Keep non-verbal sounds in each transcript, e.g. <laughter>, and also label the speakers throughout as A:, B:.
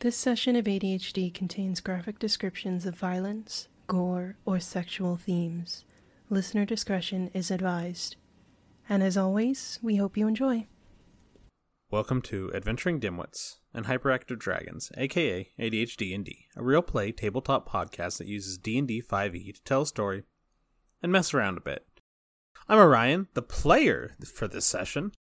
A: This session of ADHD contains graphic descriptions of violence, gore, or sexual themes. Listener discretion is advised. And as always, we hope you enjoy.
B: Welcome to Adventuring Dimwits and Hyperactive Dragons, aka ADHD and D, a real play tabletop podcast that uses D&D 5e E to tell a story and mess around a bit. I'm Orion, the player for this session.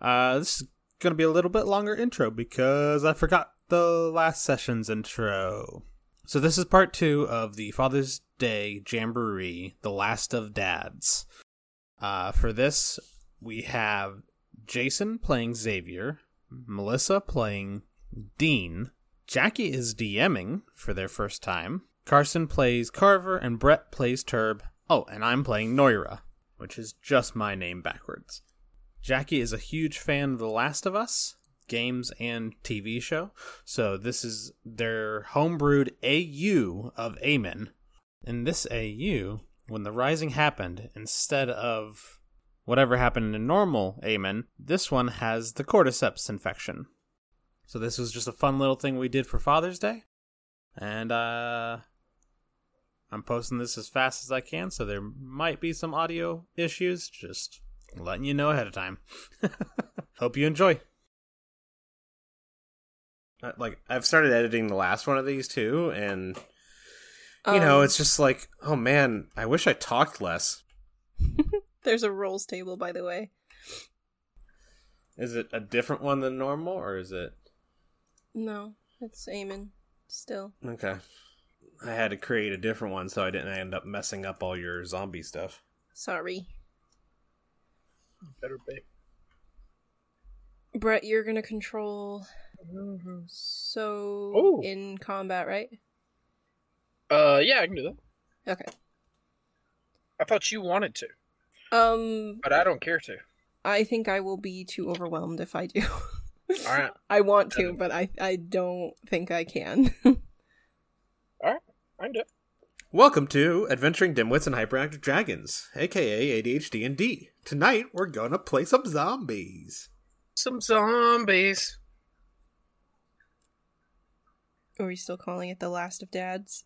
B: Uh, this is going to be a little bit longer intro because I forgot the last session's intro. So this is part 2 of the Father's Day Jamboree, The Last of Dads. Uh, for this, we have Jason playing Xavier, Melissa playing Dean, Jackie is DMing for their first time, Carson plays Carver, and Brett plays Turb. Oh, and I'm playing Moira, which is just my name backwards. Jackie is a huge fan of The Last of Us games and TV show, so this is their homebrewed AU of Amen. In this AU, when the rising happened, instead of whatever happened in normal Amen, this one has the cordyceps infection. So this was just a fun little thing we did for Father's Day, and uh, I'm posting this as fast as I can, so there might be some audio issues. Just letting you know ahead of time. <laughs> Hope you enjoy.
C: Uh, like I've started editing the last one of these too, and you know,
A: Um,
C: it's just like, oh man, I wish I talked less.
A: There's a rolls table, by the way.
C: Is it a different one than normal, or is it
A: No, it's Eamon. Still.
C: okay? I had to create a different one so I didn't end up messing up all your zombie stuff.
A: Sorry.
D: better be.
A: Brett, you're gonna control. So.
D: Oh.
A: In combat, right?
D: Uh, yeah, I can do that.
A: Okay.
D: I thought you wanted to,
A: Um,
D: but I don't care to.
A: I think I will be too overwhelmed if I do. <laughs>
D: All right,
A: I want to, but I I don't think I can. <laughs>
D: I can do it.
C: Welcome to Adventuring Dimwits and Hyperactive Dragons, aka ADHD and D. Tonight we're gonna play some zombies.
D: Some zombies.
A: Are we still calling it the last of dads?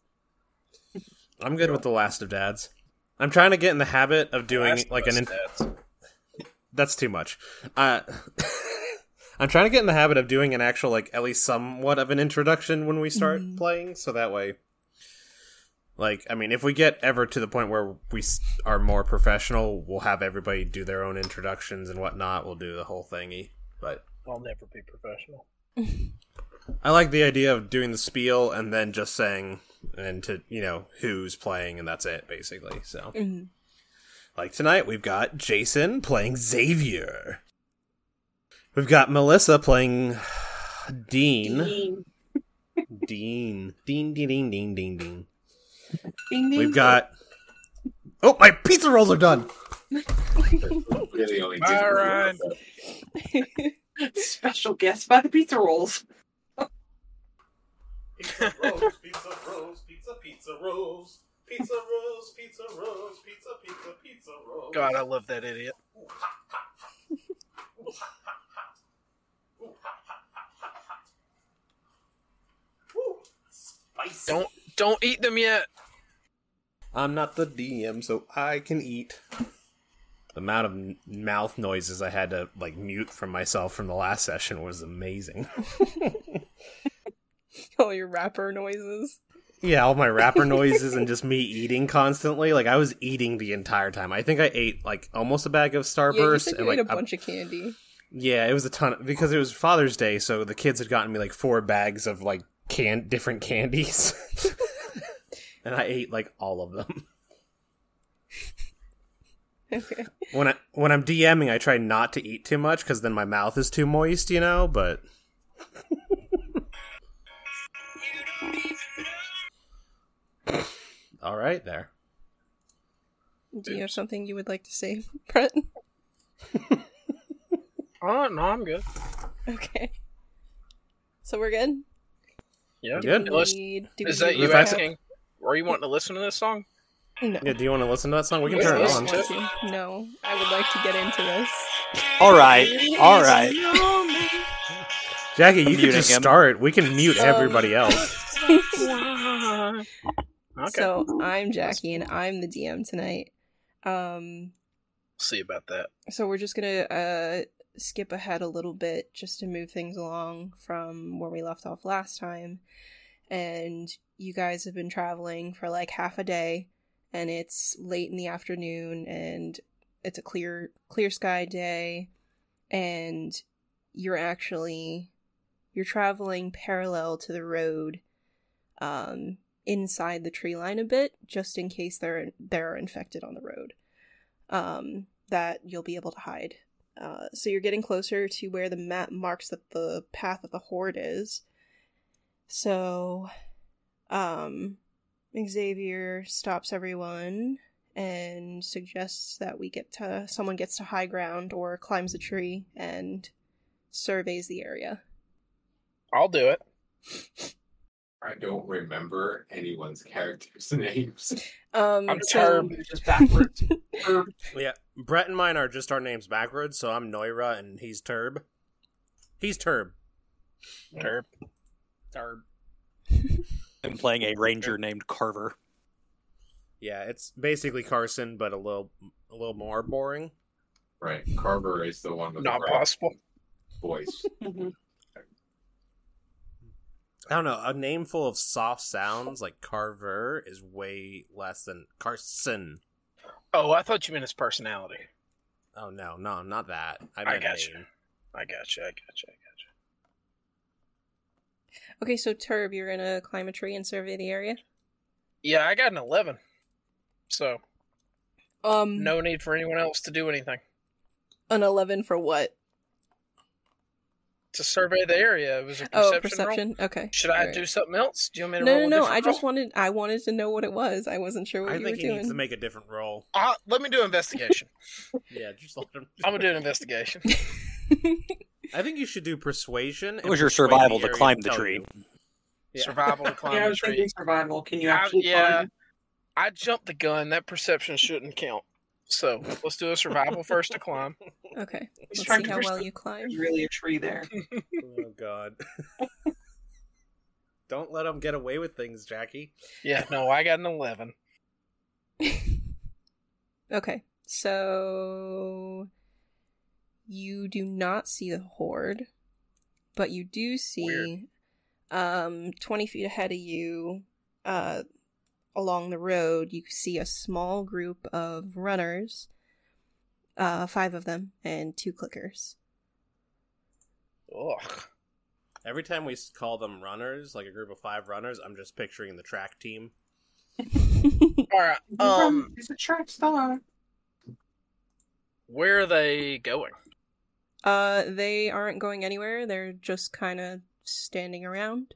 C: I'm good with the Last of Dads. I'm trying to get in the habit of doing
D: Last of
C: like
D: Us
C: an.
D: dads.
C: that's too much. Uh, <laughs> I'm trying to get in the habit of doing an actual, like, at least somewhat of an introduction when we start
A: Mhm.
C: playing, so that way, like, I mean, if we get ever to the point where we s- are more professional, we'll have everybody do their own introductions and whatnot. We'll do the whole thingy. But
D: I'll never be professional.
C: I like the idea of doing the spiel and then just saying, and to, you know, who's playing, and that's it, basically. So,
A: <laughs> Mhm.
C: Like tonight, we've got Jason playing Xavier. We've got Melissa playing Dean. Dean. Dean, ding, ding, ding, ding, ding. We've got. Oh, my pizza rolls are done!
E: really only
D: All
E: Disney
D: right.
E: knows that.
F: <laughs> Special guest by the pizza
D: <laughs>
F: rolls.
C: Pizza rolls, pizza rolls, pizza, pizza rolls. Pizza rolls, pizza rolls, pizza, pizza, pizza rolls.
D: God, I love that idiot. Don't don't eat them yet.
C: I'm not the DM, so I can eat. The amount of m- mouth noises I had to like mute from myself from the last session was amazing. <laughs>
A: All your rapper noises.
C: yeah, all my <laughs> rapper noises and just me eating constantly. Like I was eating the entire time. I think I ate like almost a bag of
A: yeah, you
C: Starburst
A: said you
C: and
A: ate
C: like
A: a
C: a-
A: bunch of candy.
C: yeah, it was a ton of, because it was Father's Day, so the kids had gotten me like four bags of like can different candies, <laughs> and I ate like all of them.
A: Okay.
C: when I when I'm DMing, I try not to eat too much because then my mouth is too moist, you know. But <laughs> all right, there.
A: Do you have something you would like to say, <laughs> Brett?
D: Oh no, I'm good.
A: Okay. So we're good.
D: Yeah,
C: Good.
A: We
D: Unless-
A: need- do we
D: is that
A: need
D: you
C: If
A: to-
C: I said-
D: asking? Are you wanting to listen to this song?
C: <laughs>
A: No.
C: Yeah, do you want to listen to that song? We can
D: Yeah,
C: turn it
D: let's
C: on.
D: do it.
A: No, I would like to get into this.
G: All right, all right.
C: Jackie, you can
G: Muting
C: just
G: him.
C: start. We can mute everybody else.
D: okay.
A: So I'm Jackie and I'm the DM tonight. Um,
D: see about that.
A: so we're just gonna uh, skip ahead a little bit just to move things along from where we left off last time and you guys have been traveling for like half a day and it's late in the afternoon and it's a clear clear sky day and you're actually you're traveling parallel to the road um inside the tree line a bit just in case there there are infected on the road um, that you'll be able to hide. Uh, so you're getting closer to where the map marks that the path of the horde is. So, um, Xavier stops everyone and suggests that we get to someone gets to high ground or climbs a tree and surveys the area.
D: I'll do it.
H: I don't remember anyone's characters' <laughs> names.
A: Um,
D: I'm
A: so-
D: terrible.
F: Just backwards. Herb.
C: Yeah, Brett and mine are just our names backwards. So I'm Noira and he's Turb. He's Turb.
D: Derp. Derp.
G: I'm playing a ranger named Carver.
C: Yeah, it's basically Carson, but a little a little more boring.
H: Right. Carver is the one with
D: Not
H: the rough
D: possible.
H: voice.
A: Mm-hmm.
F: Mhm.
C: I don't know. A name full of soft sounds like Carver is way less than Carson.
D: Oh, I thought you meant his personality.
C: Oh no, no, not that. I,
D: I
C: meant
D: gotcha.
C: name.
D: I gotcha. I gotcha. I
A: <laughs> okay, so Turb, you're gonna climb a tree and survey the area.
D: gotcha. Yeah, I got an eleven. So
A: Um,
D: no need for anyone else to do anything.
A: an eleven for what?
D: To survey the area, it was a
A: Oh,
D: perception. Roll.
A: perception. Okay.
D: Should I
A: Alright.
D: do something else? Do you want me to
A: No,
D: roll
A: no, no.
D: a
A: I
D: different
A: just
D: roll?
A: wanted I wanted to know what it was. I wasn't sure what
C: I
A: you
C: think
A: were
C: he
A: doing.
C: needs to make a different role.
D: Uh, let me do investigation. <laughs>
C: Yeah, just let him.
D: I'm gonna do an
A: <laughs>
D: investigation.
C: <laughs> I think you should do persuasion.
G: It
C: and
G: was your
C: persuade
G: survival
C: the
G: to
C: area
G: climb the
C: tell
G: tree.
C: you. Yeah.
A: <laughs>
D: Survival and
F: yeah, I
D: climbing
F: was thinking
D: trees.
F: survival. Can you
D: I-
F: actually
D: yeah.
F: climb?
D: I jumped the gun. That perception shouldn't count. So let's do a survival first
A: <laughs>
D: to climb.
A: okay.
F: He's
A: Let's
F: trying
A: see
F: to
A: how well
F: perceive
A: you
C: <laughs>
A: Mm-hmm. climb.
F: There's really a tree there.
C: Oh God! <laughs> Don't let him get away with things, Jackie.
D: Yeah, no, I got an eleven.
A: <laughs> Okay. So you do not see the horde, but you do see um 20 feet ahead of you uh along the road you see a small group of runners uh five of them and two clickers <laughs>
D: Ugh.
C: Every time we s- call them runners, like a group of five runners, I'm just picturing the track team.
D: All right. Um,
F: it's a track star.
D: where are they going?
A: Uh, they aren't going anywhere. They're just kind of standing around,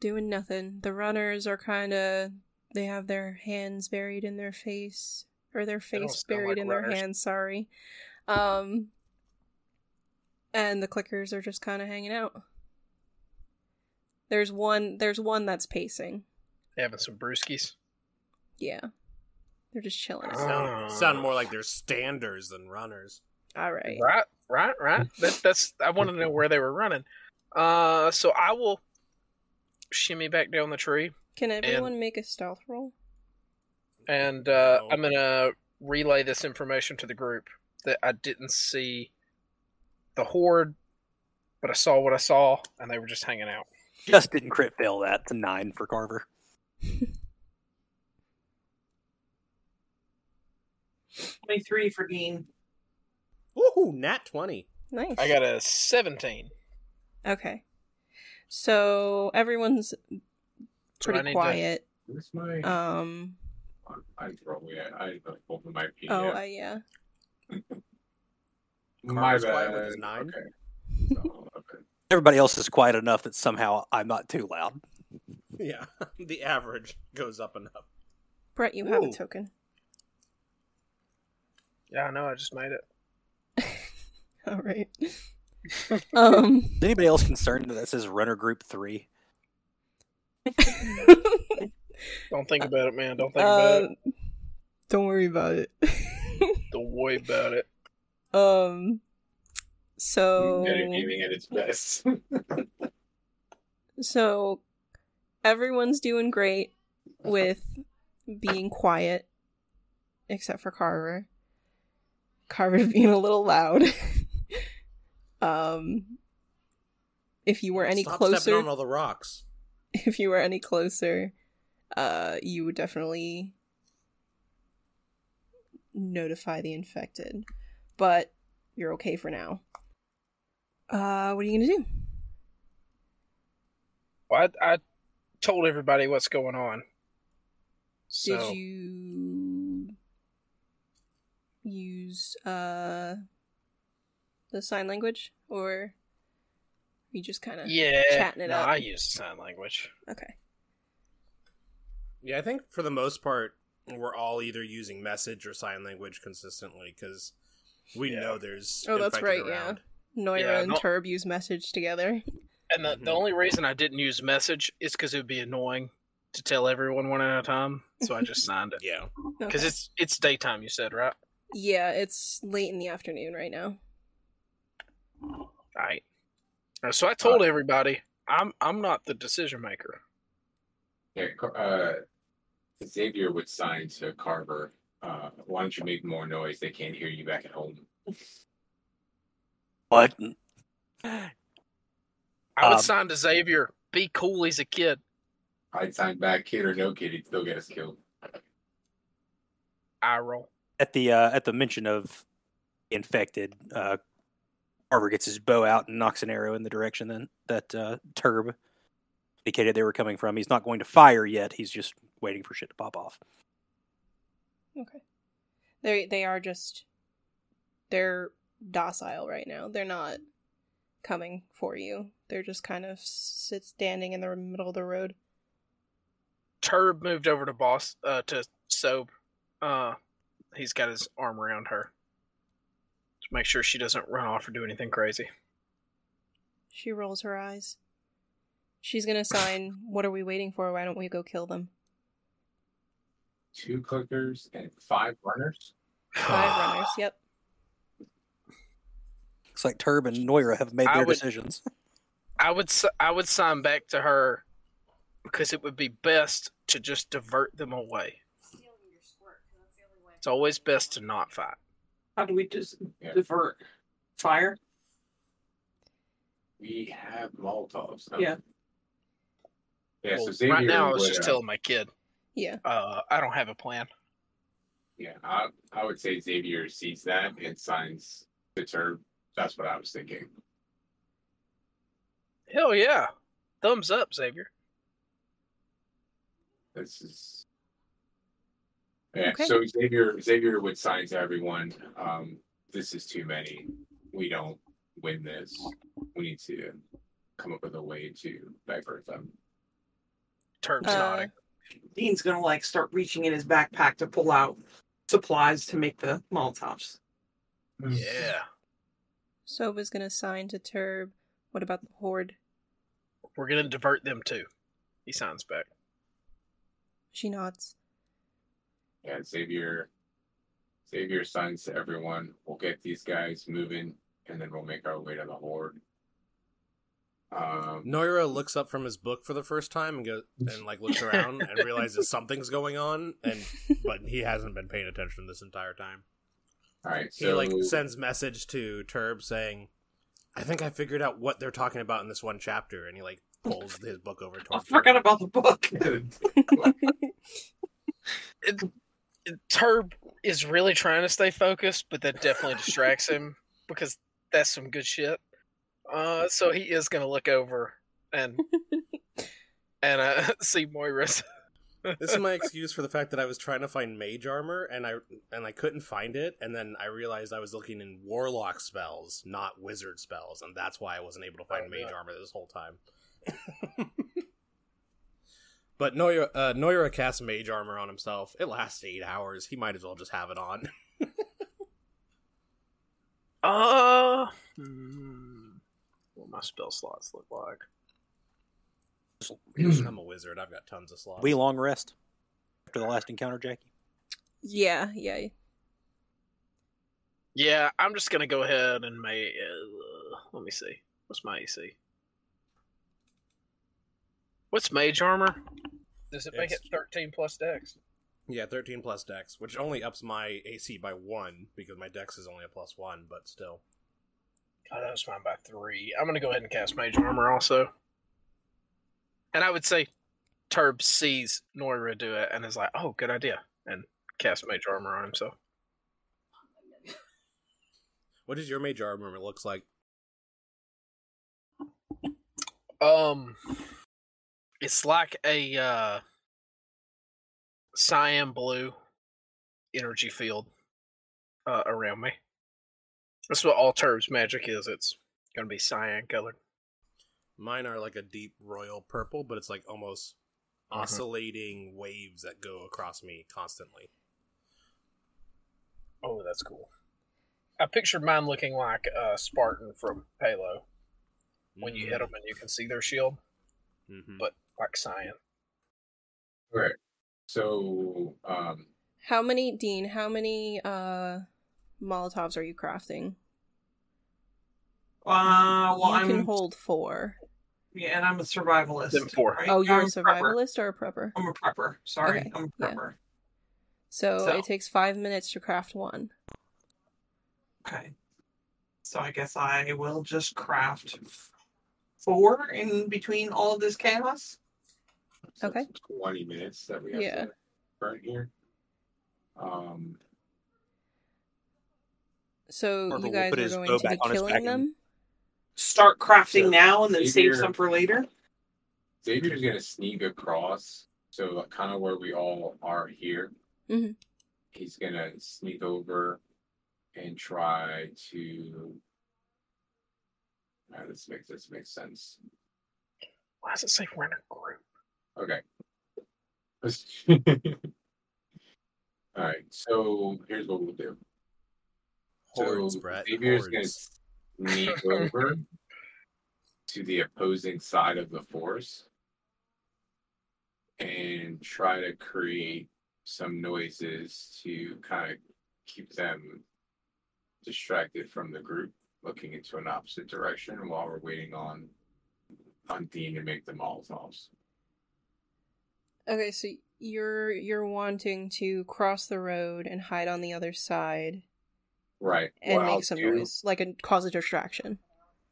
A: doing nothing. The runners are kind of they have their hands buried in their face or their
D: They don't
A: face
D: sound
A: buried
D: like
A: in their
D: runners.
A: hands. Sorry, um, and the clickers are just kind of hanging out. There's one. There's one that's pacing.
D: They having some brewskis.
A: Yeah, they're just chilling.
D: Ah.
C: Sound, sound more like they're standers than runners.
A: All right.
D: Right, right, right. That, that's. I wanted to know where they were running. Uh, so I will shimmy back down the tree,
A: Can everyone make a stealth roll?
D: and uh,
C: Oh.
D: I'm gonna relay this information to the group that I didn't see the horde, but I saw what I saw, and they were just hanging out.
G: Just didn't crit fail that. It's a nine for Carver.
F: Twenty-three for Dean.
C: Woohoo! Nat twenty. <laughs>
A: Nice.
D: I got a 17.
A: Okay. So everyone's
D: So I
A: pretty
D: need to-
A: quiet.
H: Where's my?
A: Um
H: I throw it. I open my PDF.
A: oh I, yeah.
H: my
C: Carver's quiet with
H: bad.
C: his nine.
H: Okay.
A: <laughs>
H: So, okay.
G: Everybody else is quiet enough that somehow I'm not too loud.
C: Yeah, <laughs> the average goes up and up.
A: Brett, you have a
C: Ooh.
A: token. <laughs>
D: Yeah, I know. I just made it.
A: All right. um
G: <laughs> Is anybody else concerned that that says runner group three?
D: Don't think about it, man. Don't think about
A: uh,
D: it.
A: don't worry about it.
D: Don't worry about it.
A: <laughs> um So
H: Metagame at its best. <laughs>
A: so everyone's doing great
C: Uh-huh.
A: with being quiet, except for Carver. Carver's <laughs> being a little loud. um, if you were any
C: Stop stepping
A: closer,
C: on all the rocks.
A: <laughs> if you were any closer, uh, you would definitely notify the infected. But you're okay for now. Uh, what are you gonna do?
D: Well, I, I told everybody what's going on. So
A: Did you use uh the sign language, or you just kind of
D: yeah,
A: chatting it
D: no,
A: up?
D: I use sign language.
A: okay?
C: Yeah, I think for the most part, we're all either using message or sign language consistently because we
D: Yeah.
C: know there's.
A: Oh, that's right,
C: infected
A: yeah.
C: around.
A: Noira
D: Yeah,
A: and
D: no-
A: Turb use message
D: <laughs>
A: together.
D: And the,
C: Mhm.
D: the only reason I didn't use message is because it would be annoying to tell everyone one at a time. So I <laughs> just signed it
C: Yeah.
D: because
A: Okay.
D: it's it's daytime. You said right?
A: yeah, it's late in the afternoon right now.
D: All right. Uh, So I told everybody I'm I'm not the decision maker.
H: Yeah, Car- uh, Xavier would sign to Carver. Uh, why don't you make more noise? They can't hear you back at home.
G: What?
D: I would
G: Um,
D: sign to Xavier. Be cool. He's a kid.
H: I'd sign back, kid or no kid, he'd still get us killed.
D: I roll.
G: At the uh, at the mention of infected, uh, Carver gets his bow out and knocks an arrow in the direction then that uh, Turb indicated they were coming from. He's not going to fire yet. He's just waiting for shit to pop off.
A: Okay. They they are just they're docile right now. They're not coming for you. They're just kind of sit standing in the middle of the road.
D: Turb moved over to boss uh, to Soap. Uh, he's got his arm around her to make sure she doesn't run off or do anything crazy.
A: She rolls her eyes. She's gonna sign. what are we waiting for? Why don't we go kill them?
H: Two clickers and five runners.
D: <sighs>
G: <sighs>
A: Five runners. Yep.
G: Looks like Turb and Noira have made
D: I
G: their
D: would-
G: decisions.
D: I would s- I would sign back to her because it would be best to just divert them away. It's always best to not fight.
F: How do we just
H: Yeah.
F: divert fire?
H: We have Molotovs. no?
F: Yeah.
H: Yeah, so
D: Well,
H: Xavier
D: right now, I was
H: would,
D: just
H: uh,
D: telling my kid,
A: Yeah.
D: uh, I don't have a plan.
H: Yeah, I, I would say Xavier sees that and signs the term. That's what I was thinking.
D: Hell yeah, thumbs up, Xavier.
H: This is. Yeah,
A: Okay.
H: so Xavier Xavier would sign to everyone. Um, this is too many. We don't win this. We need to come up with a way to divert them.
D: Turb's
A: Uh, <laughs>
D: nodding.
F: Dean's gonna like start reaching in his backpack to pull out supplies to make the Molotovs.
D: Yeah,
A: Soba's gonna sign to Turb. What about the horde?
D: we're gonna divert them too. He signs back.
A: She nods.
H: Yeah, Xavier Xavier signs to everyone. We'll get these guys moving and then we'll make our way to the horde. Um
C: Noira looks up from his book for the first time and goes and like looks around
F: <laughs>
C: and realizes something's going on, and but he hasn't been paying attention this entire time.
H: all right,
C: He
H: so
C: like sends message to Turb saying, "I think I figured out what they're talking about in this one chapter," and he like pulls his book over
F: <laughs> I
C: towards.
F: forgot
C: Turb.
F: about
D: <laughs>
F: the book. Uh,
D: Turb is really trying to stay focused, but
A: <laughs>
D: that definitely distracts him because that's some good shit. Uh, so he is gonna look over and and uh, <laughs> see Moira's.
C: this is my excuse for the fact that I was trying to find mage armor and I and I couldn't find it, and then I realized I was looking in warlock spells, not wizard spells, and that's why I wasn't able to find
D: Oh,
C: mage
D: yeah.
C: armor this whole time. but Noira, uh, Noira casts mage armor on himself. It lasts eight hours. He might as well just have it on.
D: Uh, hmm, what my spell slots look like?
C: I'm a wizard. I've got tons of slots.
G: We long rest after the last encounter, Jackie.
A: Yeah. Yeah.
D: Yeah, I'm just gonna go ahead and make. Uh, Let me see. What's my E AC? What's mage armor? Does it make
I: It's-
D: it 13 plus dex?
I: Yeah, 13 plus dex, which only ups my AC by 1 because my dex is only a plus 1, but still.
D: Oh, that was mine by three. I'm going to go ahead and cast mage armor also. And I would say Turb sees Noira do it and is like, oh, good idea. And cast mage armor on himself.
I: What does your mage armor looks like?
D: Um, it's like a uh, cyan blue energy field uh, around me. That's what all terms magic is. It's gonna be cyan colored.
I: Mine are like a deep royal purple, but it's like almost
D: Mhm.
I: oscillating waves that go across me constantly.
D: Oh, that's cool. I pictured mine looking like uh, Spartan from Halo when you hit them and you can see their shield,
I: Mm-hmm.
D: but like cyan.
H: Right. <laughs> So, um,
A: How many, Dean? How many uh Molotovs are you crafting?
F: Uh, well,
A: you
F: I'm
A: can hold four.
F: yeah, and I'm a survivalist.
D: Then four.
F: right?
A: Oh, you're a
F: I'm prepper.
A: survivalist or a prepper?
F: I'm a prepper. Sorry,
A: Okay,
F: I'm a
A: yeah.
F: prepper.
A: So,
F: So-
A: it takes five minutes to craft one.
F: Okay. So I guess I will just craft f- four in between all of this chaos.
H: so
A: Okay.
H: it's 20 minutes that we have
A: Yeah.
H: to burn here. Um,
A: So you
G: Marvel will
A: guys
G: put
A: are
G: his
A: going to
G: bow
A: be
G: back on his back
A: killing
G: and-
A: them.
F: Start crafting
H: So,
F: now and then save
H: Xavier-
F: some for later.
H: Xavier's gonna sneak across, so kind of where we all are here.
A: Mhm.
H: He's gonna sneak over and try to. Uh, this makes this makes sense.
D: Why does it say we're in a group?
H: Okay. <laughs> all right. So here's what we'll do.
I: Hordes,
H: so
I: Brett.
H: Xavier's gonna
I: hordes.
H: sneak over to the opposing side of the force and try to create some noises to kind of keep them distracted from the group looking into an opposite direction while we're waiting on on Dean to make the Molotovs.
A: Okay, so you're you're wanting to cross the road and hide on the other side
H: Right.
A: and
H: What I'll
A: make some
H: do-
A: noise, like and cause a distraction.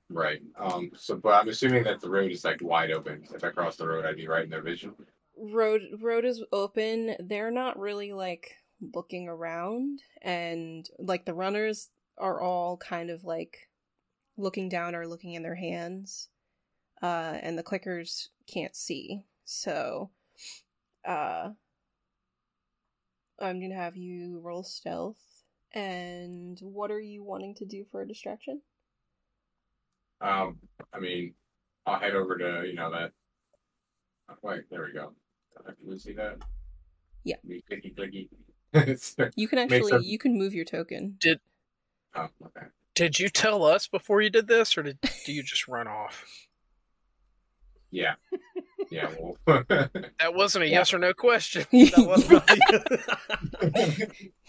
H: Right. Um so but I'm assuming that the road is like wide open. If I cross the road I'd be right in their vision.
A: Road road is open. They're not really like looking around, and like the runners are all kind of like looking down or looking in their hands, uh, and the clickers can't see. So, uh, I'm gonna have you roll stealth. And what are you wanting to do for a distraction?
H: Um, I mean, I'll head over to you know that. Wait, there we go. Uh, Can we see that?
A: Yeah.
H: Me Oh, clicky clicky. <laughs> It's-
A: You can
H: Make
A: actually
H: sense.
A: you can move your
F: <laughs>
A: token.
H: oh, okay.
D: Did you tell us before you did this, or did do you just run off?
H: Yeah. Yeah.
D: <laughs>
H: Well.
D: That wasn't a
H: Yeah.
D: yes or no <laughs> question.
A: Did you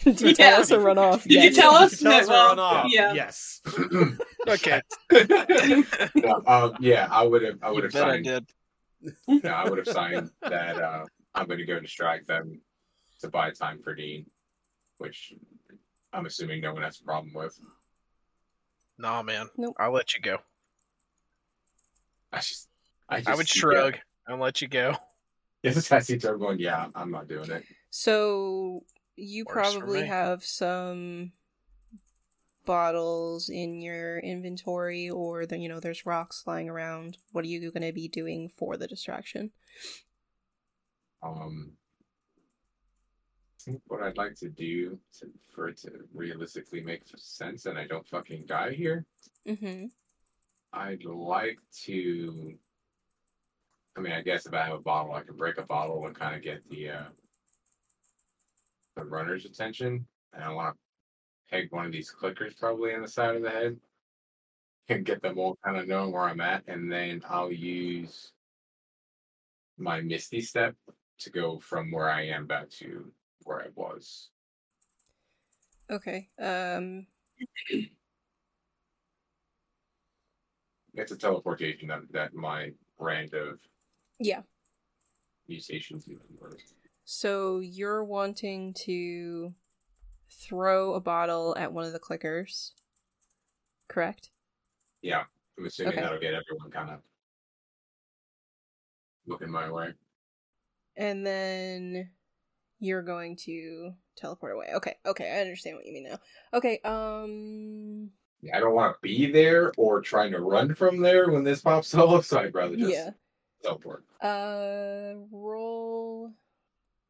A: tell
F: Yeah.
A: us or run off?
F: Did you
A: Yes.
F: tell us?
I: Tell us
F: that-
I: we're on
F: well,
D: Oh,
I: off.
F: Yeah.
I: Yes.
D: <laughs> Okay.
H: <laughs> no, um, yeah, I would have. I would
D: You
H: have
D: bet I
H: signed.
D: did.
H: no, I would have signed that uh, I'm going to go distract them to buy time for Dean, which I'm assuming no one has a problem with.
D: Nah, man.
A: Nope.
D: I'll let you go.
H: I just, I, just
D: I would
H: see-
D: shrug and let you go.
H: Yeah, this guy sees her going, yeah, I'm not doing it.
A: So you
D: Works for
A: probably
D: me.
A: have some bottles in your inventory or the, you know there's rocks lying around. What are you going to be doing for the distraction?
H: Um, I think what I'd like to do to, for it to realistically make sense and I don't fucking die here,
A: Mhm.
H: I'd like to. I mean, I guess if I have a bottle, I can break a bottle and kind of get the uh, the runner's attention, and I want to peg one of these clickers probably in the side of the head and get them all kind of knowing where I'm at, and then I'll use my misty step to go from where I am back to where I was.
A: Okay. Um
H: It's a teleportation that, that my brand of
A: Yeah.
H: mutations. do.
A: So you're wanting to throw a bottle at one of the clickers, correct?
H: Yeah, I'm assuming
A: Okay.
H: that'll get everyone kind of looking my way.
A: And then you're going to teleport away. Okay, okay, I understand what you mean now. Okay, um,
H: I don't want to be there or trying to run from there when this pops <laughs> off, so I'd rather just
A: yeah.
H: teleport.
A: Uh, roll.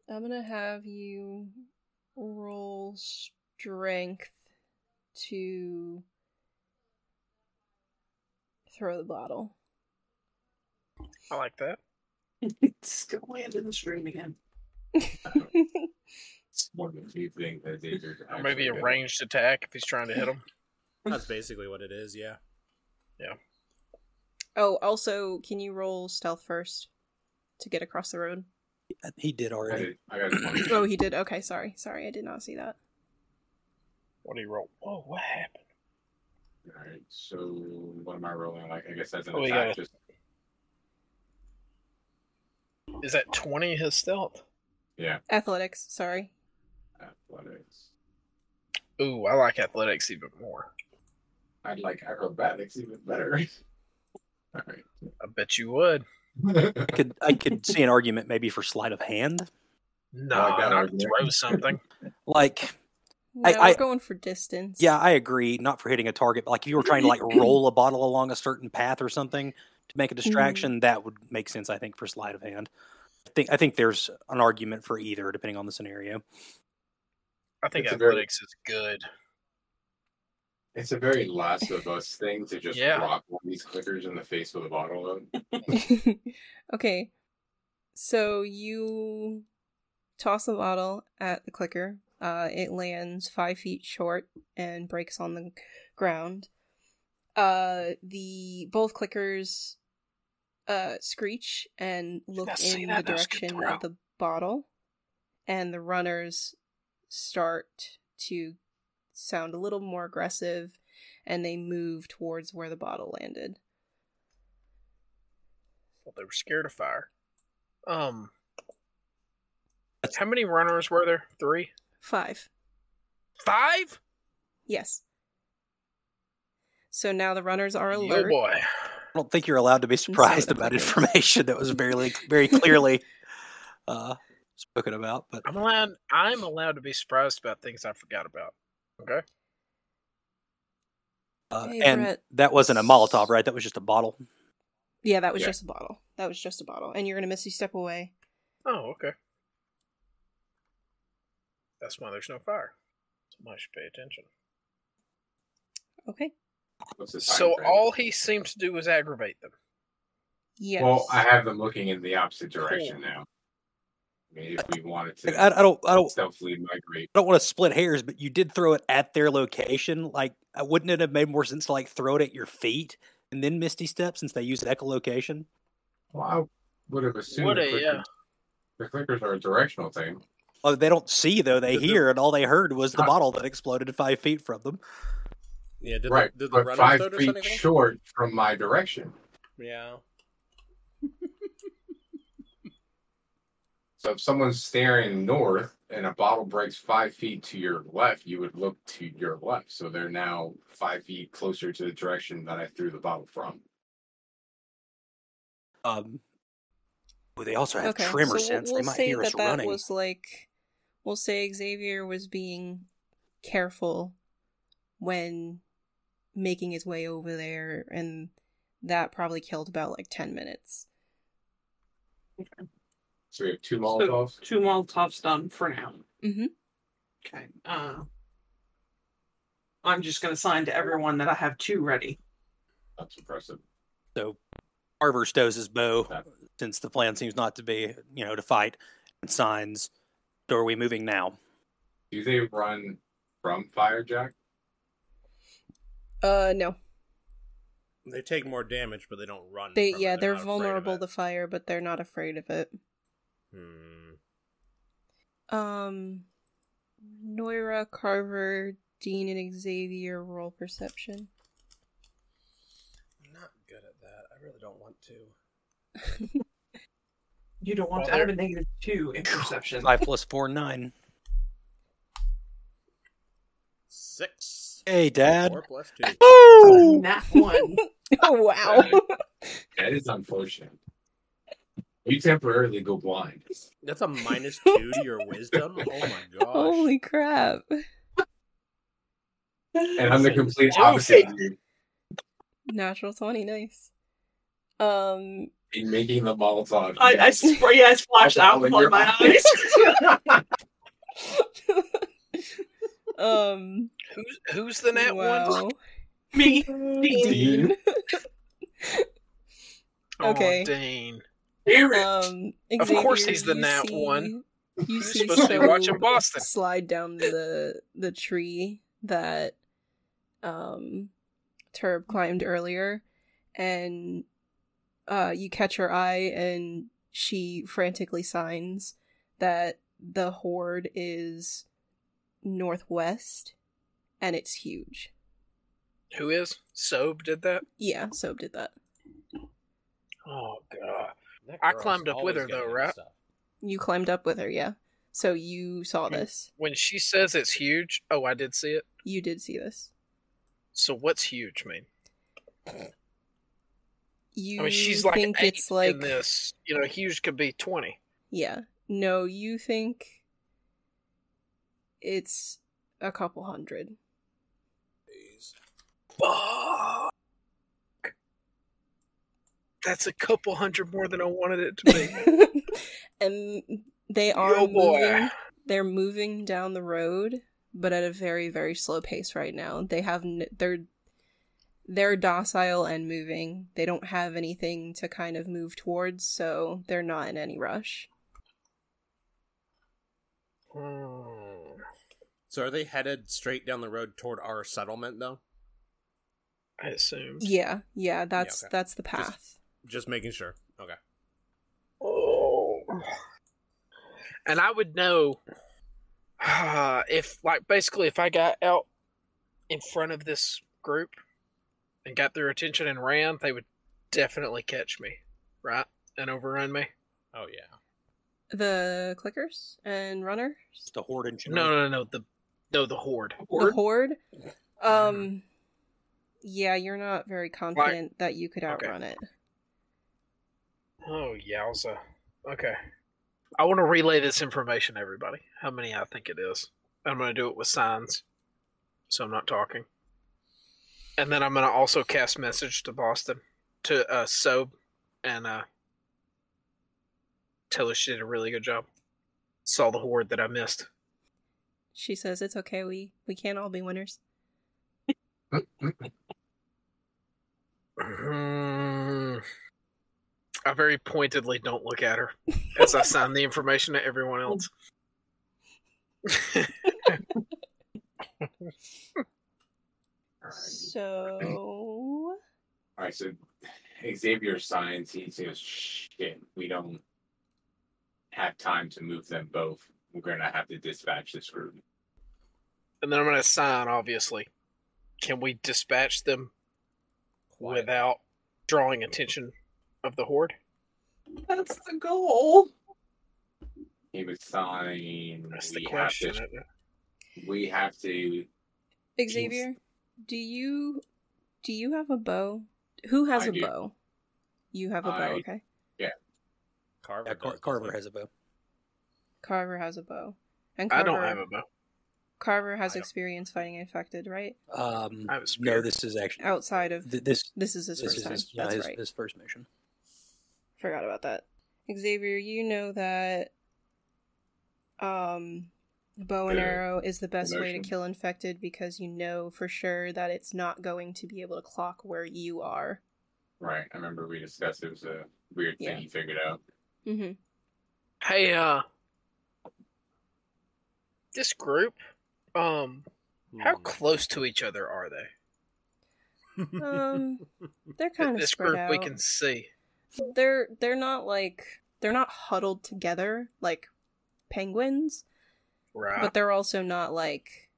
A: I'm gonna have you roll strength to throw the bottle. <laughs>
D: I like that.
F: <laughs> it's gonna land in the stream again.
H: It's one of the few things that Xavier can
D: Or maybe
H: actually
D: a
H: do.
D: ranged attack if he's trying to hit him.
B: That's basically what it is, yeah.
A: oh, also, can you roll stealth first to get across the road?
G: He did
H: I
G: already.
H: did- I got a
D: <coughs>
H: twenty.
A: Oh, he did. Okay, sorry, sorry, I did not see that.
D: What do you roll? Whoa, what happened?
H: All right, so what am I rolling? Like, I guess that's an
D: Oh, you
H: attack.
D: gotta-
H: Just
D: Is that 20 his stealth?
H: yeah,
A: Athletics. Sorry.
H: athletics.
D: Ooh, I like athletics even more.
H: I'd like acrobatics even better. <laughs> All
D: I bet you would.
H: right.
G: I could I could see an argument maybe for sleight of hand.
D: No,
H: I like that
D: not
H: argument.
D: throw <laughs> something.
G: Like
A: No,
G: I-
A: we're
G: I-
A: going for distance.
G: yeah, I agree. Not for hitting a target, but like if you were trying to like roll a bottle along a certain path or something to make a distraction, that would make sense. I think for sleight of hand. I think I think there's an argument for either, depending on the scenario.
D: I think
H: It's a very-
D: athletics is good.
H: <laughs> it's a very Last of Us thing to just
D: Yeah.
H: rock one of these clickers in the face with a bottle of.
A: <laughs> okay. So you toss the bottle at the clicker. Uh, it lands five feet short and breaks on the ground. Uh, the both clickers uh, screech and look
D: I see
A: in the
D: that? That was a good
A: direction
D: throw.
A: of the bottle, and the runners start to sound a little more aggressive, and they move towards where the bottle landed.
D: Well, they were scared of fire. Um, how many runners were there? Three,
A: Five.
D: five?
A: Yes. So now the runners are
D: Oh
A: alert.
D: boy!
G: I don't think you're allowed to be
A: Some
G: surprised
A: sort of
G: about
A: ideas.
G: information that was very very clearly uh, spoken about. But
D: I'm allowed. I'm allowed to be surprised about things I forgot about. Okay.
G: uh,
A: Hey,
G: and
A: Brett.
G: that wasn't a Molotov, right? That was just a bottle.
A: Yeah, that was
H: Yeah.
A: just a bottle. That was just a bottle. And you're gonna miss you step away.
D: Oh, okay. That's why there's no fire. Somebody should pay attention.
A: Okay.
H: What's this?
D: So all he seemed to do was aggravate them.
A: Yes.
H: Well, I have them looking in the opposite direction
D: Cool.
H: now. I mean, if we wanted to
G: I, I don't I don't
H: stealthily migrate,
G: I don't want to split hairs, but you did throw it at their location. Like, uh, wouldn't it have made more sense to like throw it at your feet and then Misty Step since they use echolocation?
H: well, I would have assumed
D: Would
H: the,
D: have,
H: clickers,
D: yeah.
H: the clickers are a directional thing.
G: Oh, they don't see though; they
B: Did the-
G: hear, and all they heard was the
H: Huh.
G: bottle that exploded five feet from them.
B: Yeah, did
H: right,
B: the, did the
H: but
B: runners
H: five
B: throw it or
H: feet
B: something?
H: short from my direction.
B: Yeah.
H: So if someone's staring north and a bottle breaks five feet to your left, you would look to your left. So they're now five feet closer to the direction that I threw the bottle from.
G: Um, oh, they also have
A: okay.
G: tremor
A: so
G: sense;
A: we'll, we'll
G: they might
A: say
G: hear
A: that
G: us
A: that
G: running.
A: was like, we'll say Xavier was being careful when making his way over there, and that probably killed about like ten minutes.
H: So we have two
F: So-
H: Molotovs.
F: Two Molotovs done for now.
A: Mm-hmm.
F: Okay. Uh, I'm just gonna sign to everyone that I have two ready.
H: That's impressive.
G: So Carver stows his bow
H: That-
G: since the plan seems not to be, you know, to fight. And signs. So are we moving now?
H: Do they run from fire, Jack?
A: Uh, no,
B: They take more damage, but they don't run.
A: they
B: from it.
A: yeah they're
B: not afraid of
A: vulnerable
B: it.
A: to fire, but they're not afraid of it.
B: Hmm.
A: Um, Moira, <laughs> Carver, Dean, and Xavier roll perception.
D: I'm not good
I: don't want to.
A: <laughs>
F: You don't want
D: Well,
F: to have a negative two in
H: <laughs>
F: perception.
G: Five plus four, nine.
I: Six.
G: Hey, Dad.
I: Four plus two.
F: That one.
A: Oh, wow. <laughs>
H: That is unfortunate. You temporarily go blind.
I: That's a minus two to your wisdom. Oh my gosh.
A: Holy crap.
H: <laughs> And I'm the complete
D: Joe
H: opposite. of you
A: Natural 20, nice. Um, <laughs>
H: in making the Molotov.
F: I, I spray I splashed out
H: Alcohol in
F: in
H: your
F: my eyes.
H: eyes.
F: <laughs>
A: um,
D: Who's who's the nat one?
A: wow.
F: Me.
A: Dean.
D: Oh,
A: Okay.
D: Dean.
F: Hear it.
A: Um,
D: Of course
A: Xavier,
D: he's the
A: you
D: nat
A: see-
D: one.
A: You
D: You're
A: see
D: supposed to be
A: Soap
D: watching Boston.
A: slide down the the tree that um Turb climbed earlier, and uh, you catch her eye, and she frantically signs that the horde is northwest, and it's huge.
D: Who is? Sobe did that?
A: Yeah, Soap did that.
D: Oh god.
B: That
D: I
B: girl's
D: climbed up
B: always
D: with her,
B: got
D: though,
B: good
D: right?
B: stuff.
A: You climbed up with her, yeah. So you saw this.
D: When she says it's huge, oh I did see it.
A: You did see this.
D: So what's huge mean?
A: You
D: I mean she's like
A: think
D: eight
A: it's like
D: in this. You know, huge could be twenty.
A: Yeah. No, you think it's a couple hundred. <laughs>
D: Fuck. That's a couple hundred more than I wanted it to be.
A: <laughs> and they are
D: oh boy.
A: moving, they're moving down the road, but at a very very slow pace right now. They have n- they're they're docile and moving. They don't have anything to kind of move towards, so they're not in any rush.
D: Hmm.
I: So are they headed straight down the road toward our settlement though?
D: I assume.
A: Yeah, yeah, that's
I: okay.
A: that's the path.
I: Just making sure. Okay.
D: Oh. And I would know <sighs> uh, if, like, basically, if I got out in front of this group and got their attention and ran, they would definitely catch me, right? And overrun me.
B: Oh yeah.
A: The clickers and runner
G: Just a horde in
D: No, no,
G: general.
D: no. The no, the horde.
A: the horde. Um, yeah, you're not very confident that you could
D: Okay.
A: outrun it.
D: Oh yowza. Okay. I want to relay this information, to everybody. How many I think it is. I'm going to do it with signs, so I'm not talking. And then I'm going to also cast message to Boston, to uh, Sob, and uh, tell her she did a really good job. Saw the horde that I missed. <clears throat>
A: She says it's okay. We we can't all be winners.
D: Mhm. I very pointedly don't look at her as I sign the information to everyone else. <clears throat>
A: So
H: All right, so Xavier signs. He says, "Shit, we don't have time to move them both. We're gonna have to dispatch this group."
D: and then I'm gonna sign. Obviously, can we dispatch them without drawing attention of the horde?
F: <laughs> That's the goal.
H: He was sign.
D: That's the
H: We have
D: question.
H: to.
D: isn't it?
H: We have to.
A: Xavier, do you do you have a bow? Who has
H: I
A: a
H: do.
A: bow? You have a bow.
H: I-
A: Okay.
B: Carver.
G: Yeah, Car-
B: does,
G: Carver
B: doesn't
G: has a bow.
A: Carver has a bow, and
D: I
A: Carver,
D: don't have a bow.
A: Carver has
B: I don't.
A: experience fighting infected, right?
G: Um,
D: I have a spear.
G: no, this is actually
A: Outside of
G: th- this.
A: this is his
G: This
A: first
G: is
A: time.
G: Oh, his, yeah,
A: That's
G: his,
A: right.
G: his first mission.
A: Forgot about that. Xavier, you know that um bow and
H: Yeah.
A: arrow is the best way to
H: Emotion.
A: kill infected because you know for sure that it's not going to be able to clock where you are.
H: Right. I remember we discussed. It was a weird
A: Yeah.
H: thing he figured out.
A: Mm-hmm.
D: Hey, uh, this group, um,
B: it?
H: Hmm.
D: how close to each other are
A: <laughs>
D: they?
B: Hmm.
H: <laughs>
A: Um,
D: <laughs>
A: they're
D: Th-
A: kind of
D: this
A: spread
D: group
A: out.
D: we can see.
A: They're they're not like they're not huddled together like penguins,
D: Right. Ah.
A: but they're also not like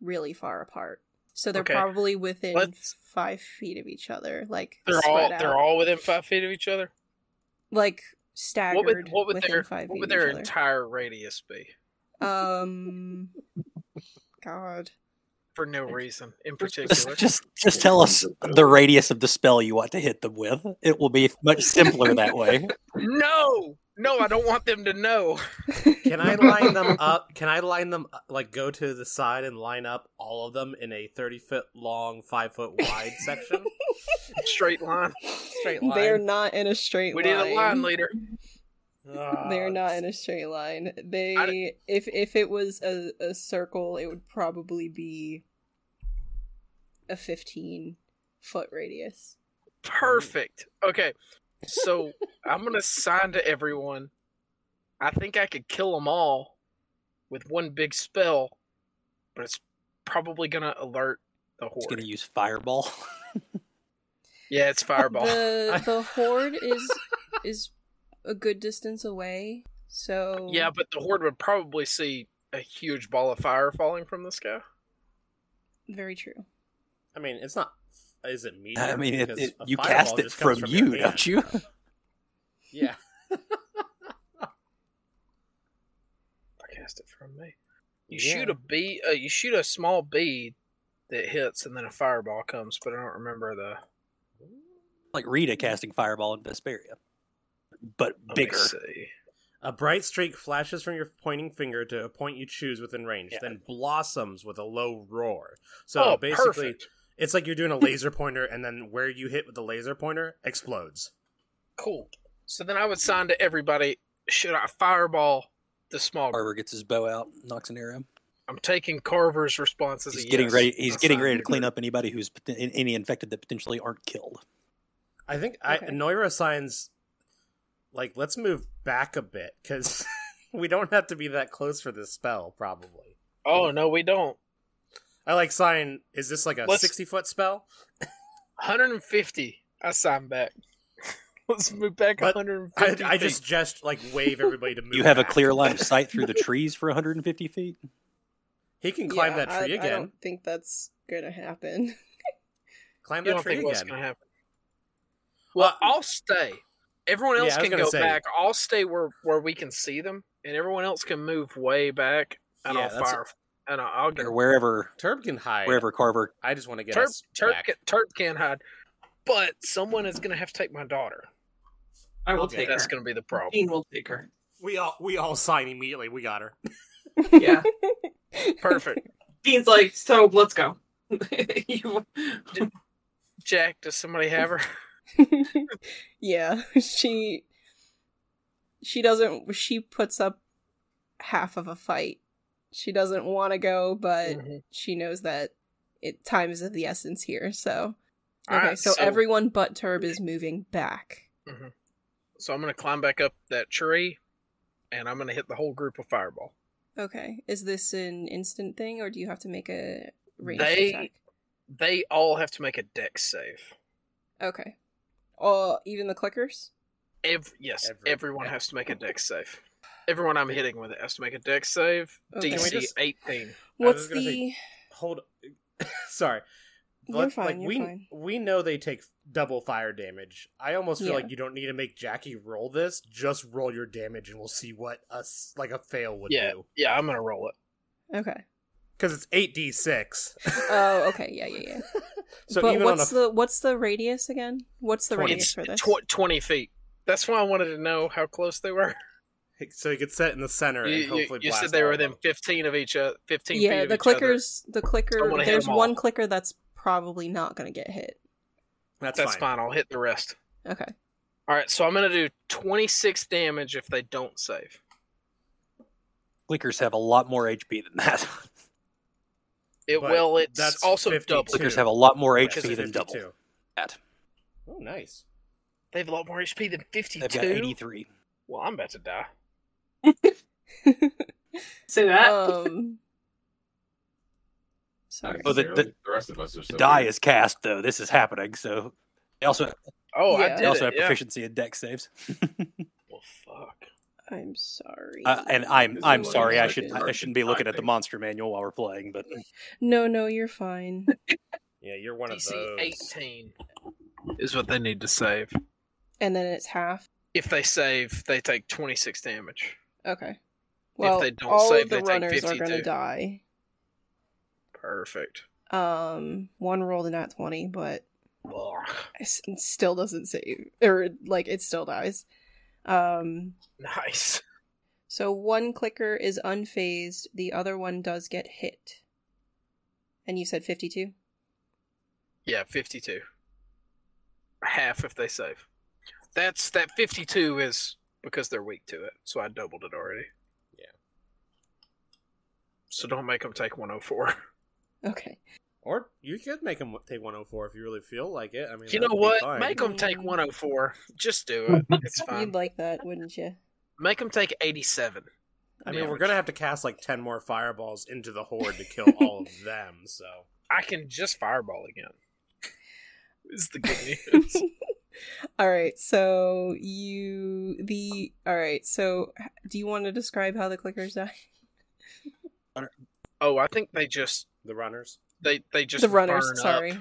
A: really far apart. So they're
D: Okay.
A: probably within
D: Let's-
A: five feet of each other, like
D: They're all
A: spread
D: they're
A: out,
D: all within five feet of each other.
A: like staggered
D: What would what would
A: within
D: their
A: five
D: what
A: feet
D: would
A: of
D: their
A: each other.
D: entire radius be <laughs>
A: Um, God,
D: for no reason in particular?
G: <laughs> Just, just, just tell us the radius of the spell you want to hit them with. It will be much simpler that way.
D: no, no, I don't want them
A: <laughs>
D: to know.
C: Can I line them up? Can I line them up- like go to the side and line up all of them in a thirty foot long, five foot
G: <laughs>
C: wide
D: <laughs>
C: section?
D: Straight line.
C: Straight
A: They're
C: line.
A: not in a straight
D: We
A: line.
D: need a line leader. Ah,
A: They're not in a straight line. They,
D: I-
A: if if it was a, a circle, it would probably be a fifteen foot radius.
D: Perfect. Okay,
A: <laughs>
D: so I'm gonna sign to everyone. I think I could kill them all with one big spell, but it's probably gonna alert the
G: <laughs> It's going
D: horde.
G: to use fireball. <laughs>
D: Yeah, it's fireball.
A: <laughs> The
D: <laughs>
A: the horde is is a good distance away. So
D: Yeah, but the horde would probably see a huge ball of fire falling from the sky.
A: very true.
C: I mean, it's not. Is it me?
G: I mean, it,
C: Because
G: it-
C: a
G: you
C: fireball
G: cast it
C: just comes
G: from
C: your
G: you,
C: hand.
G: don't you? <laughs>
C: Yeah.
D: I cast it from me. You
C: Yeah.
D: shoot a bee. Uh, you shoot a small bead that hits, and then a fireball comes. But I don't remember the
G: Like Rita casting fireball in Vesperia, but
D: let me
G: bigger.
D: see.
C: A bright streak flashes from your pointing finger to a point you choose within range,
G: Yeah.
C: then blossoms with a low roar. So
D: oh,
C: basically,
D: perfect.
C: it's like you're doing a laser pointer, and then where you hit with the laser pointer explodes.
D: cool. So then I would sign to everybody. Should I fireball the small group?
G: Carver gets his bow out, knocks an arrow.
D: I'm taking Carver's response as
G: He's
D: a
G: getting
C: uh,
D: yes.
G: ready. He's
D: I
G: getting
D: sign
G: ready
D: the
G: to clean
D: group.
G: up anybody who's poten- any infected that potentially aren't killed.
C: I think I,
A: Okay.
C: Moira signs, like, let's move back a bit because <laughs> we don't have to be that close for this spell, probably.
D: Oh no, we don't.
C: I like sign. Is this like a
D: Let's-
C: sixty foot spell?
D: 150. I sign back. <laughs> Let's move back
C: But
D: 150.
C: I, I
D: feet.
C: just gest like wave everybody to move.
G: <laughs> You have a
C: back.
G: clear line of sight
C: <laughs>
G: through the trees for 150 feet.
C: He can climb
A: Yeah,
C: that
A: I,
C: tree
A: I
C: again.
A: don't think that's gonna happen.
C: Climb
D: You
C: that
D: don't
C: tree
D: think what's
C: again.
D: going to happen? Well, I'll stay. Everyone
C: Yeah,
D: else
C: I was
D: can
C: gonna
D: go
C: say-
D: back. I'll stay where where we can see them, and everyone else can move way back, and
C: Yeah,
D: I'll
C: that's-
D: fire. And I'll, I'll get
G: Or wherever
C: Turb can hide.
G: wherever Carver.
C: I just want to get
D: Turp.
C: us
D: Turp,
C: back.
D: can, Turp can hide, but someone is going to have to take my daughter.
F: I will
C: Okay.
F: take her.
D: That's going to be
C: <laughs>
D: the problem.
F: Dean will take her.
C: We all we all sign immediately. We got her.
F: Yeah.
D: Perfect.
F: Dean's like, so let's go. <laughs> you,
D: Jack, does somebody have her?
A: <laughs> yeah, she she doesn't. She puts up half of a fight. She doesn't want to go, but
C: Mm. Mm-hmm.
D: Mhm.
A: she knows that it time is of the essence here. So okay,
D: Alright,
A: so, everyone but Turb is moving back.
D: So I'm going to climb back up that tree, and I'm going to hit the whole group of fireball.
A: Okay, is this an instant thing, or do you have to make a range
D: They-
A: attack?
D: They all have to make a dex save.
A: Okay, all even the clickers.
D: Ev- yes,
C: Every-
D: everyone
C: yeah.
D: has to make a dex save. Everyone I'm hitting with it has to make a dex save.
A: Okay.
C: Oh,
D: DC
C: Can we just-
D: 18.
A: What's
C: gonna
A: the?
C: say- Hold. <laughs> Sorry.
A: You're
C: Let-
A: fine.
C: like,
A: you're
C: we
A: fine.
C: we know they take double fire damage. I almost feel
A: Yeah.
C: like you don't need to make Jackie roll this. Just roll your damage, and we'll see what us like a fail would
D: Yeah,
C: do.
D: yeah, I'm gonna roll it.
A: Okay.
C: Because it's eight d six. <laughs>
A: Oh, okay. Yeah, yeah, yeah.
C: So
A: but
C: even
A: what's
C: on a,
A: the what's the radius again? What's the
C: 20.
A: radius
D: It's
A: for this?
D: tw- 20 feet. That's why I wanted to know how close they were.
C: so you could set in the center
D: You,
C: and
D: you-
C: hopefully
D: you
C: blast
D: said they
C: all
D: were
C: of them.
D: within 15 of each other. 15 feet
A: yeah,
D: of
A: the
D: each other.
A: clickers. The
D: So I
A: clicker.
D: wanna hit
A: There's
D: 'em all.
A: one clicker that's probably not going to get hit.
C: That's,
D: That's
C: fine.
D: fine. I'll hit the rest.
H: <laughs>
A: Okay.
D: All right, so I'm gonna do 26 damage if they don't save.
G: Clickers have a lot more HP than that. <laughs>
D: It
C: But
D: well, it's
C: that's
D: also
C: 52.
D: double.
G: Clickers
C: Two.
G: have a lot more
C: Because
G: HP
C: it's
G: than double
C: 52.
G: that.
C: Oh, nice.
D: They have a lot more HP than
G: They've got
D: 52.
G: 83.
D: Well, I'm about to die.
F: say that.
A: um. Sorry.
G: Oh, the- the-
H: rest of us are so
G: The die
H: weird.
G: is cast though. This is happening. So they also
D: Oh,
A: Yeah.
D: I
G: they
D: did
G: also
D: it.
G: have
D: yeah.
H: <laughs>
G: proficiency in deck saves.
D: Well, fuck.
A: I'm sorry.
G: Uh, and I'm
H: This
G: I'm
H: is
G: sorry. I
H: like
G: should
H: an
G: I shouldn't be looking at the
H: archetype.
G: monster manual while we're playing, but
A: No, no, you're
H: <laughs>
A: fine.
C: Yeah, you're one
D: DC
C: of those.
D: 18 is what they need to save.
A: And then it's half.
D: If they save, they take 26 damage.
A: Okay. Well,
D: they don't
A: all
D: save,
A: of the
D: they take
A: runners are
D: 52.
A: going to die.
D: Perfect.
A: Um, one rolled a nat twenty, but
D: Ugh.
A: it s- it still doesn't save, or like it still dies. Um,
D: Nice. <laughs>
A: so one clicker is unfazed, the other one does get hit. And you said fifty-two.
D: Yeah, 52. Half if they save. That's that 52 is because they're weak to it, so I doubled it already.
C: Yeah.
D: So don't make them take 104.
A: Okay.
C: Or you could make him take 104 if you really feel like it. I mean,
D: You
C: that
D: know
C: would be
D: what?
C: fine.
D: Make them take 104. Just <laughs> do it. It's fine.
A: You'd like that, wouldn't you?
D: Make them take 87.
C: I mean, we're
D: damage.
C: gonna have to cast like 10 more fireballs into the horde to kill all of <laughs> them. So
D: I can just fireball again. Is the good news.
A: <laughs> all right. So you the all right. So h- do you want to describe how the clickers die?
D: oh, I think they just
C: the runners.
D: they they just
A: the runners.
D: burn up
A: sorry.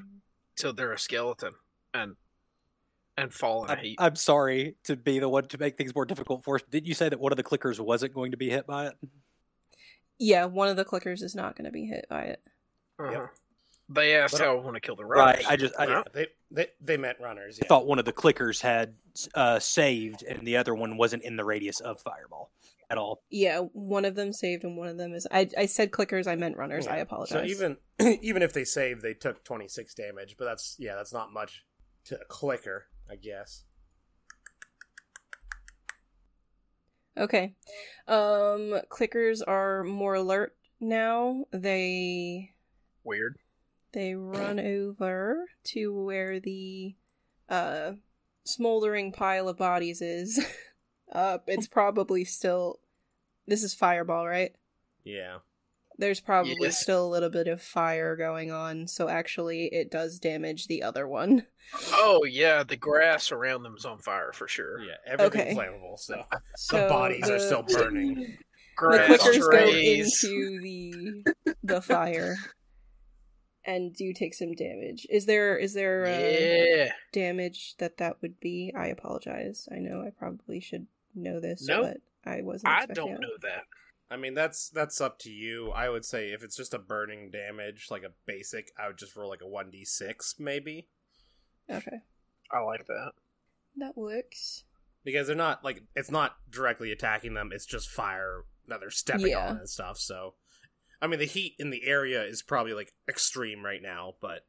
D: till they're a skeleton and and fall in a
G: I'm,
D: heap.
G: I'm sorry to be the one to make things more difficult for us. Didn't you say that one of the clickers wasn't going to be hit by it?
A: Yeah, one of the clickers is not going to be hit by it.
D: Uh-huh. They asked
C: But-
D: how I want to kill the
G: Right.
D: runners.
G: I just I,
D: Well,
C: They they, they meant runners.
G: I
C: Yeah.
G: thought one of the clickers had uh, saved, and the other one wasn't in the radius of fireball at all.
A: Yeah, one of them saved and one of them is. I I said clickers. I meant runners. I
C: Yeah.
A: apologize.
C: So even <clears throat> even if they save, they took 26 damage. But that's yeah, that's not much to a clicker, I guess.
A: Okay. Um clickers are more alert now. They
D: weird.
A: they run over to where the uh smoldering pile of bodies is. <laughs> uh it's probably still this is fireball, right?
C: Yeah.
A: There's probably
D: Yes.
A: still a little bit of fire going on, so actually it does damage the other one.
D: Oh yeah, the grass around them's on fire for sure.
C: Yeah.
A: Okay.
C: Everything's flammable. So the
A: So uh,
C: bodies are
A: the-
C: still burning.
A: <laughs> the
D: Grass,
A: clickers go
D: trees.
A: into the the fire and do take some damage. Is there is there uh,
D: Yeah.
A: damage that that would be? I apologize. I know I probably should know this,
D: No.
A: but I wasn't.
D: I
A: expecting
D: don't
A: it.
D: know that.
C: I mean, that's that's up to you. I would say if it's just a burning damage, like a basic, I would just roll like a 1d6 maybe.
A: Okay,
D: I like that.
A: that works.
C: because they're not like it's not directly attacking them it's just fire that they're stepping
A: Yeah.
C: on and stuff so i mean the heat in the area is probably like extreme right now but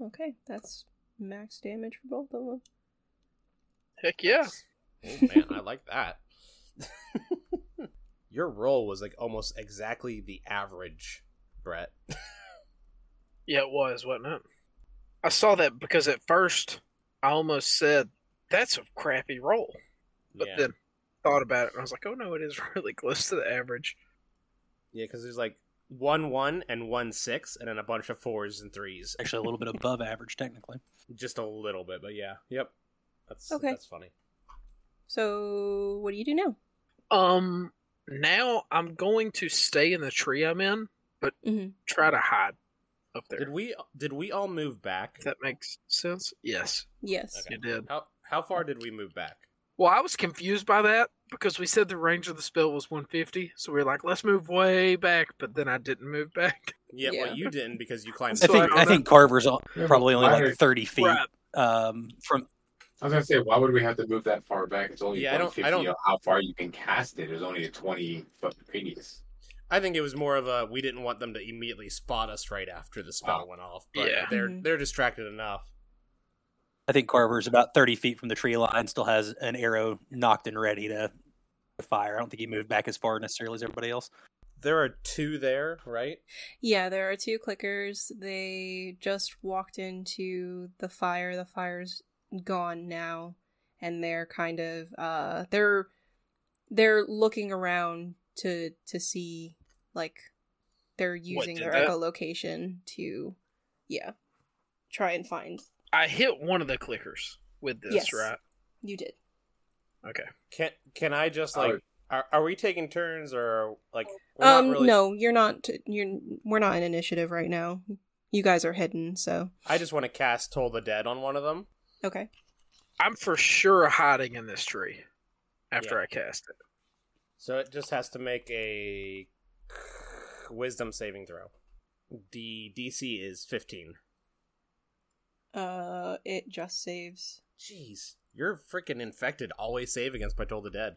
A: Okay, that's max damage for both of them.
D: Heck yeah.
C: oh man i like that <laughs> your roll was like almost exactly the average brett
D: Yeah, it was, wasn't it? I saw that because at first I almost said that's a crappy roll, but
C: yeah
D: then thought about it and I was like, oh no, it is <laughs> really close to the average.
C: yeah because there's like one one and one six and then a bunch of fours and threes
G: Actually, a little bit above average technically.
C: just a little bit but yeah yep that's
A: Okay.
C: that's funny
A: So what do you do now?
D: Um, now I'm going to stay in the tree I'm in, but
A: Mhm.
D: try to hide up there.
C: did we did we all move back
D: If that makes sense. Yes,
A: Yes.
C: Okay.
D: you did.
C: how how far did we move back
D: Well, I was confused by that because we said the range of the spell was 150, so we were like, let's move way back, but then I didn't move back. <laughs>
C: Yeah,
A: Yeah.
C: well, you didn't because you climbed.
D: So
G: I
D: I
G: think
D: don't
G: I
D: know.
G: think Carver's al- probably only
H: Why-
G: like thirty feet
D: Right.
G: um, from.
H: I was gonna say, why would we have to move that far back? It's only
C: Yeah, I don't-
H: 150
C: I don't-
H: of how far you can cast it. There's only a 20 foot radius.
C: I think it was more of a we didn't want them to immediately spot us right after the spell
H: Oh.
C: went off. But
D: Yeah.
C: they're
A: Mhm.
C: they're distracted enough.
G: I think Carver's about thirty feet from the tree line. Still has an arrow knocked and ready to to fire. I don't think he moved back as far necessarily as everybody else.
C: There are two there, right?
A: Yeah, there are two clickers. They just walked into the fire. The fire's gone now, and they're kind of uh they're they're looking around to to see like they're using
D: did
A: their
D: that?
A: echolocation to yeah try and find
D: I hit one of the clickers with this,
A: Yes.
D: right?
A: you did
D: Okay.
C: Can can I just
H: I
C: like?
H: would-
C: Are, are we taking turns or like? we're not
A: Um,
C: really-
A: no, you're not. You're we're not in initiative right now. You guys are hidden, so
C: I just want to cast Toll the Dead on one of them.
A: okay.
D: I'm for sure hiding in this tree after
C: Yeah.
D: I cast it.
C: So it just has to make a Wisdom saving throw. The DC is fifteen.
A: Uh, it just saves.
C: Jeez, you're freaking infected. Always save against by Toll the Dead.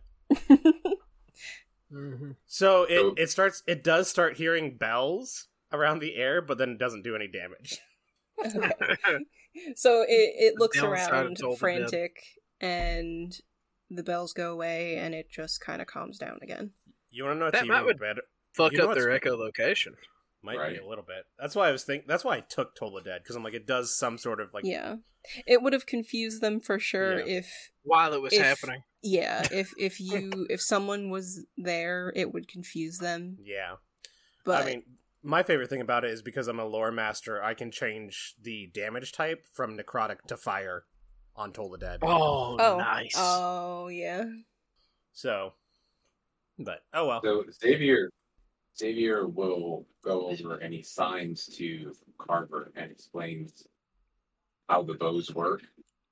C: So it,
H: So-
C: it starts it does start hearing bells around the air, but then it doesn't do any damage. <laughs>
A: Okay. so it, it looks
D: downside
A: around
D: it's all the dead.
A: frantic and the bells go away and it just kind of calms down again
C: You wanna know what's
D: That
C: even
D: might would-
C: better?
D: <laughs> Fuck
C: You know
D: up their
C: what's-
D: echolocation.
C: Might be
H: Right.
C: a little bit. That's why I was think that's why I took Toll the Dead, because I'm like it does some sort of like
A: yeah it would have confused them for sure
C: Yeah.
A: if
D: While it was
A: If-
D: happening,
A: yeah if if
D: <laughs>
A: you if someone was there it would confuse them
C: yeah.
A: but
C: I mean, my favorite thing about it is because I'm a lore master, I can change the damage type from necrotic to fire on Toll the Dead.
D: oh,
A: oh
D: nice.
A: oh yeah
C: So, but oh well.
H: So Xavier, Xavier will go over any signs to Carver and explains how the bows work.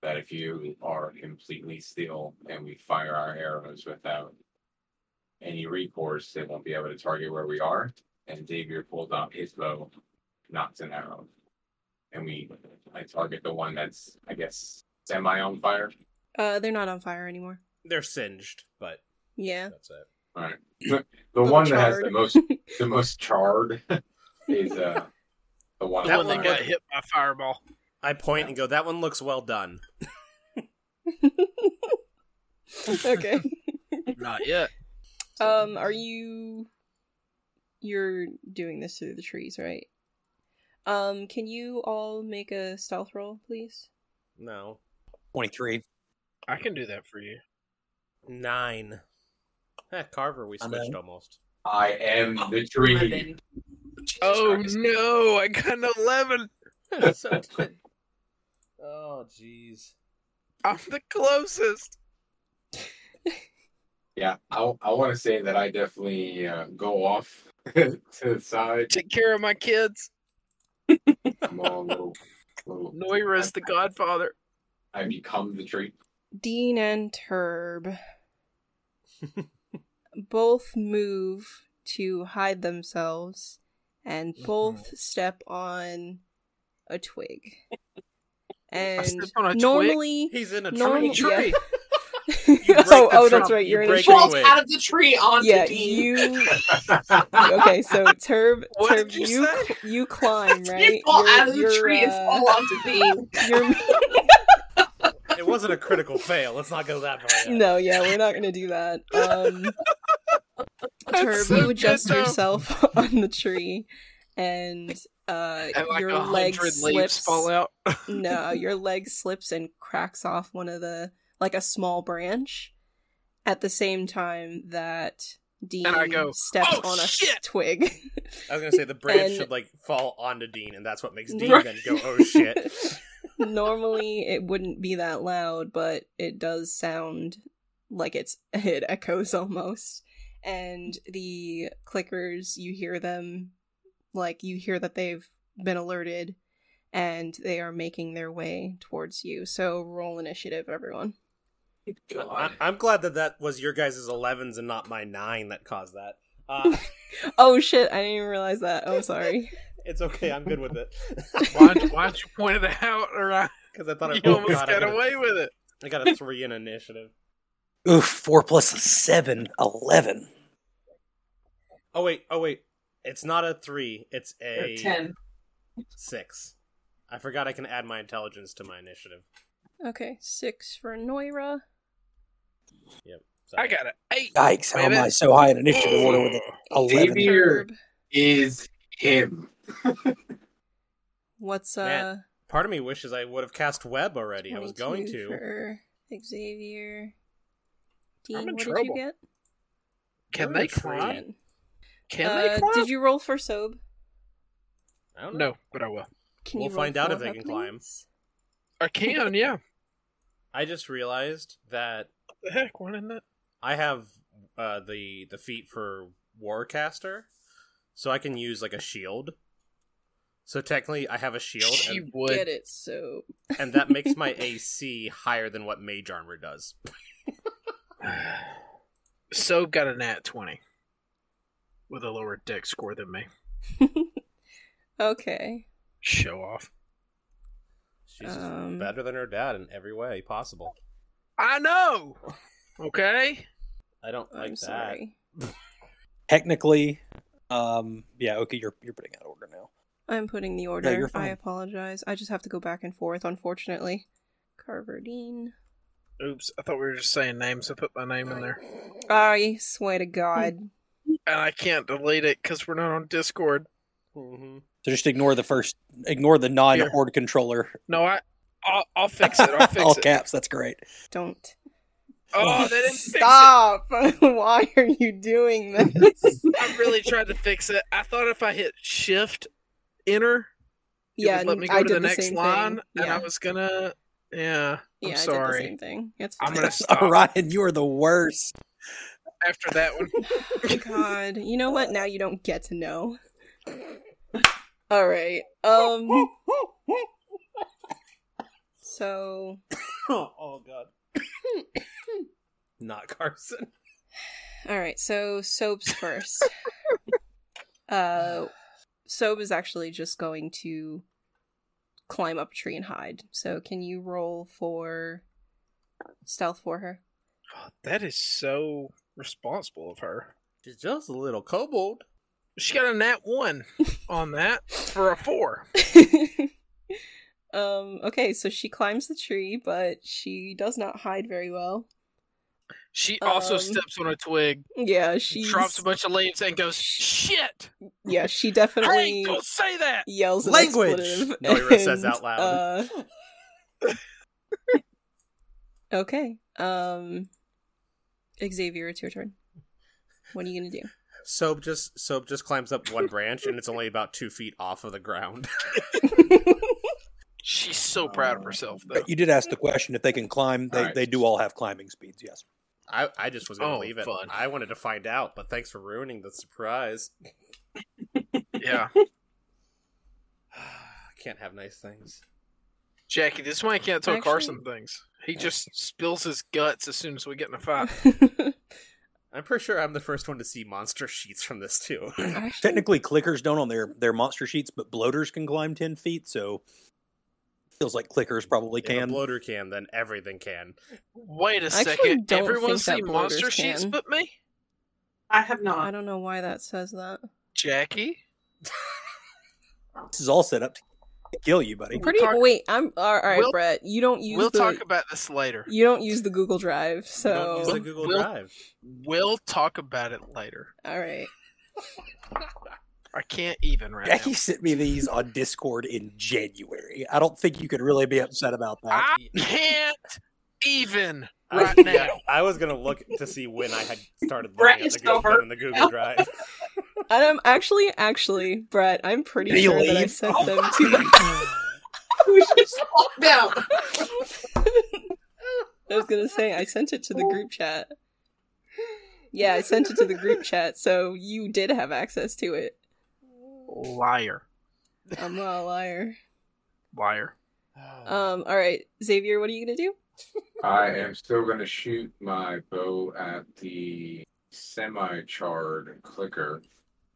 H: That if you are completely still and we fire our arrows without any recourse, they won't be able to target where we are. And Xavier pulls out his bow, knocks an arrow, and we I target the one that's I guess semi on fire.
A: uh they're not on fire anymore
C: They're singed, but
D: <laughs>
A: yeah <laughs>
C: that's it.
H: All right, the
A: Little
H: one that has the
A: charred.
H: most the most charred is uh the one
D: the
C: That
D: one
C: one
D: that got
C: was-
D: hit by fireball.
C: I point and go, that one looks well done.
A: okay
D: Not yet.
A: Um, are you? You're doing this through the trees, right? Um, can you all make a stealth roll, please?
C: No.
G: Twenty-three.
D: I can do that for you.
C: Nine. Eh, Carver, we
G: I know.
C: switched almost.
H: I am the tree.
F: Eleven.
D: Oh
H: Christ.
D: no! I got an eleven.
C: so good. Oh, jeez.
D: <laughs> I'm the closest.
H: Yeah, I, I want to say that I definitely uh, go off <laughs> to the side.
D: Take care of my kids.
H: I'm all little, little.
D: Noira's
A: <laughs>
D: the Godfather.
H: I become the tree. <laughs>
A: Dean and <laughs> Turb both move to hide themselves, and
C: Mm-hmm.
A: both step on a <laughs> twig. And
D: stepped on a twig?
A: normally,
C: <laughs> He's in a
A: Normal-
C: tree.
A: yeah.
D: Tree.
C: break
A: <laughs> oh,
C: the
A: oh, that's
C: trunk.
A: right.
C: You
A: You're in a
C: break
A: tree.
C: the
F: Falls
C: Anyway.
F: out of the tree onto
A: Yeah,
F: Dean.
A: you
D: <laughs>
A: okay, so Turb,
D: What
A: Turb,
D: did you
A: you
D: say?
A: cl- you
D: <laughs>
A: climb right.
F: You fall
A: You're-
F: out of the
A: you're,
F: tree and
A: uh,
F: fall onto Dean.
A: <laughs> you're-
C: It wasn't a critical fail. Let's not go that far.
A: <laughs>
C: yet.
A: no, yeah, we're not gonna do that.
D: <laughs>
A: Um, Turb,
D: so
A: you adjust
D: good, though.
A: yourself <laughs> on the tree, and uh,
D: And like
A: your
D: a
A: leg
D: hundred leaves
A: slips. <laughs>
D: fall out.
A: No, your leg slips and cracks off one of the like a small branch. At the same time that Dean
D: I go,
A: steps
D: "Oh,
A: on a
D: shit!" Oh,
A: twig. <laughs>
C: I was gonna say the branch
A: And-
C: should like fall onto Dean, and that's what makes Dean
A: Right.
C: then go,
A: <laughs>
C: "Oh shit!"
A: Normally, it wouldn't be that loud, but it does sound like it's <laughs> it echoes almost. And the clickers, you hear them, like you hear that they've been alerted, and they are making their way towards you. So roll initiative, everyone.
C: I- I'm glad that that was your guys' 11s and not my nine that caused that. Uh, <laughs>
A: Oh shit! I didn't even realize that. I'm sorry.
C: it's okay. I'm good
D: <laughs>
C: with it
D: Why'd, why'd you point it out? Or I,
C: because I thought <laughs> I,
D: you
C: oh,
D: almost
C: God, I,
D: got
C: got a,
D: away with it.
C: I got a three in initiative.
G: Oof, four plus a seven, eleven.
C: Oh wait, oh wait, it's not a three. It's a
F: Ten.
C: six. I forgot I can add my intelligence to my initiative.
A: Okay, six for Noira.
C: So.
D: I got an eight.
G: Yikes, how am I so high in initiative order with it? eleven?
H: Maybe- Here.
A: Herb.
H: Is him.
A: What's uh?
C: Man, Part of me wishes I would have cast web already. I was going
A: 22
C: to.
A: for Xavier. Dean,
D: I'm in
A: what did you
D: trouble.
A: get?
D: <gasps> Can
C: You're in
D: they
C: a tree.
D: climb?
A: Ten.
D: Can
A: Uh,
D: they climb?
A: Did you roll for Sob?
C: I don't know.
D: No, but I will.
A: Can
C: We'll
A: you roll
C: find out
A: for
C: if they
A: her,
C: can climb.
A: please?
D: I can, yeah.
C: I just realized that
D: the heck? Why didn't it?
C: I have uh, the the feat for Warcaster, so I can use like a shield. So technically, I have a shield,
D: She
C: and,
D: would.
A: Get it?
D: <laughs>
A: So
C: and that makes
A: <laughs>
C: my AC higher than what Mage Armor does.
D: So got a nat 20 with a lower deck score than me.
A: okay.
D: Show off.
C: She's just
A: Um.
C: better than her dad in every way possible.
D: I know! Okay?
C: I don't like
A: I'm
C: that.
A: sorry.
G: Technically, um, yeah, okay, you're you're putting out order now.
A: I'm putting the order.
G: you're
A: I
G: fine.
A: apologize. I just have to go back and forth, unfortunately. Carver Dean.
D: Oops, I thought we were just saying names. I put my name in there.
A: I swear to
D: <laughs>
A: God.
D: And I can't delete it because we're not on Discord.
C: Mhm.
G: So just ignore the first, ignore the non horde controller.
D: No, I. I'll, I'll fix it.
G: <laughs>
D: I'll fix
G: All
D: it.
G: caps. That's great.
A: Don't.
D: Oh, they didn't
A: Stop! <laughs> Why are you
D: <laughs>
A: doing this?
D: fix it. I really tried to fix it. I thought if I hit Shift Enter, it
A: yeah,
D: would let me go
A: I
D: to
A: did
D: the next
A: same
D: line,
A: Thing.
D: and
A: Yeah,
D: I was gonna. Yeah, I'm
A: yeah, I did the
D: sorry.
A: same thing. It's
D: I'm
A: fine.
G: <laughs>
D: gonna stop
G: Orion, you are
D: <laughs>
G: the worst.
D: after that one.
A: God, you know what? Now you don't get to know. All right. Um. So
C: oh god. Not <laughs> Carson.
A: All right, so soaps first. uh, soap is actually just going to climb up a tree and hide. So can you roll for stealth for her? <laughs>
D: Oh, That is so responsible of her.
C: She's just a little kobold.
D: She got a nat
A: <laughs>
D: one on that for a four.
A: um. Okay, so she climbs the tree, but she does not hide very well.
D: She also
A: Um,
D: steps on a twig,
A: Yeah, she
D: drops a bunch of leaves, and goes, "Shit!
A: Yeah, she
D: Hey,
A: definitely
D: don't say that."
A: yells an
C: Language!
A: expletive
C: Moira says
A: and,
C: out loud.
A: uh, <laughs> okay. Um, Xavier, it's your turn. What are you gonna do?
C: Soap just soap just climbs up one branch and it's only about two feet off of the ground. <laughs>
D: She's so proud of herself, though.
G: But you did ask the question if they can climb. They,
H: All right.
G: they do all have climbing speeds. Yes.
C: I, I just was gonna
D: Oh,
C: leave it.
D: fun.
C: I wanted to find out, but thanks for ruining the surprise. <sighs>
D: Yeah,
C: Can't have nice things.
D: Jackie, this is why I can't tell
A: Actually-
D: Carson things. He just spills his guts as soon as we get in a
A: Uh,
C: <coughs>
D: fight.
A: <laughs>
C: I'm pretty sure I'm the first one to see monster sheets from this
D: <laughs>
C: too.
A: Actually,
G: Technically, clickers don't on their their monster sheets, but bloaters can climb ten feet. So feels like clickers probably
C: If a
G: can.
C: bloater can, then everything can.
D: Wait a
A: actually
D: second!
A: don't
D: Everyone
A: think
D: see
A: that bloaters
D: monster sheets
A: can.
D: but me,
F: I have
A: I
F: not.
A: don't know why that says that.
D: Jackie.
G: This is all set up to kill you, buddy.
A: Pretty.
D: talk-
A: wait, I'm all right,
D: We'll-
A: Brett. You don't use
D: we'll
A: the
D: talk about this later.
A: you don't use the Google Drive,
C: You don't
A: so
C: use the Google
D: Well-
C: Drive.
D: We'll talk about it later.
A: all right.
D: I can't even right
G: Jackie sent me these on Discord in January. I don't think you could really be upset about
D: now.
G: that.
D: I <laughs> can't even
C: I-
D: right now.
C: I was gonna look to see when I had started
F: Brett
C: looking at
F: is
C: the Google,
F: over.
C: in the Google Drive.
A: And I'm actually, actually, Brett. I'm pretty
G: Did he
A: sure that I
G: leave?
D: <laughs>
A: sent them to the
H: Ah!
F: <laughs> Who's just walked out? <sighs>
A: I was gonna say I sent it to the group chat. Yeah, I sent it to the group chat, so you did have access to it.
D: Liar.
A: I'm not a liar.
D: Liar.
A: Um, all right, Xavier, what are you gonna do?
H: I am still going to shoot my bow at the semi-charred clicker.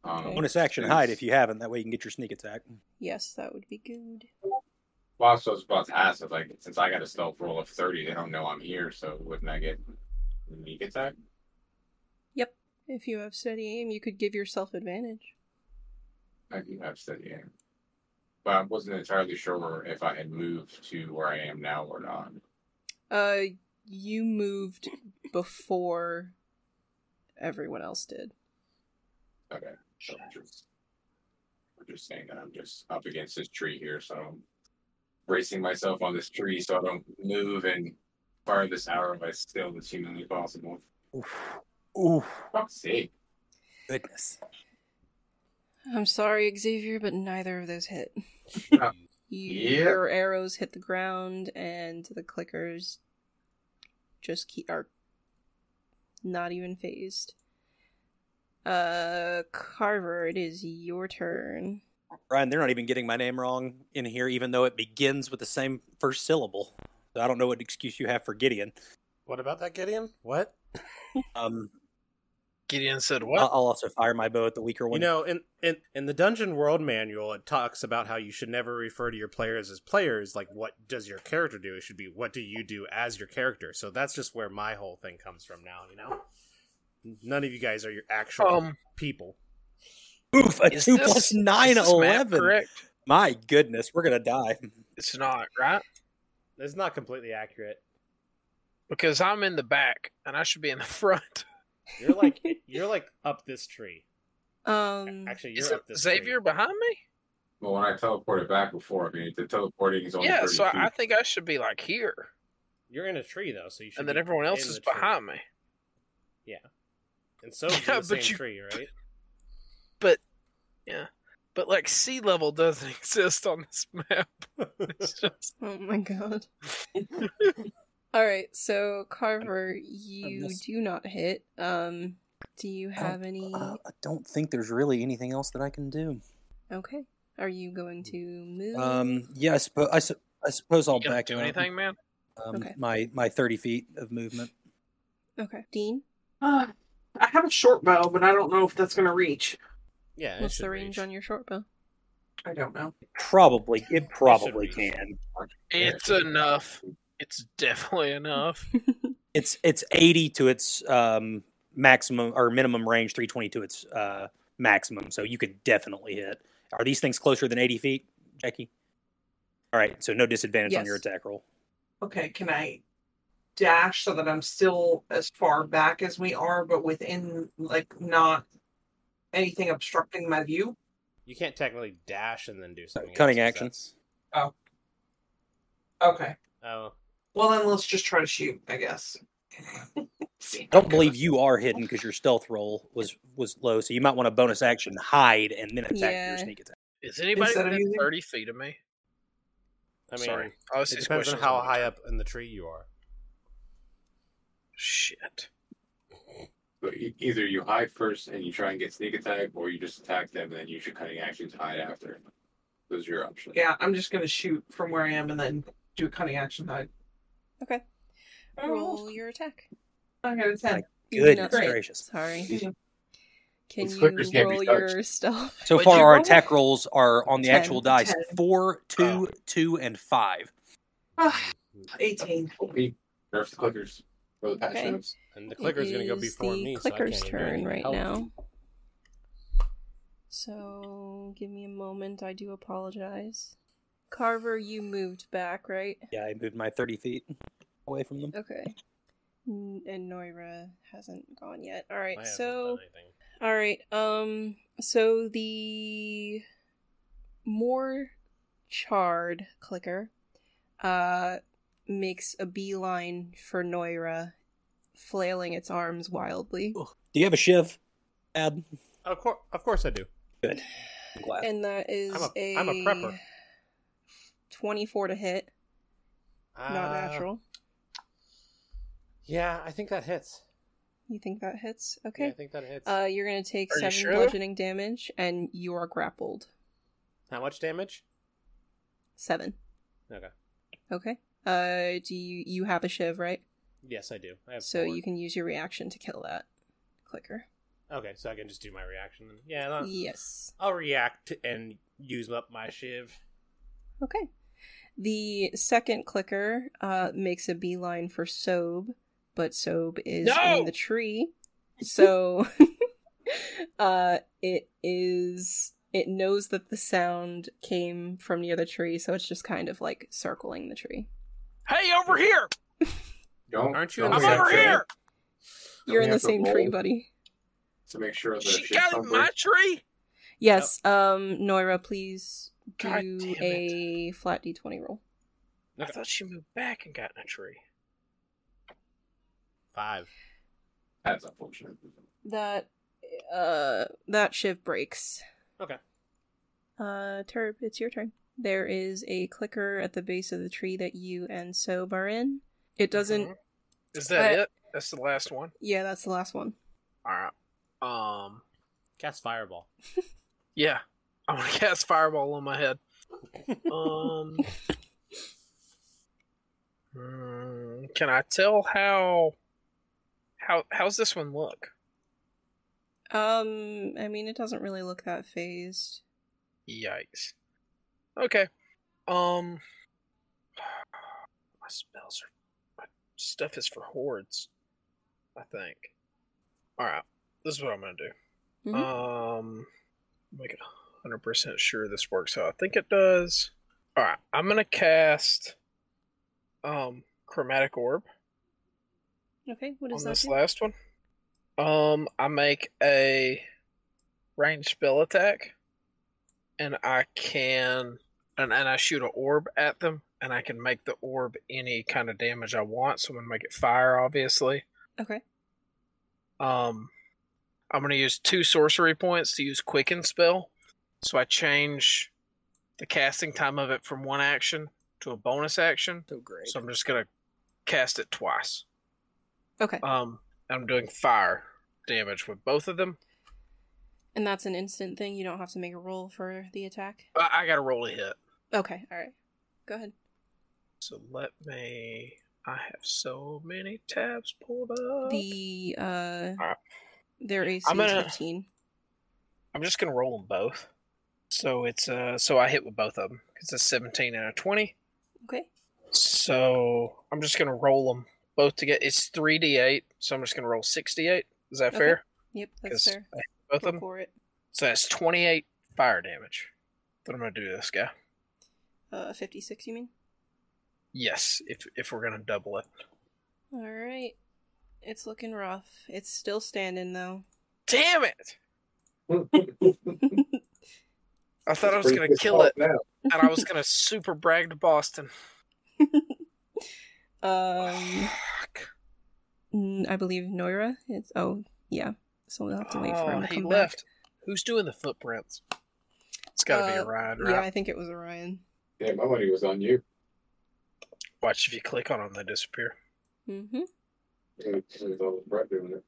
H: Um,
A: Okay.
G: Bonus action hide if you haven't. That way you can get your sneak attack.
A: Yes, that would be good.
H: Well, I was just about to ask if, like, since I got a stealth roll of thirty, they don't know I'm here, so wouldn't I get sneak attack?
A: If you have steady aim, you could give yourself advantage.
H: I do have steady aim, but I wasn't entirely sure if I had moved to where I am now or not.
A: Uh, you moved before everyone else did.
H: Okay, so I'm just, I'm just saying that I'm just up against this tree here, so I'm bracing myself on this tree so I don't move and fire this arrow as still as humanly possible.
G: Oof. Oof.
H: Fuck's sake!
G: Goodness.
A: I'm sorry, Xavier, but neither of those hit.
H: Yeah.
A: You-
H: Yeah.
A: Your arrows hit the ground, and the clickers just keep are Not even phased. Uh, Carver, it is your turn.
G: Ryan, they're not even getting my name wrong in here, even though it begins with the same first syllable. So I don't know what excuse you have for Gideon.
C: What about that, Gideon? What?
G: Um,
D: Gideon said,
G: I'll
D: "What?
G: I'll also fire my bow at the weaker
C: You
G: one.
C: know, in, in in the Dungeon World Manual, it talks about how you should never refer to your players as players. Like, what does your character do? It should be what do you do as your character. So that's just where my whole thing comes from now. You know, none of you guys are your actual
D: Um,
C: people.
G: Oof, a
D: Is
G: two
D: this-
G: plus nine,
D: is this map
G: 11.
D: correct?
G: My goodness, we're going to die.
D: It's not right
C: It's not completely accurate.
D: because I'm in the back and I should be in the <laughs> front.
C: You're like <laughs> you're like up this tree.
A: <laughs> Um,
C: Actually, you're
D: Mm, Is
C: up
D: it
C: this
D: Xavier
C: Tree.
D: behind me?
H: Well, when I teleported back before, I mean, the teleporting is only
D: yeah,
H: 30
D: so
H: feet.
D: I I think I should be like here,
C: You're in a tree though, so you should.
D: and then
C: be
D: everyone else
C: in
D: is
C: the tree.
D: behind me. <laughs>
C: And so is
D: Yeah,
C: the same
D: but you-
C: tree, right?
D: <laughs> But like sea level doesn't <laughs> exist on this map. <laughs> It's just
A: oh my god. All right, so Carver, you
G: missed-
A: do not hit. Um, do you have any?
G: Uh, I don't think there's really anything else that I can do.
A: Okay, are you going to move?
G: Um, yeah, I, suppo- I, su- I suppose I'll
D: you gonna
G: back
D: do
G: up,
D: anything, man.
G: Um,
A: Okay.
G: my, my 30 feet of movement.
A: okay, Dean,
F: Uh, I have a short bow, but I don't know if that's going to reach.
C: Yeah. it
A: what's
C: should
A: the range
C: reach.
A: on your short bow?
F: I don't know.
G: Probably, it probably
C: reach.
G: can.
D: It's enough. It's definitely enough.
G: It's it's 80 to its um, maximum or minimum range, 320 to its uh, maximum. So you could definitely hit. Are these things closer than 80 feet, Jackie? All right, so no disadvantage on
A: Yes.
G: your attack roll.
F: Okay, can I dash so that I'm still as far back as we are, but within, like, not anything obstructing my view?
C: You can't technically dash and then do something.
G: cutting
C: else, 'cause
G: actions.
F: Okay.
C: that's- Oh,
F: Well, then let's just try to shoot,
A: <laughs>
F: I guess. See.
G: I don't believe you are hidden because your stealth roll was was low, so you might want to bonus action hide and then attack
A: Yeah.
G: your sneak attack.
D: Is anybody
F: Instead of
D: within
F: using-
D: thirty feet of me?
C: I mean,
D: Sorry, I was
C: it
D: just
C: depends on
D: questions
C: how
D: on the
C: high
D: turn.
C: up in the tree you are.
D: Shit.
H: But e- either you hide first and you try and get sneak attack, or you just attack them and then use your cutting actions to hide after. Those are your options.
F: Yeah, I'm just going to shoot from where I am and then do a cutting action hide.
A: Okay,
F: Oh,
A: roll your attack.
F: I got a 10.
A: You did
G: Goodness
A: not hit.
G: gracious.
A: Sorry. Can
H: These clickers
A: you
H: can't be
A: roll
H: touched.
A: your stealth?
G: So
D: What'd
G: far,
D: you
G: our
D: roll?
G: attack rolls are on the
A: Ten.
G: actual dice
F: Ten.
G: four, two, two, and five.
F: Ah, 18.
H: OP, nerf the clickers for the patch
A: Okay.
H: notes.
C: And the <laughs> clicker's going to go
A: is
C: before
A: the
C: me. so I can't
A: clicker's
C: even do
A: turn
C: anything
A: right
C: to help.
A: now. So give me a moment. I do apologize. Carver, you moved back, right?
G: Yeah, I moved my thirty feet away from them.
A: Okay. N- And Noira hasn't gone yet. All right.
C: I haven't
A: So
C: done anything.
A: all right. Um. So the more charred clicker, uh, makes a beeline for Noira, flailing its arms wildly.
G: Do you have a shiv? Ad.
C: Oh, Of course, of course I do.
G: I'm glad.
A: And that is
C: I'm a-
A: a,
C: I'm a prepper.
A: 24 to hit. Not
C: Uh,
A: natural.
C: Yeah, I think that hits.
A: You think that hits?
C: Okay,
A: Okay.
C: I think that hits.
A: uh, you're going to take
D: Are you
A: 7
D: sure?
A: bludgeoning damage and you are grappled.
C: How much damage?
A: 7.
C: Okay.
A: Okay. Uh, do you you have a shiv, right?
C: Yes, I do. I have
A: So
C: four.
A: you can use your reaction to kill that clicker.
C: Okay, so I can just do my reaction. Then. Yeah, I'll,
A: yes.
C: I'll react and use up my shiv.
A: Okay. The second clicker uh, makes a beeline for Sobe, but Sobe is
D: No!
A: in the tree. So <laughs> uh, it is. It knows that the sound came from near the tree, so it's just kind of like circling the tree.
D: Hey, over here!
H: Don't,
C: Aren't you
H: don't
C: in
D: I'm
C: the same
H: we have
D: over
H: to-
C: tree?
D: here!
H: don't
A: You're
H: we
A: in the
H: have to
A: same tree,
H: roll
A: buddy.
H: To make sure that
D: She
H: shit
D: got in
H: comes
D: my tree.
A: Yes. Um, Noira, please
D: God
A: do
D: damn it.
A: a flat d20 roll.
D: I
C: Okay.
D: thought she moved back and got in a tree.
C: Five.
D: <laughs>
H: That's unfortunate.
A: That uh that shift breaks.
C: Okay.
A: Uh Turb, it's your turn. There is a clicker at the base of the tree that you and Sob are in. It doesn't
D: Mhm. Is that
A: I-
D: it? That's the last one.
A: Yeah, that's the last
D: <laughs>
A: one. <laughs>
D: All right. Um.
B: Cast fireball.
D: Yeah, <laughs> I'm gonna cast fireball on my head. Um. mm, can I tell how? How how's this one look?
A: Um, I mean, it doesn't really look that phased.
D: Yikes. Okay. Um. <sighs> My spells are. My stuff is for hordes. I think. All right. This is what I'm gonna do.
A: Mhm.
D: Um. Make it hundred percent sure this works how I think it does. All right. I'm gonna cast. Um, chromatic orb
A: Okay, what
D: on
A: is that?
D: this
A: do?
D: last one. Um, I make a ranged spell attack, and I can, and, and I shoot an orb at them, and I can make the orb any kind of damage I want. So I'm gonna make it fire, obviously.
A: Okay.
D: Um, I'm gonna use two sorcery points to use quicken spell, so I change the casting time of it from one action to a bonus action.
A: Oh,
G: So great.
D: So I'm just gonna cast it twice.
A: Okay.
D: Um, I'm doing fire damage with both of them.
A: and that's an instant thing. You don't have to make a roll for the attack.
D: I, I got to roll a hit.
A: Okay, all right. Go ahead.
D: So let me. I have so many tabs pulled up.
A: The uh
D: Alright.
A: their AC
D: I'm
A: is
D: gonna-
A: 15.
D: I'm just gonna roll them both. So it's uh, so I hit with both of them. It's a 17 and a 20.
A: Okay.
D: So I'm just gonna roll them both to get. It's 3d8. So I'm just gonna roll 68. Is that
A: Okay,
D: fair?
A: Yep, that's
D: 'Cause
A: fair.
D: I hit both
A: Go
D: of them.
A: for it.
D: So that's 28 fire damage. Then I'm gonna do to this guy.
A: Uh 56 you mean?
D: Yes, if if we're gonna double it.
A: All right. It's looking rough. It's still standing though. <laughs>
D: Damn it! I thought I was
H: Pretty
D: gonna
H: pissed
D: kill
H: off
D: it,
H: now.
D: and I was gonna super brag to
G: <laughs>
D: Boston.
A: um n- I believe Noira is oh yeah. So we'll have to wait for him
D: Oh,
A: to
D: he
A: come
D: left. Who's doing the footprints? It's gotta be
A: Uh,
D: Orion,
A: back.
D: right?
A: Yeah, I think it was Orion.
H: Yeah, my money was on you.
D: Watch if you click on them, they disappear.
A: Mhm.
H: It was all Brett doing it.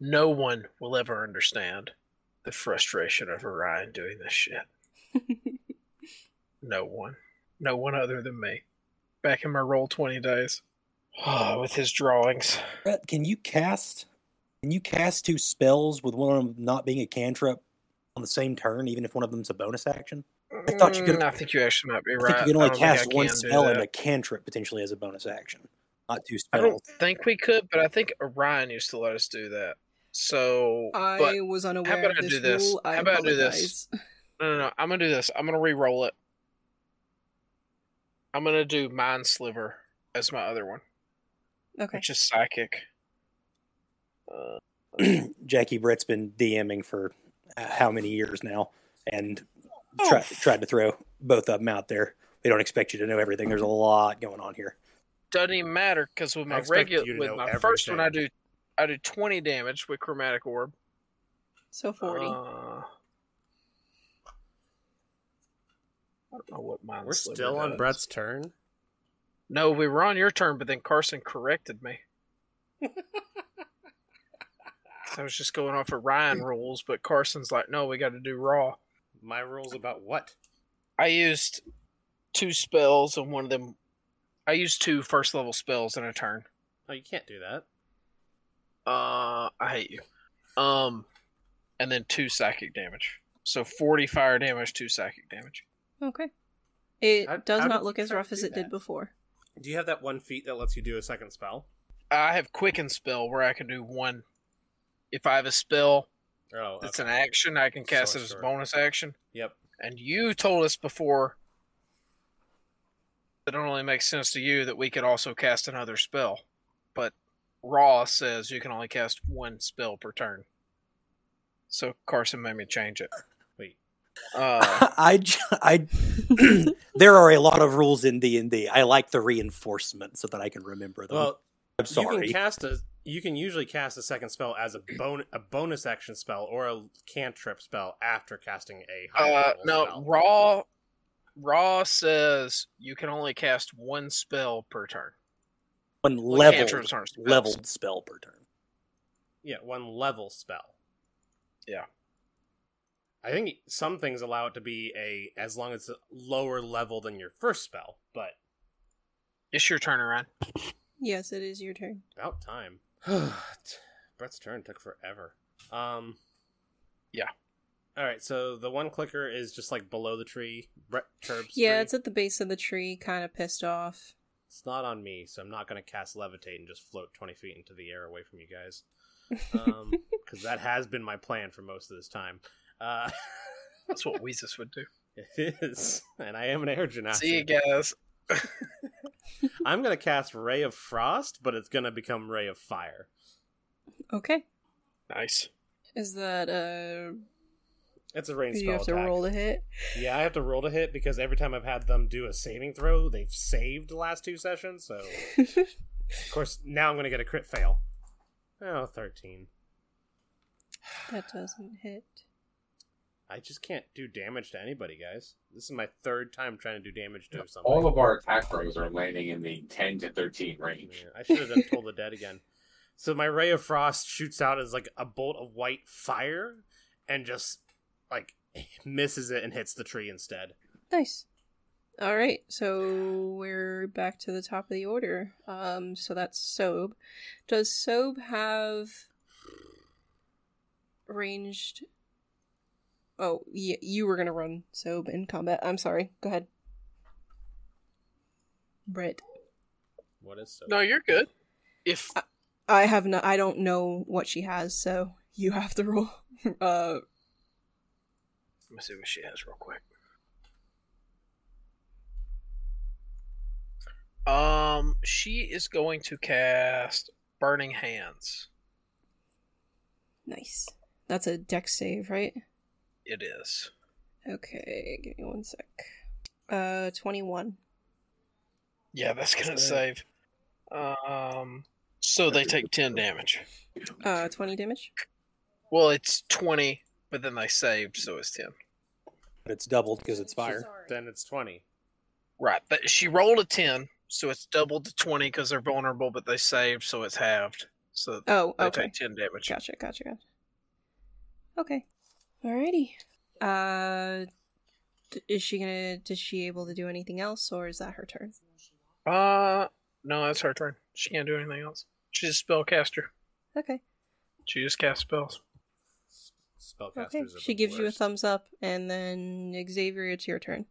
D: No one will ever understand the frustration of Orion doing this shit. No one. No one other than me. Back in my roll 20 days. <sighs> with his drawings.
G: Brett, can you cast? Can you cast two spells with one of them not being a cantrip on the same turn, even if one of them's a bonus action? I thought you could-
D: Mm, I think you actually might be
G: I
D: right.
G: think you can
D: I
G: only
D: don't think I
G: cast one
D: can do
G: spell
D: that.
G: and a cantrip potentially as a bonus action, not two
D: I
G: spells.
D: don't think we could, but I think Orion used to let us do that. So,
A: <laughs> I
D: but
A: was unaware
D: about
A: of
D: I
A: this
D: do this?
A: rule. I
D: How about I do
A: apologize. <laughs>
D: this? no, no, no. I'm gonna do this. I'm gonna re-roll it. I'm gonna do Mind Sliver as my other one,
A: Okay.
D: which is psychic. Uh,
G: <clears throat> Jackie Brett's been DMing for uh, how many years now, and
D: Oh,
G: try,
D: f-
G: tried to throw both of them out there. We don't expect you to know everything. There's a lot going on here.
D: doesn't even matter because with
B: I
D: my
B: expect
D: regular,
B: you to
D: with
B: know
D: my first one, I do
B: everything.
D: I do 20 damage with Chromatic Orb.
A: So 40.
D: Uh, I don't know what Mind
B: We're
D: Sliver
B: still on
D: does.
B: Brett's turn.
D: No, we were on your turn, but then Carson corrected me. 'Cause I was just going off of Ryan rules, but Carson's like, no, we got to do Raw.
B: My rules about what?
D: I used two spells, and one of them. I used two first level spells in a turn.
B: Oh, you can't do that.
D: Uh, I hate you. Um, and then two psychic damage. So 40 fire damage, two psychic damage.
A: okay. It
B: How-
A: does
B: how
A: not
B: did
A: look
B: you
A: as
B: try to
A: rough as
B: do
A: it
B: that?
A: did before.
D: <clears throat>
B: Do you have that one feat that lets you do a second spell?
D: I have Quicken Spell where I can do one. If I have a spell
B: Oh,
D: that's
B: okay.
D: an action, I can cast it as a
B: Sorcerer.
D: bonus action.
B: Yep.
D: And you told us before that it only makes sense to you that we could also cast another spell. But Raw says you can only cast one spell per turn. So Carson made me change it.
B: Wait.
G: <laughs>
D: Uh,
G: <laughs> I, j- I- <clears throat> there are a lot of rules in D and D. I like the reinforcement so that I can remember them.
B: Well,
G: I'm
B: you
G: sorry.
B: can cast a. You can usually cast a second spell as a bon- a bonus action spell or a cantrip spell after casting a high
D: uh,
B: level
D: no,
B: spell.
D: Raw Raw says you can only cast one spell per turn.
G: One
D: Like,
G: leveled,
D: cantrips aren't spells.
G: leveled spell per turn.
C: Yeah, one level spell.
D: Yeah.
C: I think some things allow it to be a as long as it's lower level than your first spell, but
D: It's your turn around.
A: Yes, it is your turn.
C: about time. <sighs> Brett's turn took forever. Um
D: Yeah.
C: All right, so the one clicker is just like below the tree. Brett Turb's
A: Yeah,
C: tree.
A: it's at the base of the tree, kind of pissed off.
C: It's not on me, so I'm not going to cast levitate and just float 20 feet into the air away from you guys.
D: <laughs>
C: Um, because that has been my plan for most of this time. Uh, <laughs>
D: That's what Weezus would do.
C: it is. And I am an air genasi.
D: See you guys.
C: I'm going to cast Ray of Frost, but it's going to become Ray of Fire.
A: <laughs> okay.
D: Nice.
A: Is that uh
C: It's a rain
A: do
C: spell
A: you have to
C: attack.
A: roll to hit?
C: Yeah, I have to roll to hit because every time I've had them do a saving throw, they've saved the last two sessions. So, of course, now I'm going to get a crit fail. Oh, 13.
A: <laughs> that doesn't hit.
C: I just can't do damage to anybody, guys. This is my third time trying to do damage to something.
H: All of our attack rolls are landing in the 10 to 13 range.
C: Man, I should have done Toll
H: <laughs>
C: the Dead again. So my ray of frost shoots out as like a bolt of white fire, and just like <laughs> misses it and hits the tree instead.
A: Nice. All right, so we're back to the top of the order. Um, so that's Sob. Does Sob have ranged? Oh, yeah, you were gonna run Sob in combat. I'm sorry. Go ahead, Britt.
C: What is so?
D: No, you're good. If
A: I have not. I don't know what she has, so you have to roll. <laughs> Uh,
D: let me see what she has real quick. Um, she is going to cast Burning Hands.
A: nice. That's a deck save, right?
D: It is.
A: Okay, give me one sec. Uh, twenty-one.
D: Yeah, that's gonna save. Um, so they take ten damage.
A: Uh, twenty damage.
D: Well, it's twenty, but then they saved, so it's ten.
G: It's doubled because it's fire.
C: Then it's twenty.
D: Right, but she rolled a ten, so it's doubled to twenty because they're vulnerable, but they saved, so it's halved. So
A: Oh,
D: they
A: okay.
D: take ten damage.
A: Gotcha, gotcha, gotcha. Okay. Alrighty. Uh, d- is she gonna? Is she able to do anything else, or is that her turn?
D: Uh, no, that's her turn. She can't do anything else. She's a spellcaster.
A: Okay.
D: She just casts spells.
C: Spellcasters.
A: Okay.
C: are the
A: She gives you a
C: worst.
A: thumbs up, and then Xavier, it's your turn.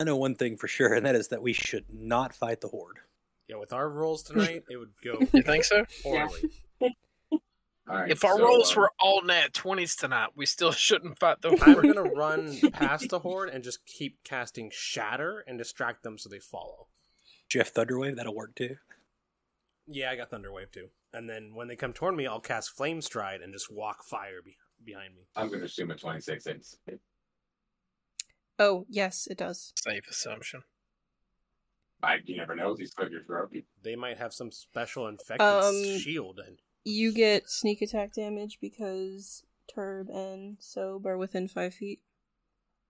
G: I know one thing for sure, and that is that we should not fight the horde.
C: Yeah, with our rolls tonight, it would
A: <laughs>
C: go <laughs>
D: You think so?
C: poorly.
H: All right,
D: if our
H: so,
D: rolls
H: uh,
D: were all nat twenties tonight, we still <laughs> shouldn't
C: <laughs>
D: fight
C: <laughs>
D: the
C: I'm
D: horde.
A: <laughs>
C: gonna run past the horde and just keep casting shatter and distract them so they follow.
G: Jeff Thunderwave, that'll work too.
C: Yeah, I got thunderwave too. And then when they come toward me, I'll cast flame stride and just walk fire be- behind me.
H: I'm going to assume a 26 hits.
A: Oh, yes, it does.
D: Safe assumption.
H: I, you never know. These clickers grow.
C: They might have some special infected
A: Um,
C: shield and
A: You get sneak attack damage because Turb and Sob are within five feet.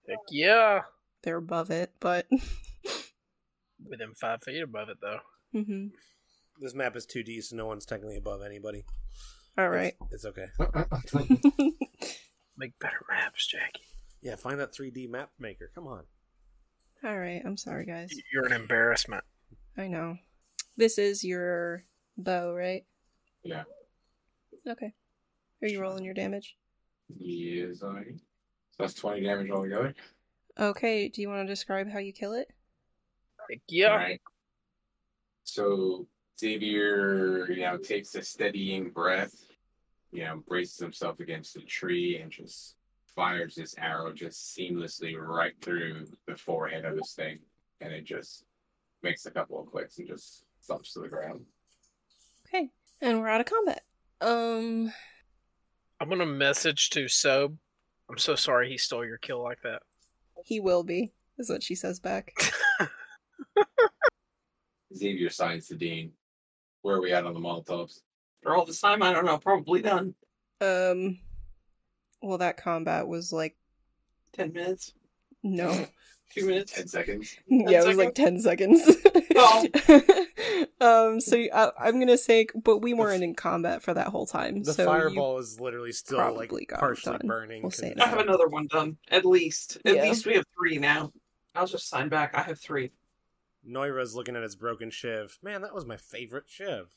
D: Heck yeah.
A: They're above it, but. <laughs>
D: Within five feet above it though.
A: hmm
C: This map is 2D, so no one's technically above anybody.
A: All right.
C: It's, it's okay.
D: Make better maps, Jackie.
C: Yeah, find that 3D map maker. Come on.
A: All right. I'm sorry, guys.
D: You're an embarrassment.
A: I know. This is your bow, right?
H: Yeah.
A: Okay. Are you rolling your damage?
H: Yes, I. So that's 20 damage altogether.
A: Okay, do you want to describe how you kill it?
D: Heck yeah.
H: All right. So Xavier, you know, takes a steadying breath, you know, braces himself against the tree and just fires this arrow just seamlessly right through the forehead of this thing. And it just makes a couple of clicks and just thumps to the ground.
A: Okay. And we're out of combat. Um,
D: I'm gonna message to Sob. I'm so sorry he stole your kill like that.
A: he will be, is what she says back.
H: Xavier signs to Dean. Where are we at on the Molotovs?
F: For all this time, I don't know. Probably done.
A: Um, well, that combat was like,
F: Ten minutes.
A: no.
H: Two minutes. Ten seconds.
A: yeah, it was like 10 seconds.
F: Oh.
A: <laughs> um, so uh, I'm going to say, but we weren't in combat for that whole time.
C: The
A: so you-
C: fireball is literally still like
A: probably got
C: partially
A: done.
C: burning.
A: We'll
C: 'cause-
A: say
F: I have another one done. At least. At
A: Yeah.
F: least we have three now. I'll just sign back. I have three.
C: Noira's looking at his broken shiv. Man, that was my favorite shiv.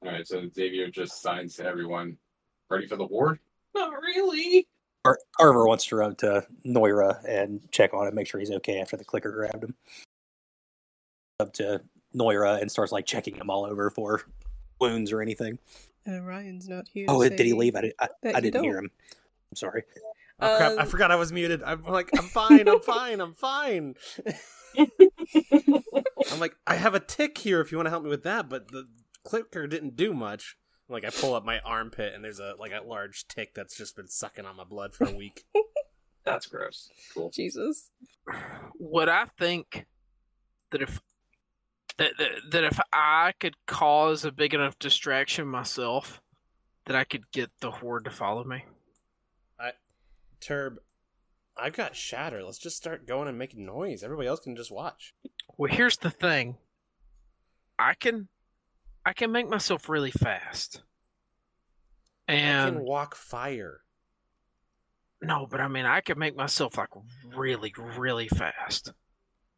H: All right. So Xavier just signs to everyone. Ready for the ward?
F: Not really.
G: Ar- Arver wants to run to Noira and check on him, make sure he's okay after the clicker grabbed him. Up to Noira and starts like checking him all over for wounds or anything.
A: Uh, Ryan's not here.
G: Oh,
A: to
G: did he
A: say
G: leave? I, did, I,
A: that
G: I
A: you
G: didn't hear
A: don't.
G: him. I'm sorry.
C: Oh crap! I
A: Um,
C: forgot I was muted. I'm like, I'm fine.
A: <laughs>
C: I'm fine. I'm fine.
D: <laughs>
C: I'm like, I have a tick here. If you want to help me with that, but the clicker didn't do much. Like, I pull up my armpit and there's a like a large tick that's just been sucking on my blood for a
D: <laughs>
C: week.
F: That's gross.
H: Cool.
A: Jesus.
D: Would I think that if that, that that if I could cause a big enough distraction myself, that I could get the horde to follow me?
C: Turb, I've got shatter. Let's just start going and making noise. Everybody else can just watch.
D: Well, here's the thing. I can, I can make myself really fast.
C: I
D: And
C: can walk fire.
D: No, but I mean, I could make myself like really, really fast.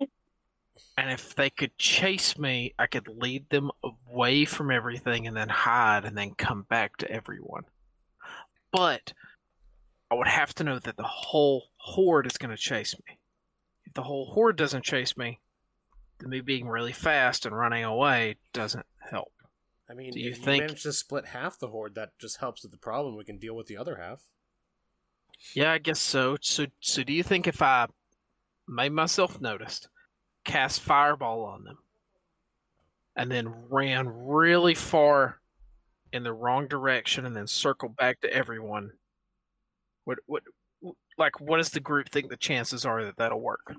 D: And if they could chase me, I could lead them away from everything and then hide and then come back to everyone. But I would have to know that the whole horde is going to chase me. If the whole horde doesn't chase me, then me being really fast and running away doesn't help.
C: I mean,
D: Do you
C: if
D: think-
C: you manage to split half the horde, that just helps with the problem. We can deal with the other half.
D: Yeah, I guess so. So, so do you think if I made myself noticed, cast fireball on them, and then ran really far in the wrong direction, and then circled back to everyone, what, what, like, what does the group think the chances are that that'll work?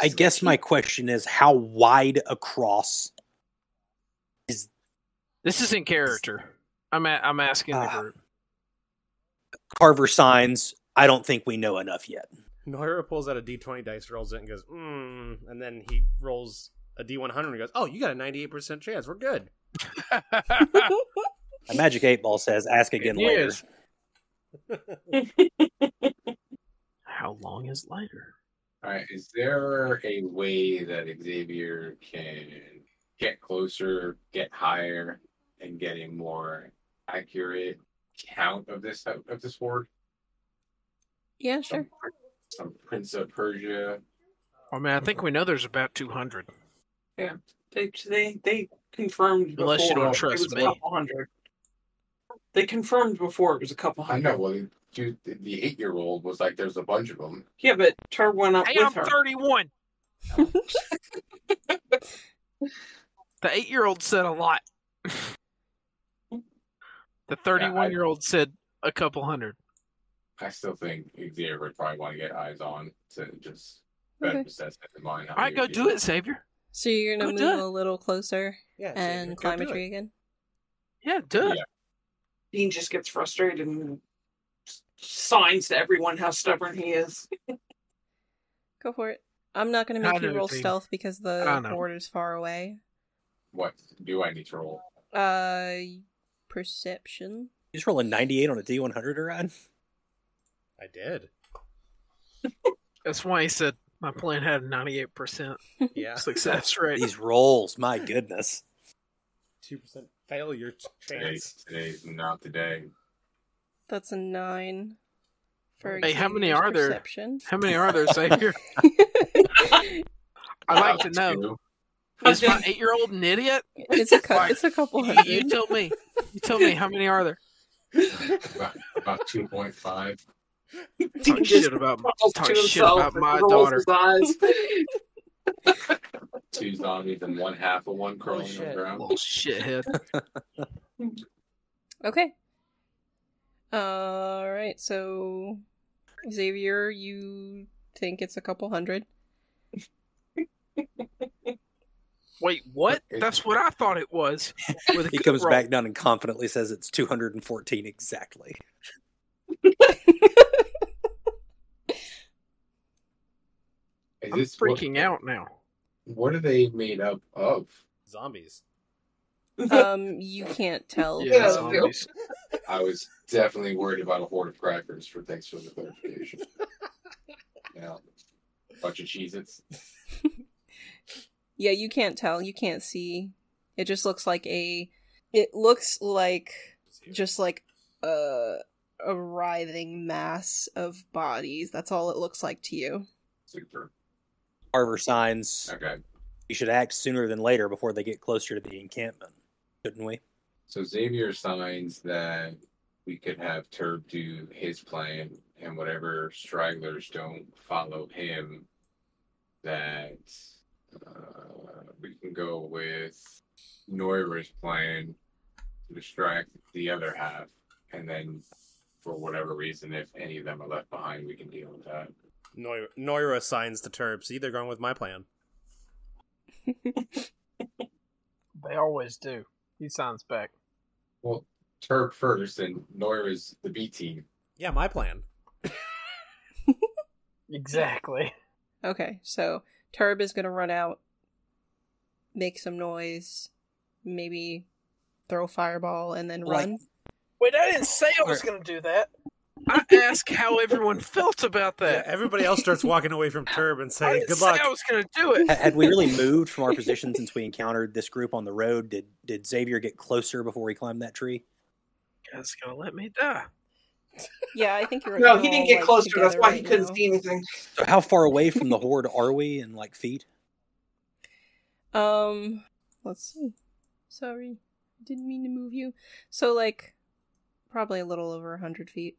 G: I guess my question is how wide across
D: This is in character. I'm a, I'm asking the
G: Ah.
D: group. <laughs>
G: Carver signs? I don't think we know enough yet.
C: Noira pulls out a d20 dice, rolls it, and goes, mm, and then he rolls a d100 and goes, oh, you got a 98% chance. We're good.
G: A magic eight ball says, "Ask again
D: It
G: later."
D: is. How long is later?
H: All right. Is there a way that Xavier can get closer, get higher, and get a more accurate count of this of this horde?
A: Yeah,
H: Some,
A: sure.
H: some Prince of Persia.
D: I mean, I think we know there's about 200.
F: They they they confirmed before.
D: Unless you don't
F: it
D: trust
F: was
D: me.
F: a couple hundred. They confirmed before it was a couple
H: I
F: hundred.
H: know. Well, you, the eight-year-old was like, "There's a bunch of them."
F: Yeah, but Turb went up
D: Hey,
F: with
D: I'm
F: her. <laughs>
D: 31. the eight year old said a lot. the 31 year old said a couple hundred.
H: I still think Xavier would probably want to get eyes on to just better
A: Okay.
H: assess it in mind. how
D: All right,
H: he
D: go
H: would
D: do it, Xavier.
A: So you're going to
D: Go do
A: move
D: it.
A: a little closer
C: Yeah.
A: and climb a tree again?
D: Yeah, do it.
F: Dean just gets frustrated and signs to everyone how stubborn he is.
A: Go for it. I'm not going to
D: I
A: make you
D: know,
A: roll
D: Dean.
A: stealth because
D: I
A: the
D: know.
A: board is far away.
H: What do I need to roll?
A: Uh, perception.
G: He's rolling ninety-eight on a D one hundred, Orion.
C: I did.
D: That's why he said my plan had a 98%
C: Yeah.
D: success rate.
G: These rolls, my goodness.
C: 2% failure
H: Today,
C: chance.
H: today's not the day.
A: That's a nine. For
D: Hey, how many
A: Xavier's
D: are there? <laughs>
A: perception. <laughs>
D: How many are there,
F: <laughs>
D: Xavier? I'd like to know. Is
F: <laughs>
D: my eight year old an idiot?
A: It's a cou- it's a couple
D: <laughs> You,
A: hundred. <laughs>
D: you tell me. You tell me how many are
F: <laughs>
D: there?
H: about, about two point five.
D: Talk shit about,
F: Calls
D: talk
F: to
D: shit
F: himself
D: about
F: and
D: my
F: rolls
D: daughter.
F: his eyes.
H: Two zombies and one half of one crawling on the
C: shit.
H: ground.
D: Little shithead.
A: Okay. All right. So, Xavier, you think it's a couple hundred?
D: Wait, what?
H: It-
D: That's what I thought it was. With a
G: He
D: good
G: comes
D: roll.
G: back down and confidently says it's 214 exactly.
H: Hey,
D: I'm
H: Is what-
D: freaking out now.
H: What are they made up of?
C: Zombies.
A: Um, you can't tell.
D: Yeah,
F: Yeah,
D: zombies.
H: I was definitely worried about a horde of crackers. For thanks for
D: <laughs>
H: the clarification. yeah, bunch of Cheez-Its.
A: <laughs> Yeah, you can't tell. You can't see. It just looks like a. It looks like just like a a writhing mass of bodies. That's all it looks like to you.
H: Super.
G: Carver signs.
H: Okay.
G: We should act sooner than later before they get closer to the encampment, shouldn't we?
H: So Xavier signs that we could have Turb do his plan, and whatever stragglers don't follow him, that uh, we can go with Noira's plan to distract the other half, and then for whatever reason, if any of them are left behind, we can deal with that.
C: Noira, Noira signs the Turb. See, they're going with my plan.
D: They always do. He signs back.
H: Well, Turb first, and Noira's the B team.
C: Yeah, my
D: <laughs>
C: plan.
D: Exactly.
A: Okay, so Turb is gonna run out, make some noise, maybe throw a fireball, and then
G: Like-
A: run.
D: <laughs> Wait, I didn't say I was going to do that. I asked how everyone felt about
C: Yeah,
D: that.
C: everybody else starts walking away from Turb and
D: I
C: saying,
D: didn't
C: "Good
D: say
C: luck."
D: I was going to do it.
G: <laughs> Ha- Had we really moved from our position since we encountered this group on the road? Did did Xavier get closer before he climbed that tree?
D: It's going to let me die.
A: <laughs> Yeah, I think you're.
F: No,
A: you're
F: he didn't
A: all,
F: get
A: like,
F: closer. That's
A: together
F: why he
A: right
F: couldn't
A: now.
F: see anything.
G: So how far away from the horde are we in like feet?
A: Um, let's see. Sorry, didn't mean to move you. So like, probably a little over a hundred feet.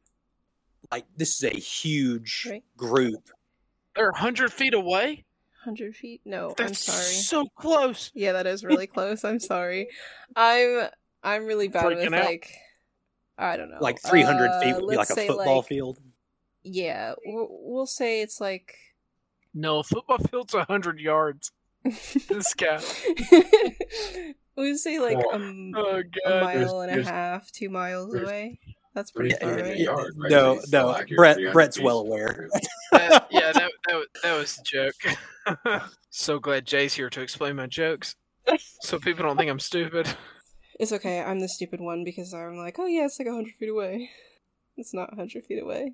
G: Like this is a huge
A: Right.
G: group.
D: They're 100 feet away?
A: Hundred feet? No,
D: That's
A: I'm sorry.
D: so close.
A: Yeah, that is
F: <laughs>
A: really close. I'm sorry. I'm I'm really bad with
D: Freaking out.
A: like I don't know.
G: Like 300
A: Uh,
G: feet would be like
A: let's
G: a
A: say,
G: football
A: like-
G: field.
A: Yeah, we'll, we'll say it's like <laughs>
D: No, a football field's 100 yards. This guy.
A: we'll say like
H: Well,
A: a, m-
D: Oh,
A: a
D: God.
A: mile and
H: there's-
A: a half, two miles
H: there's-
A: away. That's
H: Three
A: pretty far,
G: Yeah,
H: hundred
A: right?
G: yeah.
H: yards, right?
G: No,
H: It's
G: no,
H: like you're
G: Brett-
H: 300
G: Brett's
H: feet.
G: well aware.
D: That- yeah, that, that, was- that was a joke. <laughs> so glad Jay's here to explain my jokes so people don't think I'm stupid.
A: It's okay. I'm the stupid one because I'm like, oh yeah, it's like hundred feet away. <laughs> It's not hundred feet away.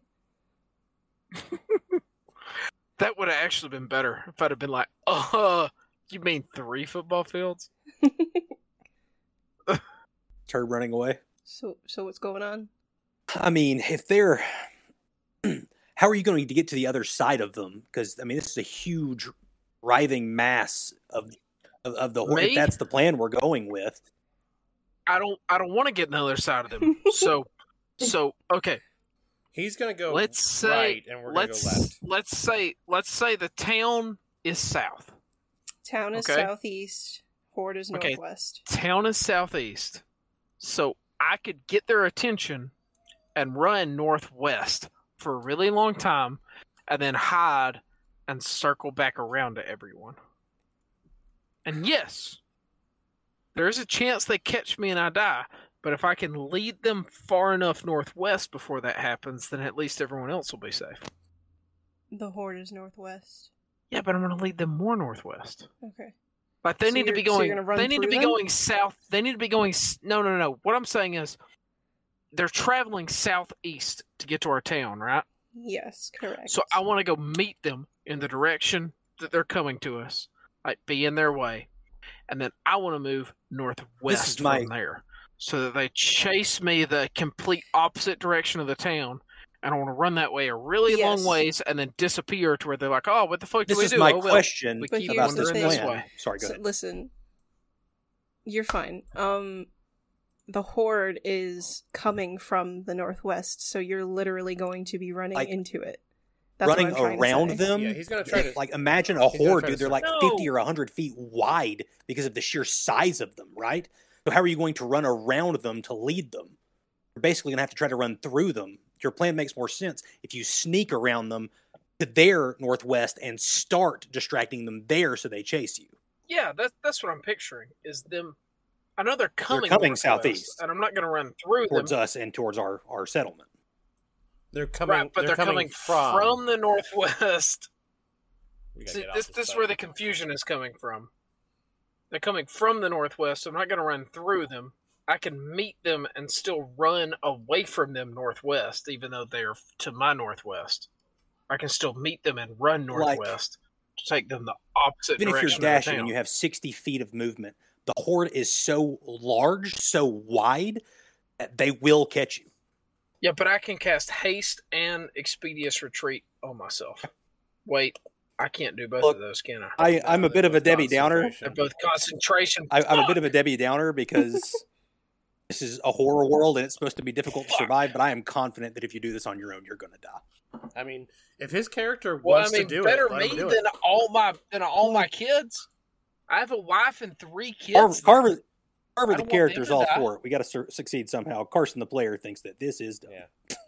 A: <laughs>
D: That would have actually been better if I'd have been like, <laughs> uh, you mean three football fields?
G: Turd running away.
A: So so what's going on?
G: I mean, if they're <clears throat> how are you going to get to the other side of them? Because I mean, this is a huge writhing mass of of, of the horde.
D: Me?
G: If that's the plan we're going with,
D: I don't I don't want to get on the other side of them. So so okay,
C: He's gonna go
D: Let's say-
C: right, and we're gonna
D: let's
C: go left.
D: let's say let's say the town is south.
A: Town is
D: Okay.
A: southeast. Horde is
D: Okay.
A: northwest.
D: Town is southeast. So I could get their attention and run northwest for a really long time and then hide and circle back around to everyone. And yes, there's a chance they catch me and I die, but if I can lead them far enough northwest before that happens, then at least everyone else will be safe.
A: The horde is northwest.
D: Yeah, but I'm going to lead them more northwest.
A: Okay.
D: Like they
A: So
D: need to be
A: you're- so you're
D: going.
A: gonna run
D: they need to
A: through
D: be
A: them?
D: going south. They need to be going. s- No, no, no. What I'm saying is, they're traveling southeast to get to our town, right?
A: Yes, correct.
D: So I want to go meet them in the direction that they're coming to us, like be in their way, and then I want to move northwest
G: is my-
D: from there, so that they chase me the complete opposite direction of the town. And I want to run that way a really
A: Yes.
D: long ways and then disappear to where they're like, "Oh, what the fuck
G: this
D: do we
G: is
D: do?"
G: my
D: oh, well,
G: question
D: we
A: But
D: keep
A: here's
G: about
A: the
G: this
D: wandering
A: thing.
D: this
G: plan.
D: way.
G: Sorry, go
A: So-
G: ahead.
A: listen, you're fine. Um, the horde is coming from the northwest, so you're literally going to be running
G: Like,
A: into it. what
G: running
A: I'm trying to say.
G: around them.
C: Yeah, he's gonna try to
G: like imagine a
C: He's gonna
G: horde,
C: try to
G: dude. They're
C: sur-
G: like
D: No.
G: fifty or hundred feet wide because of the sheer size of them, right? So how are you going to run around them to lead them? You're basically gonna have to try to run through them. Your plan makes more sense if you sneak around them to their northwest and start distracting them there so they chase you.
D: Yeah, that's that's what I'm picturing. Is them? I know they're coming.
G: coming
D: northwest,
G: southeast.
D: and I'm not going to run through
G: Towards
D: them.
G: us and towards our, our settlement.
C: They're coming.
D: Right, but
C: they're, coming, from.
D: the northwest.
C: We gotta
D: See,
C: get off
D: this this is where the
C: boat.
D: confusion is coming from. They're coming from the northwest. I'm not going to run through them. I can meet them and still run away from them northwest, even though they're f- to my northwest. I can still meet them and run
G: Like-
D: northwest to take them the opposite
G: Even if
D: direction.
G: you're dashing and you have 60 feet of movement, the horde is so large, so wide, that they will catch you.
D: yeah, but I can cast haste and expedious retreat on myself. Wait, I can't do both
G: Look,
D: of those, can I?
G: I, I'm a bit of a Debbie Downer.
D: They're both concentration.
G: I, I'm a bit of a
D: Fuck!
G: Debbie
D: <laughs>
G: Downer because this is a horror world and it's supposed to be difficult to
D: Fuck.
G: survive. But I am confident that if you do this on your own, you're going to die.
C: I mean, if his character
D: Well, I
C: wants
D: mean,
C: to do
D: better
C: it, let
D: me
C: him do
D: than
C: it.
D: all my than all my kids. I have a wife and three kids.
G: Carver,
D: I
G: Carver, Carver the
D: don't want them
G: character is
D: to
G: all
D: die.
G: for it. We got to sur- succeed somehow. Carson, the player, thinks that this is dumb.
C: Yeah. <laughs>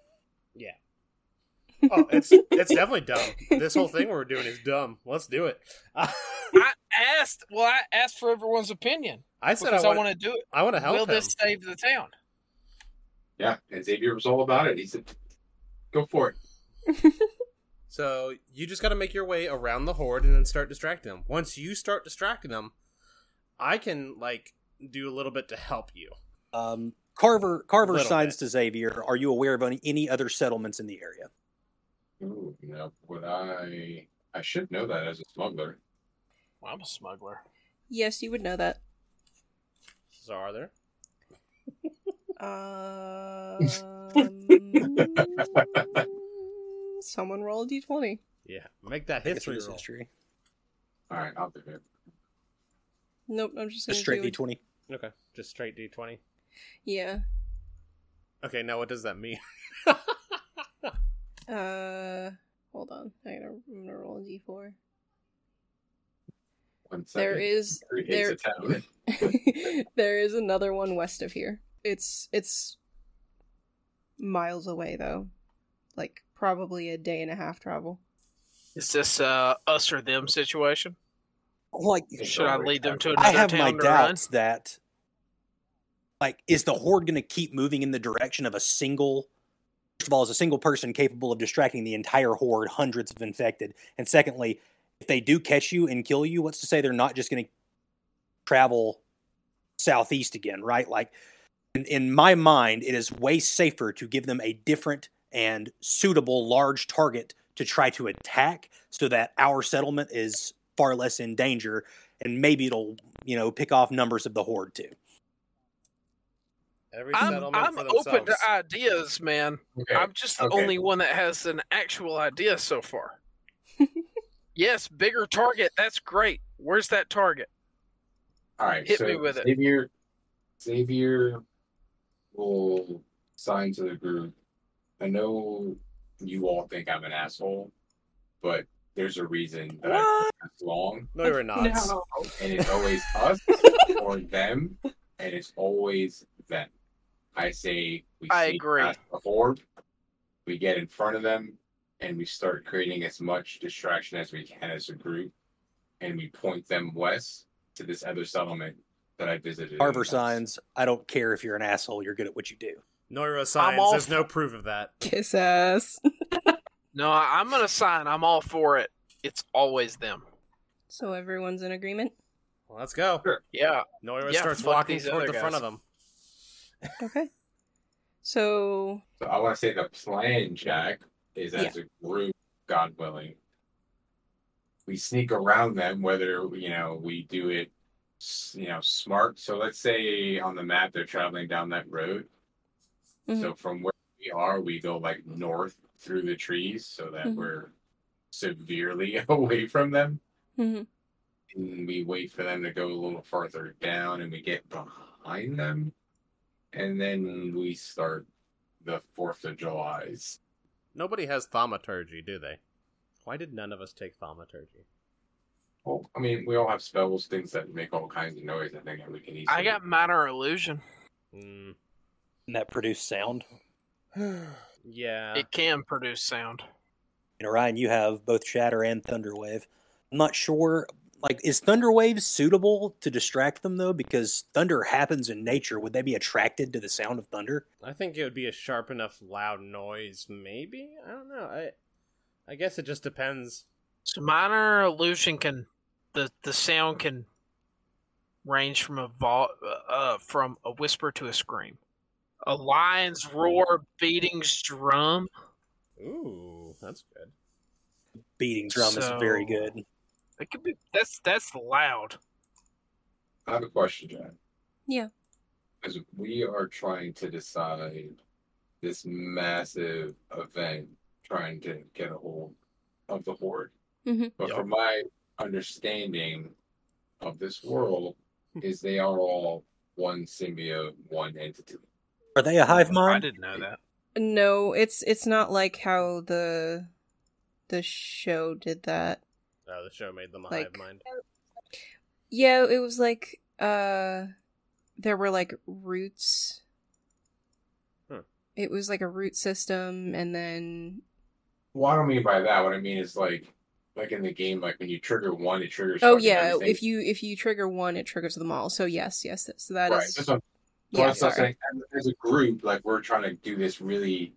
C: Oh,
D: <laughs>
C: it's it's definitely dumb. This whole thing we're doing is dumb. Let's do it. <laughs>
D: I asked. Well, I asked for everyone's opinion
C: I said
D: because
C: I
D: I
C: want
D: want to do it.
C: I want to help
D: Will
C: him.
D: this save the town?
H: Yeah, and Xavier was all about it. He said, "Go for it."
C: So you just got to make your way around the horde and then start distracting them. Once you start distracting them, I can like do a little bit to help you.
G: Um, Carver, Carver
C: Little
G: signs
C: bit.
G: to Xavier. Are you aware of any, any other settlements in the area?
H: Ooh, no, would I? I should know that as a smuggler.
D: Well, I'm a smuggler.
A: <laughs> Yes, you would know that.
C: So are there?
A: Um, <laughs> someone roll a d20.
C: Yeah, make that
G: I guess it
C: history
G: is
C: roll.
G: history.
H: All right, I'll do it.
A: Nope, I'm just
G: A
A: gonna
G: straight
A: do
G: D
A: it.
G: twenty.
C: Okay, just straight d twenty.
A: Yeah.
C: Okay, now what does that mean? <laughs>
A: Uh, hold on. I gotta, I'm gonna roll a d4.
H: One second.
A: There is
H: Creates
A: there
H: a
D: <laughs>
H: town.
A: <laughs> there is another one west of here. It's it's miles away though, like probably a day and a half travel.
D: Is this uh, us or them situation? Oh,
G: Like
D: Should I lead them to
G: I
D: another
G: have
D: town
G: my
D: to run?
G: doubts that like is the horde going to keep moving in the direction of a single first of all is a single person capable of distracting the entire horde hundreds of infected and secondly if they do catch you and kill you what's to say they're not just going to travel southeast again right like in, in my mind it is way safer to give them a different and suitable large target to try to attack so that our settlement is far less in danger and maybe it'll you know pick off numbers of the horde too
C: Every
D: I'm,
C: settlement
D: I'm
C: for
D: open to
C: themselves.
D: ideas, man.
H: Okay.
D: I'm just the
H: Eh, Okay.
D: only one that has an actual idea so far. yes, bigger target. That's great. Where's that target?
H: All right,
D: Hit
H: so
D: me with it.
H: Xavier, Xavier will sign to the group. I know you all think I'm an asshole, but there's a reason that I took this long,
C: No, you're not.
F: No.
H: and
D: <laughs>
H: it's always us or them, and it's always them. I say we
D: I
H: sneak
D: agree.
H: past the horde, we get in front of them, and we start creating as much distraction as we can as a group, and we point them west to this other settlement that I visited. in the
G: Carver
H: past.
G: signs, I don't care if you're an asshole, you're good at what you do.
C: Noira signs.
D: all
C: There's
D: for-
C: no proof of that.
A: Kiss ass.
D: No, I- I'm gonna sign. I'm all for it. It's always them.
A: So everyone's in agreement.
C: Well, let's go.
D: Yeah,
C: Noira
D: Yeah,
C: starts
D: fuck
C: walking
D: these
C: toward
D: other
C: the front of
D: guys.
C: them.
A: Okay. So
H: So I want to say the plan, Jack, is as a group, God willing, we sneak around them. Whether you know we do it, s- you know, smart. So let's say on the map they're traveling down that road. So from where we are, we go like north through the trees, so that
A: Mhm.
H: we're severely <laughs> away from them.
A: mhm.
H: And we wait for them to go a little farther down, and we get behind them, and then we start the Fourth of July's.
C: Nobody has thaumaturgy, do they? Why did none of us take thaumaturgy?
H: Well, I mean, we all have spells, things that make all kinds of noise. I think that we can easily.
D: I got minor illusion.
C: <sighs> Mm.
G: And that produced sound.
C: yeah.
D: It can produce sound.
G: And Orion, you have both Shatter and Thunderwave. I'm not sure like is Thunderwave suitable to distract them though? Because thunder happens in nature. Would they be attracted to the sound of thunder?
C: I think it would be a sharp enough loud noise, maybe? I don't know. I I guess it just depends.
D: So minor illusion can the the sound can range from a vo- uh, from a whisper to a scream. A lion's roar, beatings drum.
C: Ooh, that's good.
G: Beating drum is very
D: So-
G: good.
D: It could be that's that's loud.
H: I have a question, Jack.
A: Yeah.
H: Because we are trying to decide this massive event, trying to get a hold of the horde.
A: Mhm.
H: But
D: Yup.
H: from my understanding of this world, is they are all one symbiote, one entity.
G: Are they a hive
D: I
G: mind?
D: didn't know that.
A: No, it's it's not like how the the show did that.
C: Oh, the show made them a hive
A: Like-
C: mind.
A: Yeah, it was like uh there were like roots.
C: Hmm.
A: It was like a root system and then
H: Well, I don't mean by that. What I mean is like, like in the game, like when you trigger one, it triggers.
A: Oh
H: fucking
A: yeah,
H: everything.
A: if you if you trigger one it triggers them all. So yes, yes, that- so that is
H: right. That's what,
A: yeah,
H: that's what I'm
A: sorry.
H: saying. As, as a group, like we're trying to do this really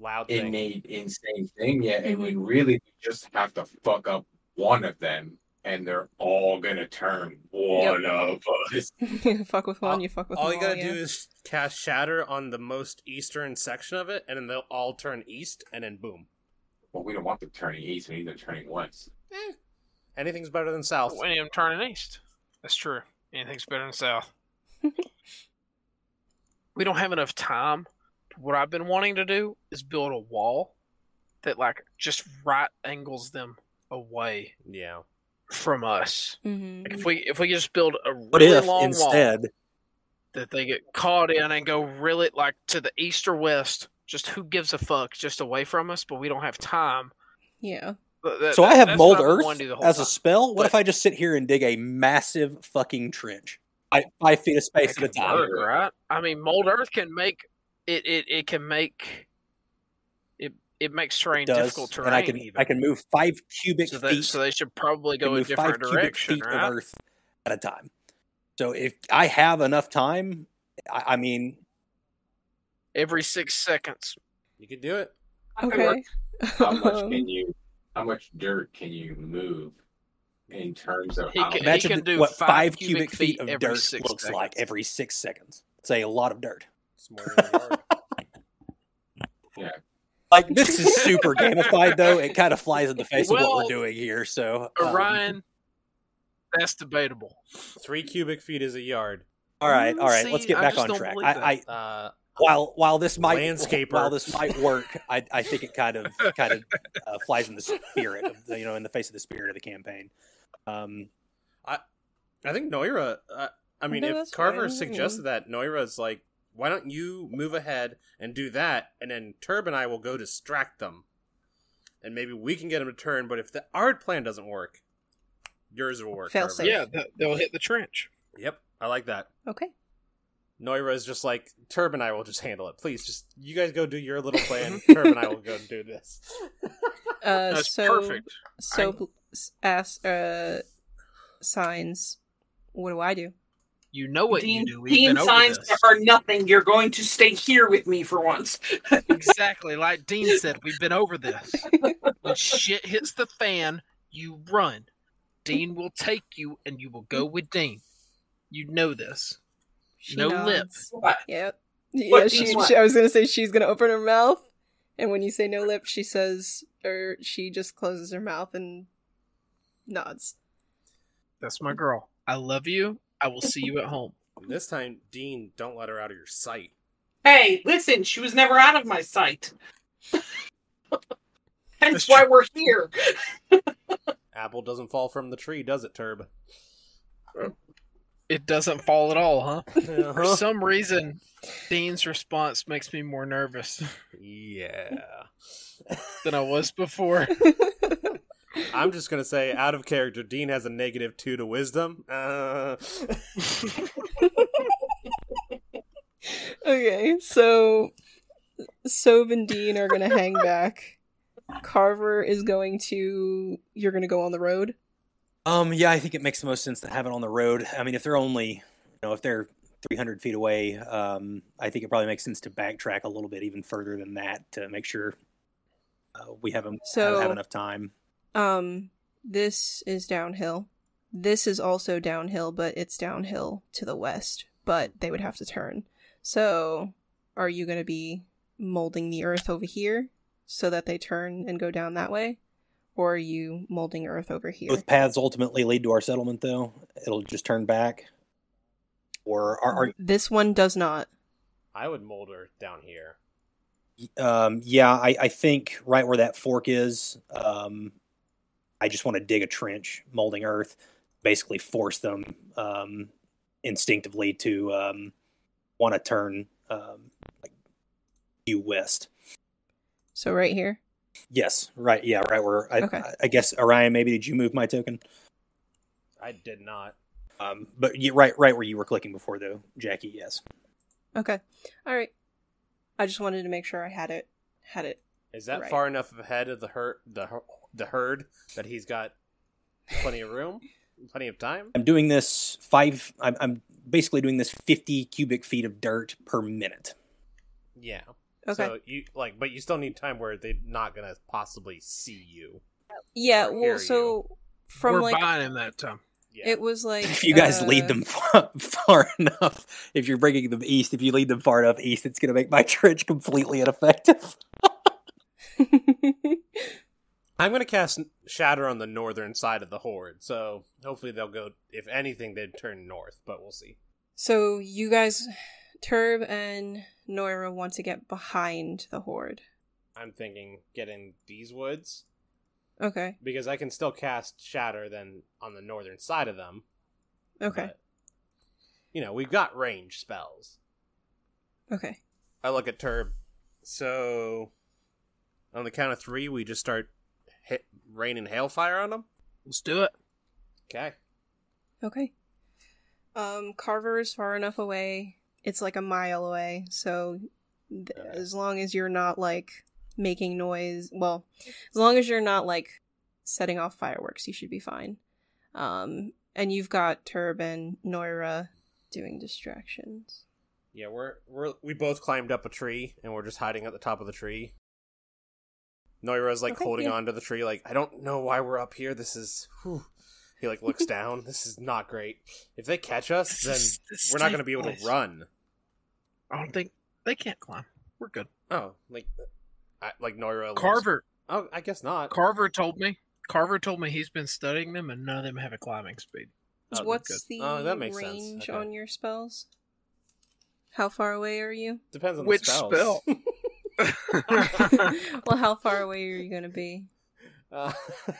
C: Loud thing.
H: innate, insane thing yet, and
A: Mm-hmm.
H: we really just have to fuck up one of them, and they're all gonna turn one of us.
A: <laughs> fuck with one, you fuck with
C: all
A: them
C: you gotta
A: yeah.
C: do is cast Shatter on the most eastern section of it, and then they'll all turn east, and then boom.
H: Well, we don't want them turning east; we need them turning west.
C: Eh. Anything's better than south.
D: When I'm turning east. That's true. Anything's better than south. <laughs> we don't have enough time. What I've been wanting to do is build a wall that like just right angles them away
C: Yeah.
D: from us.
A: Mhm.
D: Like if we if we could just build a really
G: What if
D: long wall
G: instead
D: that they get caught in and go really like to the east or west, just who gives a fuck, just away from us, but we don't have time.
A: Yeah.
D: Th- th-
G: So I have
D: that's
G: mold
D: what I've been wanting
G: earth
D: to do the whole
G: as a
D: time.
G: spell. What if
D: but-
G: I just sit here and dig a massive fucking trench, five, five feet of space at
D: It
G: a
D: can
G: time?
D: work, right? I mean, mold earth can make it. It, it can make it. It makes terrain
G: Does,
D: difficult terrain.
G: and I can
D: even.
G: I can move five cubic
D: so, they,
G: feet.
D: so they should probably
G: I can
D: go a
G: move five
D: different
G: cubic
D: direction,
G: feet
D: right?
G: of earth at a time. So if I have enough time, I, I mean,
D: Every six seconds.
C: You could do it.
A: Okay. <laughs>
H: How much
A: Um,
H: can you? How much dirt can you move in terms of?
D: He
H: how
D: can-
H: many-
G: imagine
D: do
G: what
D: five
G: five
D: cubic
G: cubic feet
D: feet
G: of
D: every
G: dirt looks
D: six
G: like
D: seconds.
G: every six seconds. It's a lot
D: <laughs>
G: of dirt.
C: It's more than a yard.
G: Like this is super gamified, though. It kind of flies in the face of what
D: Well, er,
G: we're doing here. So um,
D: Orion, that's debatable.
C: Three cubic feet is a yard.
G: all right, all right.
D: See,
G: let's get
D: I
G: back
D: just
G: on
D: don't
G: track.
D: believe that.
G: I, I
C: Uh,
G: while while this might
C: Landscaper.
G: while this might work, I, I think it kind of kind of uh, flies in the spirit of the, you know in the face of the spirit of the campaign. Um,
C: I think Moira. Uh, I mean,
A: No,
C: if
A: that's
C: Carver
A: fine.
C: suggested that, Noira's like, why don't you move ahead and do that, and then Turb and I will go distract them, and maybe we can get them to turn. But if the our plan doesn't work, yours will work.
A: Fail
C: Carver.
A: safe.
D: Yeah, th- they'll hit the trench.
C: Yep. I like that.
A: okay.
C: Noira's just like Turb and I will just handle it. Please, just you guys go do your little
A: <laughs>
C: plan. Turb and I will go do this.
A: Uh,
D: That's
A: so
D: perfect.
A: so bl- s- ask uh signs. What do I do?
D: You know what
F: Dean,
D: you do. We've
F: Dean
D: been over
F: signs
D: this.
F: to her nothing. You're going to stay here with me for once.
D: Exactly, like Dean said, we've been over this. When shit hits the fan, you run. Dean will take you, and you will go with Dean. You know this. No lip.
A: lips.
F: What?
A: Yep.
F: What
A: Yeah,
F: do
A: she,
F: you want?
A: she- I was gonna say she's gonna open her mouth, and when you say no lip, she says, or she just closes her mouth and nods. <laughs>
D: That's my girl. I love you. I will see you at home.
C: And this time, Dean, don't let her out of your sight.
F: Hey, listen, she was never out of my sight. Hence
D: That's
F: why we're here.
C: Apple doesn't fall from the tree, does it, Turb? <laughs>
D: It doesn't fall at all, huh? For
C: Uh-huh.
D: some reason, Dean's response makes me more nervous
A: <laughs>
C: Yeah.
D: than I was before.
C: I'm just gonna say, out of character, Dean has a negative two to wisdom. Uh, <laughs>
A: Okay, so Sov and Dean are gonna hang back. Carver is going to. You're gonna go on the road.
G: um, yeah, I think it makes the most sense to have it on the road. I mean, if they're only you know if they're 300 feet away, um, I think it probably makes sense to backtrack a little bit even further than that to make sure uh, we have, 'em- have,
A: So-
G: enough time.
A: Um, This is downhill. This is also downhill, but it's downhill to the west, but they would have to turn. So, are you going to be molding the earth over here so that they turn and go down that way? Or are you molding earth over here?
G: Both paths ultimately lead to our settlement, though. It'll just turn back. Or are, are
A: This one does not.
C: I would mold Earth down here.
G: um, yeah, I, I think right where that fork is, um, I just want to dig a trench, molding earth, basically force them um, instinctively to um, want to turn um, like due west.
A: So, right here?
G: Yes, right. Yeah, right where I,
A: Okay.
G: I, I guess Orion. Maybe did you move my token?
C: I did not.
G: Um, but you, right, right where you were clicking before, though, Jackie. Yes.
A: Okay. All right. I just wanted to make sure I had it. Had it.
C: Is that
A: Right.
C: far enough ahead of the herd, the her- the herd that he's got plenty of room, plenty of time?
G: I'm doing this five. I'm, I'm basically doing this 50 cubic feet of dirt per minute.
C: Yeah.
A: Okay.
C: So you like, but you still need time where they're not gonna possibly see you.
A: yeah.
C: or
A: Well,
C: hear
A: so from
D: We're
A: like
D: buying him that time.
C: Yeah.
A: it was like
G: If you guys
A: uh,
G: lead them <laughs> far, far enough, if you're bringing them east, if you lead them far enough east, it's going to make my <laughs> trench completely ineffective.
C: I'm gonna cast Shatter on the northern side of the horde, so hopefully they'll go. If anything, they'd turn north, but we'll see.
A: <laughs> so you guys, Turb and Noira want to get behind the horde.
C: I'm thinking getting these woods
A: Okay.
C: because I can still cast Shatter then on the northern side of them.
A: Okay.
C: but, you know, we've got range spells.
A: Okay.
C: I look at Turb. So, on the count of three, we just start hit rain and hailfire on them.
D: Let's do it.
C: Okay.
A: Okay. Um, Carver is far enough away. It's like a mile away, so th-
C: Okay.
A: as long as you're not like making noise, well, as long as you're not like setting off fireworks, you should be fine. Um, and you've got Turb and Noira doing distractions.
C: Yeah, we're we're we both climbed up a tree and we're just hiding at the top of the tree. Noira's like
A: Okay,
C: holding
A: yeah.
C: on to the tree, like I don't know why we're up here. This is. Whew. He
A: <laughs>
C: like looks down. This is not great. If they catch us,
D: This
C: then
D: is- this is
C: we're not
D: safe
C: going to be able
D: place.
C: to run.
D: I don't think they can't climb. We're good.
C: Oh, like, I, like Noira. looks-
D: Carver
C: Oh, I guess not.
D: Carver told me. Carver told me he's been studying them, and none of them have a
C: <laughs>
D: climbing speed.
C: Oh,
A: What's the
C: good. Oh, that makes sense.
A: range
C: Okay.
A: on your spells? How far away are
C: <laughs>
A: you? <laughs>
C: Depends on
D: Which
C: the spells.
D: spell?
A: well, how far away are you going to be?
C: <laughs> Uh,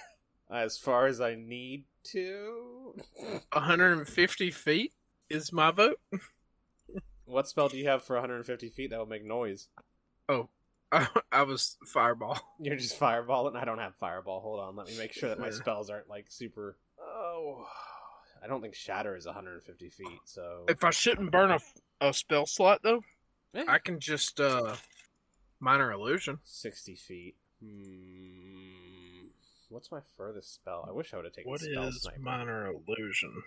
C: <laughs> as far as I need to.
D: 150 feet is my vote.
C: What spell do you have for 150 feet that will make noise?
D: Oh, I, I was fireball.
C: You're just fireballing. I don't have fireball. Hold on, let me make sure that my
D: Yeah.
C: spells aren't like super. Oh, I don't think shatter is 150 feet. So
D: If I shouldn't burn a, a spell slot though,
C: Eh,
D: I can just uh minor illusion.
C: 60 feet. Hmm. What's my furthest spell? I wish I would have taken
D: What
C: spell
D: is
C: sniper.
D: minor illusion?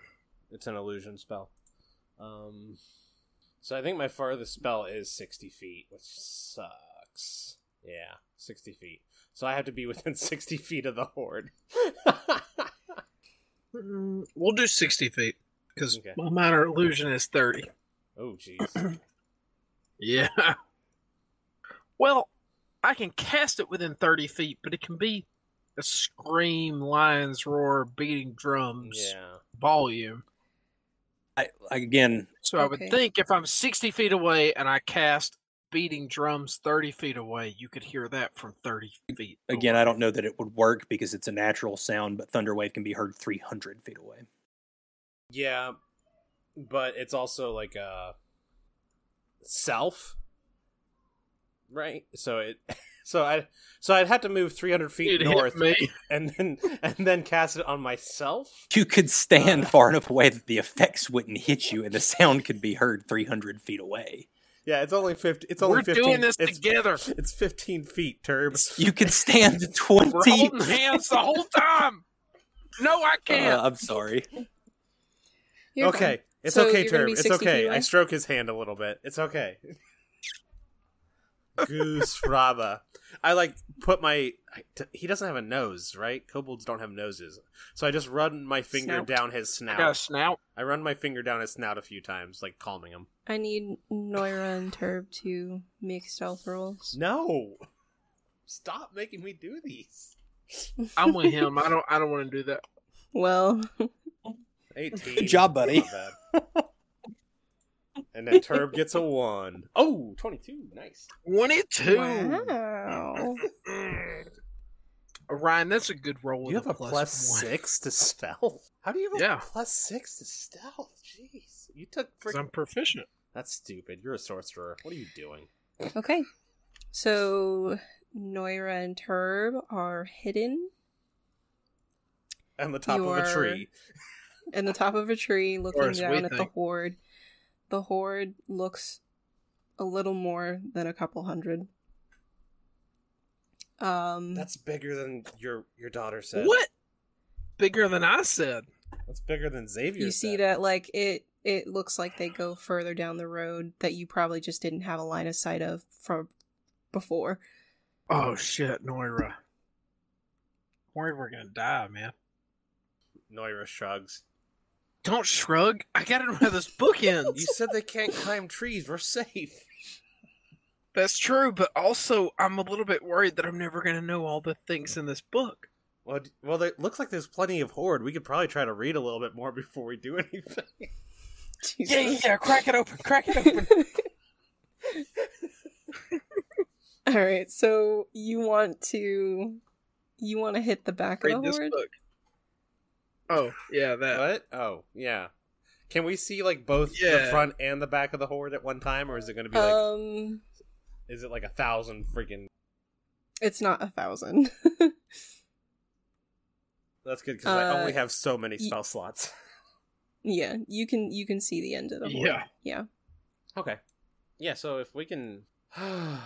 C: It's an illusion spell. Um, so I think my farthest spell is 60 feet, which sucks. Yeah, 60 feet. So I have to be within <laughs> 60 feet of the horde. <laughs>
D: Mm, We'll do 60 feet because
C: Okay.
D: my minor illusion is 30.
C: oh, jeez.
D: Yeah. <laughs> Well, I can cast it within 30 feet, but it can be a scream, lions roar, beating drums
C: yeah.
D: volume.
G: I, I- again,
D: So I
A: Okay.
D: would think if I'm 60 feet away and I cast beating drums 30 feet away, you could hear that from 30 feet.
G: again, I don't know that it would work because it's a natural sound, but thunderwave can be heard 300 feet away.
C: Yeah, but it's also like a self, right? So it, <laughs> so I, so I'd have to move 300 feet
D: It hit
C: north,
D: me.
C: and then and then cast it on myself.
G: You could stand
C: Uh.
G: far enough away that the effects wouldn't hit you, and the sound could be heard 300 feet away.
C: Yeah, it's only 50. It's only
D: We're
C: 15.
D: doing this
C: it's,
D: together.
C: <laughs> It's 15 feet, Turb.
G: You
D: <laughs>
G: could stand
D: We're
G: 20.
D: holding hands the whole time. No,
C: <laughs>
D: I can't.
G: Uh, I'm sorry.
A: <laughs> You're
C: okay.
A: fine.
C: It's
A: So
C: okay,
A: you're gonna
C: Turb.
A: be
C: It's
A: 60 feet
C: okay.
A: away? <laughs>
C: I stroke his hand a little bit. It's okay. Goose Fraba. I like put my. I- t- He doesn't have a nose, right? Kobolds don't have noses, so I just run my finger
A: Snout.
C: down his
D: I got a
C: snout.
D: snout.
C: I run my finger down his snout a few times, like calming him.
A: I need Moira and Turb to make stealth rolls.
C: No, stop making me do these.
D: <laughs> I'm with him. I don't. I don't want to do that.
A: <laughs> Well,
C: Eighteen.
G: Good job, buddy.
C: Not bad. and then Turb gets a one. Oh, 22. Nice.
D: Twenty-two.
A: wow.
D: Mm. Ryan, that's a good roll. with
C: you have a
D: plus
C: plus,
D: one.
C: six to stealth. How do you have
D: Yeah.
C: a plus six to stealth? Jeez, you took.
D: Because
C: Frick-
D: I'm proficient.
C: That's stupid. You're a sorcerer. What are you doing?
A: Okay. So Moira and Turb are hidden
C: On the top of a
A: You're-
C: tree.
A: in the top of a tree looking
D: as we
A: down at the
D: think.
A: horde. The horde looks a little more than a couple hundred. Um
C: That's bigger than your your daughter said.
D: What? Bigger than I said.
C: That's bigger than Xavier.
A: you see
C: said.
A: that like it it looks like they go further down the road that you probably just didn't have a line of sight of from before.
D: Oh shit, Moira. I'm worried we're gonna die, man.
C: Moira shrugs.
D: Don't shrug. I gotta know how this book ends.
C: You
D: <laughs>
C: said
A: <laughs>
C: they can't climb trees. We're safe.
D: That's true, but also I'm a little bit worried that I'm never gonna know all the things in this book.
C: Well, d- well, there looks like there's plenty of horde. We could probably try to read a little bit more <laughs> before we do anything.
A: Jesus.
D: yeah, crack it open, crack it
C: <laughs>
A: <laughs> All right, so you want to you want to hit the back
D: Read
A: of the
D: this
A: horde?
D: book. Oh, yeah, that.
C: What? Oh, yeah. Can we see like both the
D: Yeah.
C: front and the back of the horde at one time, or is it going to be like
A: Um,
C: is it like a thousand freaking?
A: it's not a thousand. <laughs>
C: That's good because I
A: Uh,
C: only have so many
A: y-
C: spell slots. <laughs>
A: yeah, you can you can see the end of the horde.
D: Yeah.
A: yeah.
C: Okay. Yeah. So if we can, <sighs> uh,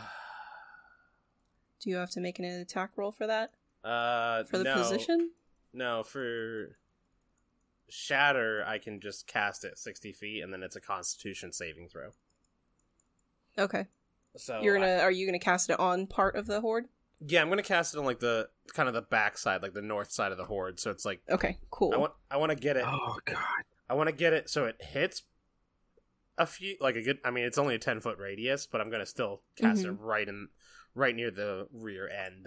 A: Do you have to make an attack roll for that
C: uh,
A: for the
C: no,
A: position?
C: no, for shatter, I can just cast it sixty feet, and then it's a Constitution saving throw.
A: Okay,
C: So
A: you're
C: I-
A: gonna are you gonna cast it on part of the horde?
C: yeah, I'm gonna cast it on like the kind of the back side, like the north side of the horde. So it's like
A: Okay, cool.
C: I want I want to get it
D: Oh god.
C: I want to get it so it hits a few, like a good. I mean, it's only a ten foot radius, but I'm gonna still cast
A: Mm-hmm.
C: it right in, right near the rear end.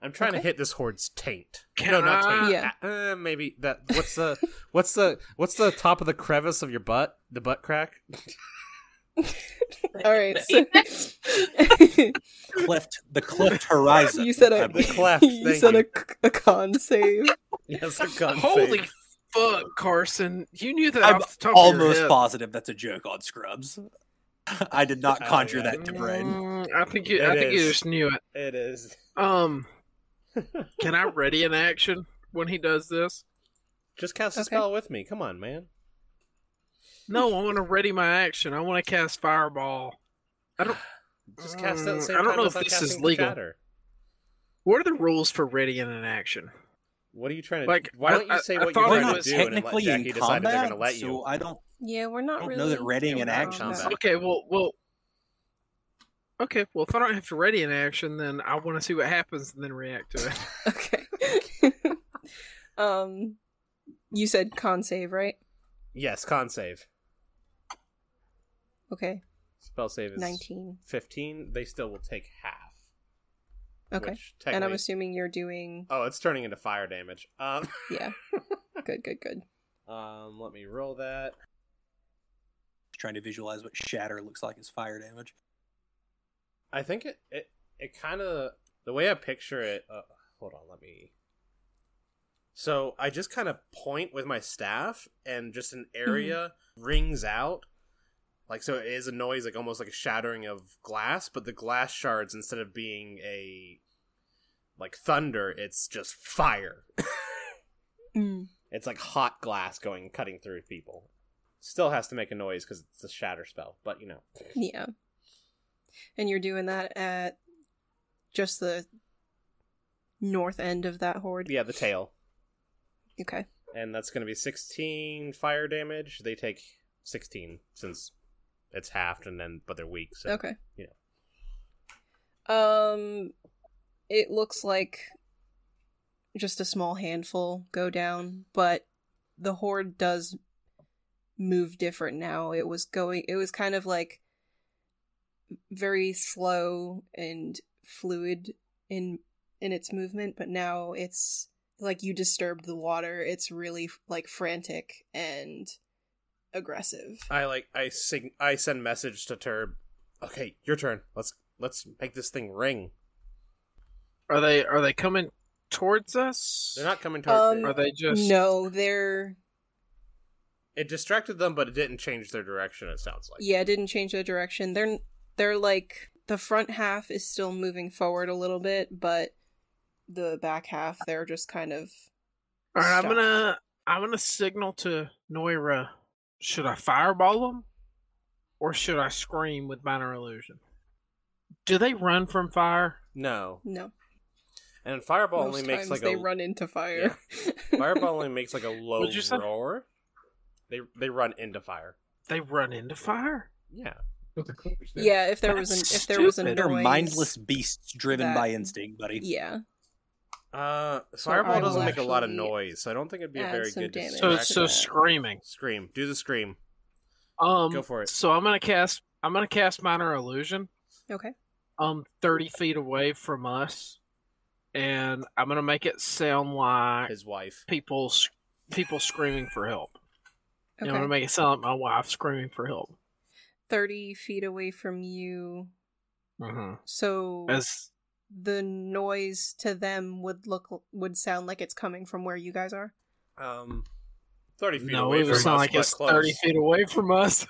C: I'm trying to
A: Okay.
C: hit this horde's taint.
D: Can
C: no, not
D: I-
C: taint.
A: Yeah.
C: Uh, maybe that.
D: <laughs>
C: What's the what's the what's the top of the crevice of your butt? The butt
D: <laughs>
C: crack.
A: <laughs> All right,
C: <laughs>
A: so-
G: <laughs> Cleft the cleft
A: <laughs>
G: horizon.
A: you said a
C: The
A: <laughs>
C: cleft,
A: you
C: thank
A: said
C: you.
A: a, c- a con save.
C: Yes, a gun.
D: <laughs> Holy
C: save.
D: fuck, Carson. You knew that
G: I'm
D: off <laughs> the top of your
G: almost
D: head.
G: positive that's a joke on Scrubs. <laughs> I did not
C: Oh,
G: conjure
C: yeah.
G: that to brain.
D: Mm, I think you I
C: It
D: think you
C: is.
D: just knew it.
C: It is.
D: <laughs> Um Can I ready an action when he does this?
C: Just cast a
A: Okay.
C: spell with me. Come on, man.
D: No, I want to ready my action. I want to cast fireball.
C: Just cast that
D: Mm,
C: same
D: I don't
C: time
D: know
C: as
D: if this is
C: casting
D: legal.
C: Shatter.
D: What are the rules for readying an action?
C: What are you trying to?
D: Like,
C: why don't
D: I-
C: you say
D: I- I
C: what
D: thought
C: you're
D: it
C: trying
G: We're
C: to
G: not
D: was-
C: do and let
G: technically
C: Jackie decide
G: in
C: if they're going
G: combat,
C: to let you?
G: so I don't.
A: Yeah, we're not
G: I don't
A: really.
G: know that readying
A: doing
G: an action
A: combat.
C: is
D: Okay, well, well. Okay, well, if I don't have to ready an action, then I want to see what happens and then react to it.
A: <laughs> Okay. <laughs> um, you said con save, right?
C: Yes, con save.
A: Okay,
C: Spell save is
A: nineteen.
C: 15. They still will take half.
A: Okay,
C: Which
A: and I'm
C: technically-
A: assuming you're doing.
C: Oh, it's turning into fire damage. Um, <laughs>
A: Yeah. Good, good, good.
C: um, let me roll that.
G: Trying to visualize what shatter looks like as fire damage.
C: I think it it, it kind of the way I picture it. Uh, hold on, let me. So I just kind of point with my staff, and just an area rings out, like so. It is a noise, like almost like a shattering of glass, but the glass shards instead of being a like thunder, it's just fire. <laughs> It's like hot glass going cutting through people. Still has to make a noise because it's a shatter spell, but you know.
A: Yeah. And you're doing that at just the north end of that horde.
C: Yeah, the tail.
A: Okay.
C: and that's going to be 16 fire damage they take 16 since it's halved and then but they're weak so
A: Okay.
C: you know.
A: Um, it looks like just a small handful go down, but the horde does move different now. It was going, it was kind of like very slow and fluid in in its movement, but now it's like you disturbed the water. It's really like frantic and aggressive.
C: I like I sing I send message to Turb. Okay, your turn. Let's let's make this thing ring.
D: Are they are they coming towards us?
C: They're not coming towards
A: Um,
C: me.
D: Are they just
A: No, they're
C: It distracted them, but it didn't change their direction. It sounds like.
A: yeah, it didn't change the direction. They're they're like the front half is still moving forward a little bit, but the back half they're just kind of
D: All right, I'm
A: Stop.
D: gonna I'm gonna signal to Noira. Should I fireball them, or should I scream with minor illusion? Do they run from fire?
C: No,
A: no.
C: and Fireball
A: Most
C: only makes
A: times
C: like
A: they
C: a
A: run <laughs> into fire.
C: <laughs>
A: <laughs>
C: Fireball only makes like a low
D: What'd you say?
C: roar. They they run into fire.
D: They run into fire.
C: Yeah,
H: Put the clippers there.
A: yeah, if there was an
G: That's
A: if there was a
G: stupid.
A: noise,
G: They're mindless beasts driven
A: that-
G: by instinct, buddy.
A: Yeah,
C: uh,
A: So
C: Fireball
A: I will
C: doesn't make a lot of
A: actually
C: noise, so I don't think it'd be a
A: add
C: very
A: some
C: good
A: damage.
D: So
A: Interact
D: so
A: with
C: distraction.
A: that.
D: screaming.
C: scream, do the scream.
D: Um,
C: Go for it.
D: So I'm gonna cast I'm gonna cast minor illusion.
A: Okay.
D: Um, thirty feet away from us, and I'm gonna make it sound like
C: His wife.
D: people s- people screaming for help. And I'm
A: Okay.
D: gonna make it sound like my wife screaming for help.
A: thirty feet away from you.
D: hmm
A: So
D: As
A: the noise to them would look would sound like it's coming from where you guys are.
C: Um, thirty feet
D: no,
C: away
D: it
C: from
D: was
C: us,
D: not like
C: but
D: it's
C: close.
D: thirty feet away
A: <laughs>
D: from us.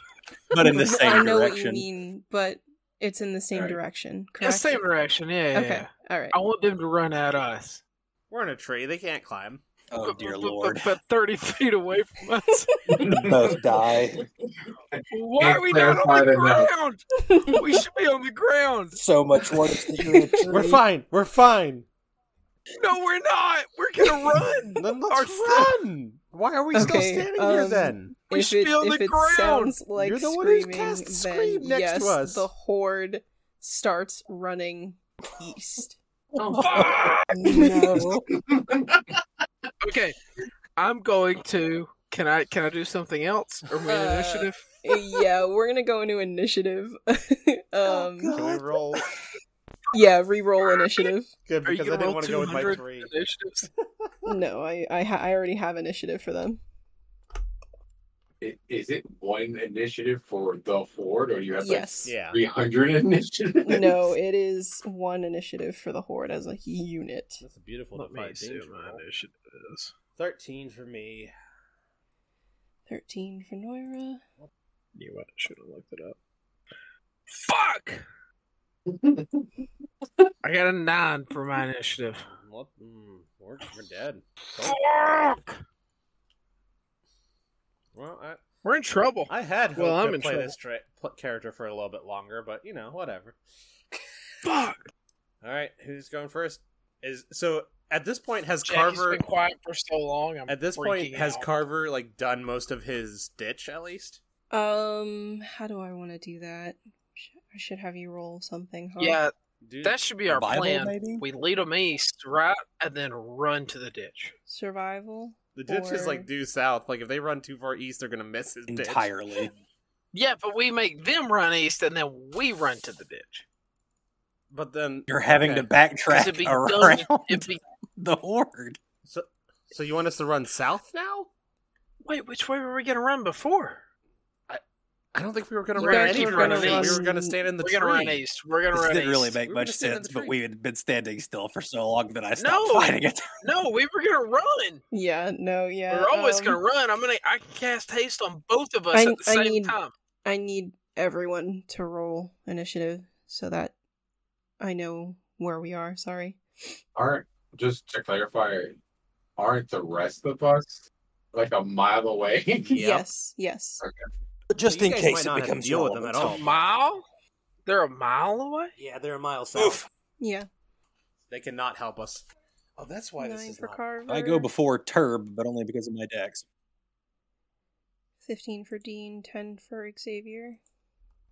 G: But in the same
A: I know what you
G: direction.
A: mean, but it's in the same
H: Right.
A: direction.
D: Yeah,
A: Correct.
D: same direction. Yeah, yeah,
A: Okay.
D: yeah.
A: All right.
D: I want them to run at us.
C: We're in a tree. They can't climb. <laughs>
G: Oh
D: But-
G: dear
D: but-
G: lord.
D: But, but thirty <laughs> feet away
A: <laughs>
D: from us.
G: Both die.
C: <laughs>
D: Why are we
H: Can't
D: not on the
H: clarify the
D: ground? we should be on the ground.
G: So much worse
C: <laughs>
G: than you're in a tree.
C: We're
G: <laughs>
C: fine. We're <laughs> fine.
D: No, we're not. We're
A: <laughs>
D: gonna run.
C: Then
D: Our
C: let's
D: stuff-
C: run. Why are we still
A: Okay,
C: standing here
A: um,
C: then?
D: We
A: if
D: should
A: it,
D: be on
A: if
D: the
A: it
D: ground.
A: sounds like
C: You're the one who
A: screaming,
C: cast
A: then
C: scream next to
A: yes,
C: us.
A: the horde starts running
C: <laughs>
A: east.
D: <laughs>
F: Oh,
D: Fuck!
G: No.
D: okay, I'm going to. Can I? Can I do something else? Or we in
A: Uh,
D: initiative?
A: yeah, we're gonna go into initiative. <laughs> um,
C: Can we
D: <laughs>
C: roll?
A: yeah, re-roll initiative.
C: Good
D: Are you
C: because I
D: gonna
C: didn't
D: roll
C: want to go with my
D: 200?
C: three.
D: Initiatives.
A: No, I I, ha- I already have initiative for them.
H: I- Is it one initiative for the horde, or do you have like
A: Yes.
C: Yeah.
H: 300 <laughs> initiatives?
C: <laughs>
A: No, it is one initiative for the horde as a unit.
C: That's a beautiful
D: Let me
C: divide
D: see
C: danger
D: what my
C: roll.
D: initiative is.
C: Thirteen for me.
A: Thirteen for Moira.
D: You what? Should have looked it up. Fuck! I got a nine for my initiative.
C: Well, mm, we're, we're dead. So-
D: Fuck!
C: well, I,
D: We're in trouble.
C: I had hoped
D: Well, I'm
C: to
D: in
C: play
D: trouble.
C: this tra- pl- character for a little bit longer, but you know, whatever.
D: Fuck!
C: All right, who's going first? Is so at this point has
D: Jackie's
C: Carver
D: been quiet for so long. I'm
C: at this point
D: freaking
C: has
D: out.
C: Carver like done most of his ditch at least?
A: Um, how do I want to do that? Sh- I should have you roll something. Huh?
D: Yeah,
C: Dude,
D: that should be our
G: Bible,
D: plan.
G: maybe?
D: We lead them east, right, and then run to the ditch.
A: Survival.
C: the ditch is
A: or-
C: like due south. Like if they run too far east, they're gonna miss his ditch.
G: Entirely.
D: Yeah, but we make them run east, and then we run to the ditch.
C: But then
G: You're having
C: okay.
G: to
D: Because
G: backtrack
D: it'd be
G: around
D: dumb.
G: <laughs>
D: It'd
C: <laughs>
D: be
G: the horde.
C: So, so you want us to run south now?
D: wait, which way were we gonna run before?
C: I don't think we were going to
A: You
C: run
A: guys
C: any
A: were
D: gonna
C: direction. We
D: run-
C: were going to stand in the
D: we're
C: tree.
D: gonna run east. We're gonna
G: This
D: run
G: didn't really
D: east.
G: make
C: We were
G: much
C: just standing in
G: sense,
C: the
G: but
C: tree.
G: we had been standing still for so long that I stopped
D: No.
G: fighting it.
D: no, we were gonna run.
A: Yeah. No. Yeah.
D: we're always
A: um,
D: gonna run. I'm gonna. I can cast haste on both of us
A: I-
D: at the
A: I
D: same
A: need-
D: time.
A: I need everyone to roll initiative so that I know where we are. Sorry.
H: Aren't, just to clarify, aren't the rest of us like a mile away? <laughs>
G: <laughs>
A: Yes. Yes.
G: Just
C: you
G: in
C: guys might
G: case it
C: not have to
G: becomes
C: deal with them at
G: relevant.
C: all.
D: A mile? They're a mile away.
C: Yeah, they're a mile south.
G: Oof.
A: Yeah.
C: They cannot help us. Oh, that's why this
A: Nine
C: is
A: for
C: not-
A: Carver.
G: I go before Turb, but only because of my dex.
A: Fifteen for Dean. Ten for Xavier.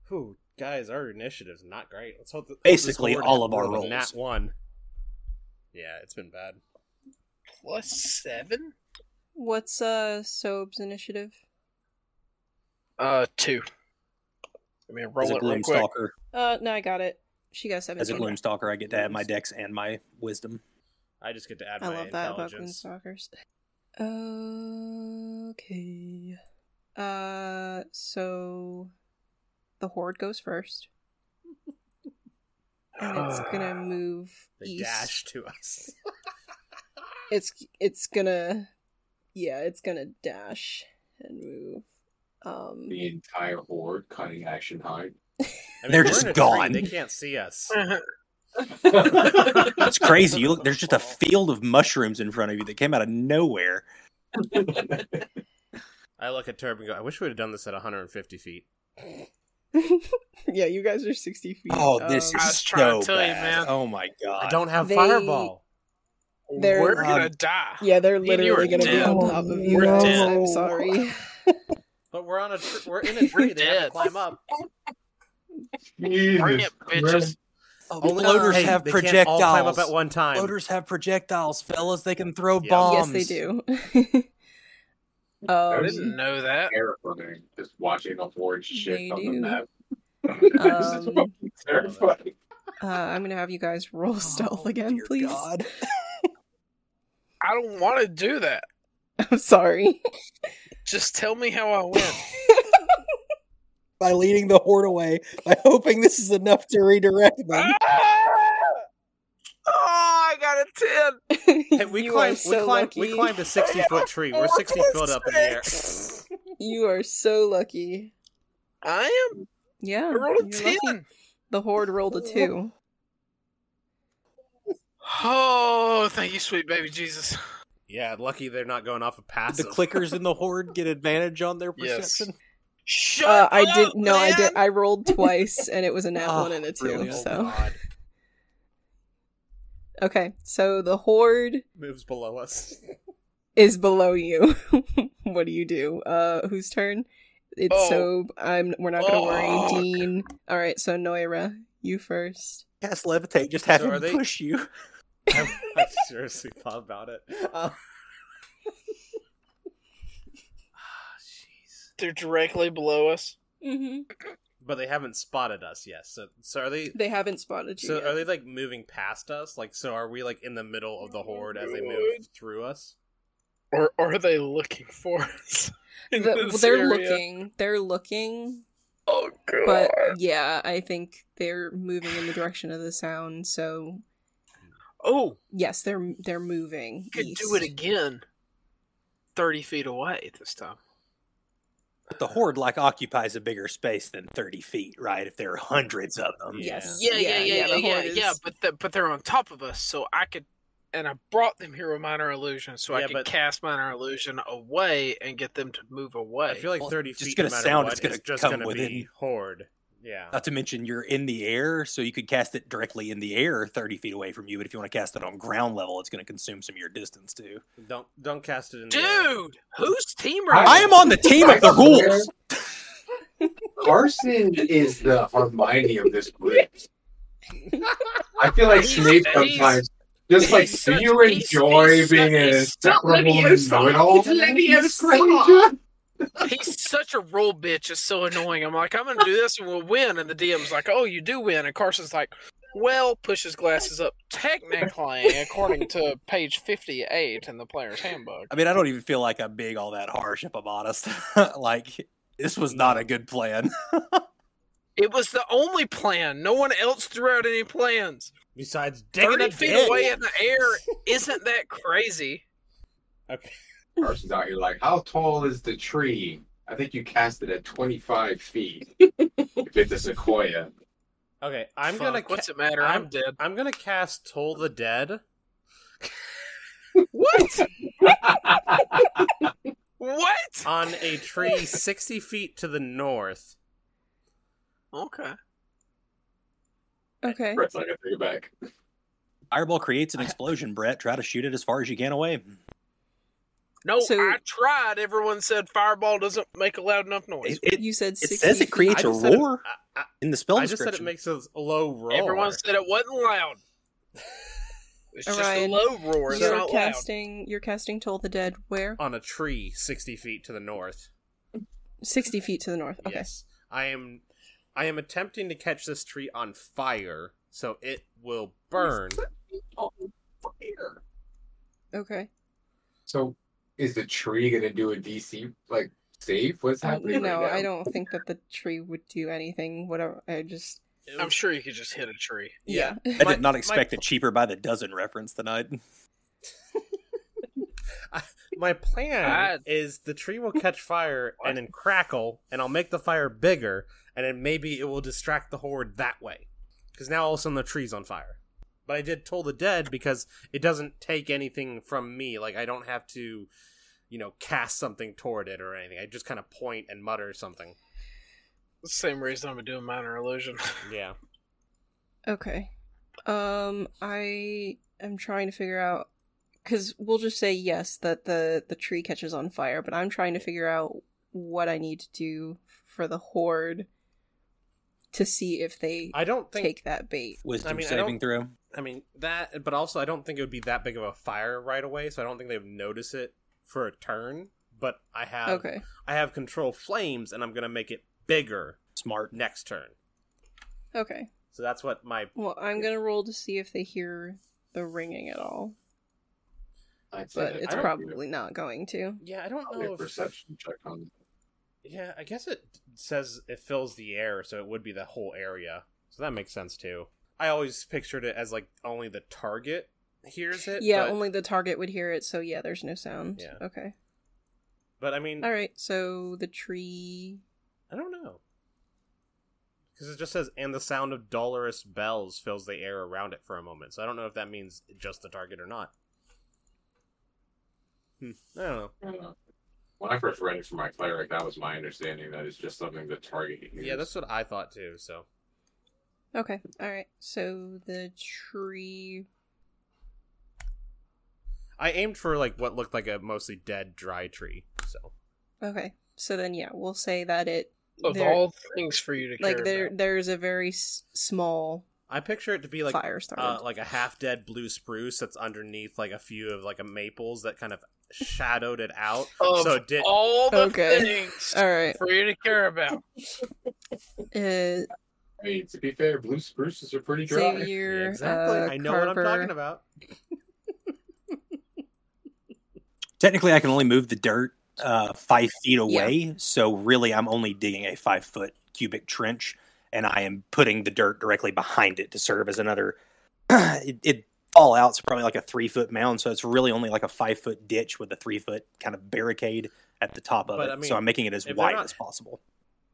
C: Whew, guys, our initiative's not great. Let's hope that hope this
G: Basically,
C: horde
G: all
C: had
G: of our
C: more than
G: rolls.
C: That one. Yeah, it's been bad.
D: Plus seven?
A: What's uh Sob's initiative?
D: Uh, two. I mean,
G: As
D: roll
G: a
D: it real quick.
G: gloomstalker,
A: Uh, no, I got it. She got seventeen.
G: as a gloomstalker, I get to add my dex and my
D: <laughs>
G: wisdom.
C: I just get to add
A: I
C: my
A: love that about
C: intelligence.
A: Gloomstalkers. Okay. Uh, so the horde goes first, and it's gonna move
C: they
A: east.
C: dash
A: <laughs>
C: to us.
A: It's it's gonna, yeah, it's gonna dash and move. Um,
H: The entire horde cutting action hide.
C: I mean,
G: They're
C: we're
G: just
C: in a tree,
G: gone.
C: They can't see us.
D: <laughs>
G: That's crazy. You look, there's just a field of mushrooms in front of you that came out of nowhere.
C: I look at Turb and go, I wish we would have done this at 150 feet.
A: <laughs> yeah, you guys are sixty feet.
G: Oh, this
A: Um,
D: Uh, I
G: is
D: was trying
G: so
D: to tell you,
G: bad.
D: man.
G: Oh my god.
C: I don't have
A: Uh, They-
C: fireball.
A: They're,
D: We're gonna
G: um,
D: die.
A: Yeah, they're
D: You- you
A: literally
D: are
A: gonna be
D: dead.
A: on top of you
D: We're
A: guys.
D: dead.
A: I'm sorry.
C: But we're on a tr-
A: <laughs>
C: we're in a tree. they have to
D: dead.
C: climb up.
D: Bring it, bitches.
G: Oh,
C: Only-
D: uh,
G: bloaters
C: hey,
G: have
C: they can't all
G: projectiles.
C: climb up at one time.
G: Floaters have projectiles, fellas. They can throw
C: Yeah.
G: bombs.
A: Yes, they <laughs> do. um,
D: I didn't know that.
H: Terrifying. Just watching a horde
A: They
H: shift on the
A: do.
H: map.
A: Um,
H: This is <laughs> fucking terrifying.
A: uh, I'm gonna have you guys roll stealth
G: Oh,
A: again,
G: dear
A: please.
G: God.
D: I don't want to do that.
A: <laughs> I'm
D: <laughs>
A: sorry.
D: Just tell me how
A: <laughs>
D: I win.
G: By leading the horde away, by hoping this is enough to redirect them.
D: Ah! <laughs> Oh, I got a ten.
C: Hey, we
A: you are
C: climbed.
A: so
C: we climbed.
A: lucky. <laughs>
C: We climbed a 60 foot tree. We're 60 foot up in the air.
A: You are so lucky.
D: <laughs> I am.
A: Yeah,
D: I rolled a
A: you're lucky.
D: ten.
A: The horde rolled a two.
D: Oh, thank you, sweet baby Jesus.
C: Yeah, lucky they're not going off a pass. <laughs>
G: The clickers in the horde get advantage on their
D: Yes.
G: perception.
D: Shut
A: Uh, I
D: up,
A: did no, I did.
D: man! Ah,
A: I rolled twice, and it was a nat
G: Oh,
A: one and a two.
G: brilliant.
A: So okay, so the horde
C: moves below
A: <laughs>
C: us. <laughs>
A: is below you. <laughs> what do you do? Uh whose turn? It's
D: Oh.
A: so I'm we're not gonna
D: Fuck.
A: worry, Dean. Alright, so Moira, you first.
G: Cast levitate, just have
C: So are
G: him
C: they-
G: push you.
C: I, I seriously thought about it. Uh,
D: They're directly below us.
A: Mm-hmm.
C: but they haven't spotted us yet. So, so are they?
A: They haven't spotted you.
C: So uh,
A: yet.
C: are they like moving past us? Like, so are we like in the middle of the horde as they move through us?
D: Or are they looking for us? <laughs> in
A: The-
D: this
A: they're
D: area?
A: looking. They're looking.
D: Oh god!
A: But yeah, I think they're moving in the direction of the sound, so
D: oh,
A: yes, they're they're moving.
D: could do
A: east.
D: it again. Thirty feet away this time.
G: But the horde like occupies a bigger space than thirty feet, right? If there are hundreds of them.
A: Yes.
D: Yeah, yeah, yeah, yeah,
A: the
D: yeah,
A: horde is-
D: yeah, But the, but they're on top of us, so I could. And I brought them here with minor illusion, so
C: Yeah,
D: I could
C: but-
D: cast minor illusion away and get them to move away.
C: I feel like
G: Well,
C: thirty
G: it's
C: feet.
G: gonna
C: no matter
G: sound-
C: what,
G: it's gonna
C: just
G: come
C: gonna be
G: within-
C: horde. Yeah.
G: Not to mention you're in the air, so you could cast it directly in the air thirty feet away from you, but if you want to cast it on ground level, it's gonna consume some of your distance too.
C: Don't don't cast it in.
D: dude,
C: The air.
D: whose team are
G: I
D: you?
G: am on the team of the ghouls.
H: <laughs> Carson is the Hermione of this group. I feel like Snape
D: He's-
H: sometimes. Just like,
D: he's
H: do
D: such-
H: you
D: he's-
H: enjoy
D: he's
H: being
D: such-
H: an
D: he's such
H: insufferable
D: Leviosa.
H: know-it-all?
D: He's Leviosa. <laughs>
H: Stranger?
D: He's such a rule bitch. It's so annoying. I'm like, I'm gonna do this and we'll win. And the DM's like, Oh, you do win. And Carson's like, Well, pushes glasses up. Technically, according to page 58 in the player's handbook.
G: I mean, I don't even feel like I'm being all that harsh if I'm honest. <laughs> like this was not a good plan. <laughs>
D: It was the only plan. No one else threw out any plans.
C: Besides digging a
D: Thirty feet
C: ditch.
D: away in the air isn't that crazy.
C: Okay.
H: Carson's out here like, how tall is the tree? I think you cast it at 25 feet. if it's
A: <laughs>
H: a sequoia.
C: <laughs> Okay. I'm
D: Fuck,
C: gonna.
D: What's
C: ca-
D: it matter? I'm, dead.
C: I'm gonna cast Toll the Dead.
D: What? <laughs> what?
C: on a tree 60 feet to the north.
D: Okay.
A: Okay.
H: Brett's like, I take it back.
G: Fireball creates an explosion, Brett. Try to shoot it as far as you can away.
D: No,
A: So-
D: I tried. Everyone said fireball doesn't make a loud enough noise.
G: It, it,
A: you said
G: it
A: 60
G: says it
A: feet.
G: creates
C: I
G: a
C: just said it-
G: roar
C: I,
G: in the spell
C: I, I just
G: description.
C: said it makes a low roar.
D: Everyone said it wasn't <laughs> loud. It's just
A: Orion,
D: a low roar. It's
A: You're
D: not loud.
A: casting. You're casting Toll the Dead. Where?
C: on a tree sixty feet to the north.
A: Sixty feet to the north. Okay.
C: Yes, I am. I am attempting to catch this tree on fire, so it will
A: <laughs>
C: burn.
F: on fire.
A: Okay.
H: So is the tree gonna do a DC like save? What's
A: Uh,
H: happening?
A: no,
H: right now?
A: I don't think that the tree would do anything. Whatever. I just.
D: I'm sure you could just hit a tree.
A: Yeah.
G: I
C: My-
G: did not
C: my-
G: expect a cheaper by the dozen reference tonight.
C: My plan
D: God.
C: is the tree will catch fire and then crackle, and I'll make the fire bigger, and then maybe it will distract the horde that way. Because now all of a sudden the tree's on fire. But I did Toll the Dead because it doesn't take anything from me. Like, I don't have to, you know, cast something toward it or anything. I just kind of point and mutter something.
D: It's the same reason I'm doing minor illusion. <laughs>
C: Yeah.
A: Okay. Um, I am trying to figure out because we'll just say yes that the the tree catches on fire, but I'm trying to figure out what I need to do for the horde to see if they
C: I don't think.
A: take that bait.
G: <laughs> Wisdom
C: I mean, I
G: saving
C: don't-
G: throw.
C: I mean, that. But also, I don't think it would be that big of a fire right away, so I don't think they would notice it for a turn. But I have.
A: okay.
C: I have control flames and I'm going to make it bigger
G: Smart.
C: next turn.
A: Okay.
C: So that's what my
A: Well, I'm gonna roll to see if they hear the ringing at all,
H: I'd say
A: but
H: that
A: it's
H: I would
A: probably not going to.
C: Yeah, I don't
H: do
C: know
H: a
C: if
H: perception check on
C: Yeah, I guess it says it fills the air, so it would be the whole area. So that makes sense too. I always pictured it as like only the target hears it.
A: Yeah,
C: but,
A: only the target would hear it, so yeah, there's no sound.
C: Yeah.
A: Okay.
C: but I mean,
A: All right. So the tree
C: I don't know. Because it just says, and the sound of dolorous bells fills the air around it for a moment. So I don't know if that means just the target or not. Hmm. I don't know.
H: Uh, when I first read it for my cleric, that was my understanding that it's just something the target hears.
C: Yeah, that's what I thought too. So
A: Okay. All right. So the tree.
C: I aimed for like what looked like a mostly dead, dry tree. So
A: Okay. So then, yeah, we'll say that it
D: Of
A: there-
D: all things for you to care
A: like there
D: about.
A: there's a very s- small
C: I picture it to be like
A: fire started.
C: uh, like a half dead blue spruce that's underneath like a few of like a maples that kind of shadowed it out.
D: Of
C: so it did
D: all the
A: Okay.
D: things
A: all right.
D: for you to care about.
A: Uh,
H: I mean, to be fair, blue spruces are pretty dry.
A: Xavier,
C: exactly.
A: uh,
C: I know
A: Carver.
C: what I'm talking about.
G: Technically, I can only move the dirt uh, five feet away, so really, I'm only digging a five foot cubic trench, and I am putting the dirt directly behind it to serve as another. <clears throat> it, it fall out's probably like a three foot mound, so it's really only like a five foot ditch with a three foot kind of barricade at the top of
C: But,
G: it.
C: I mean,
G: so I'm making it as
C: if they're
G: wide
C: not-
G: as possible.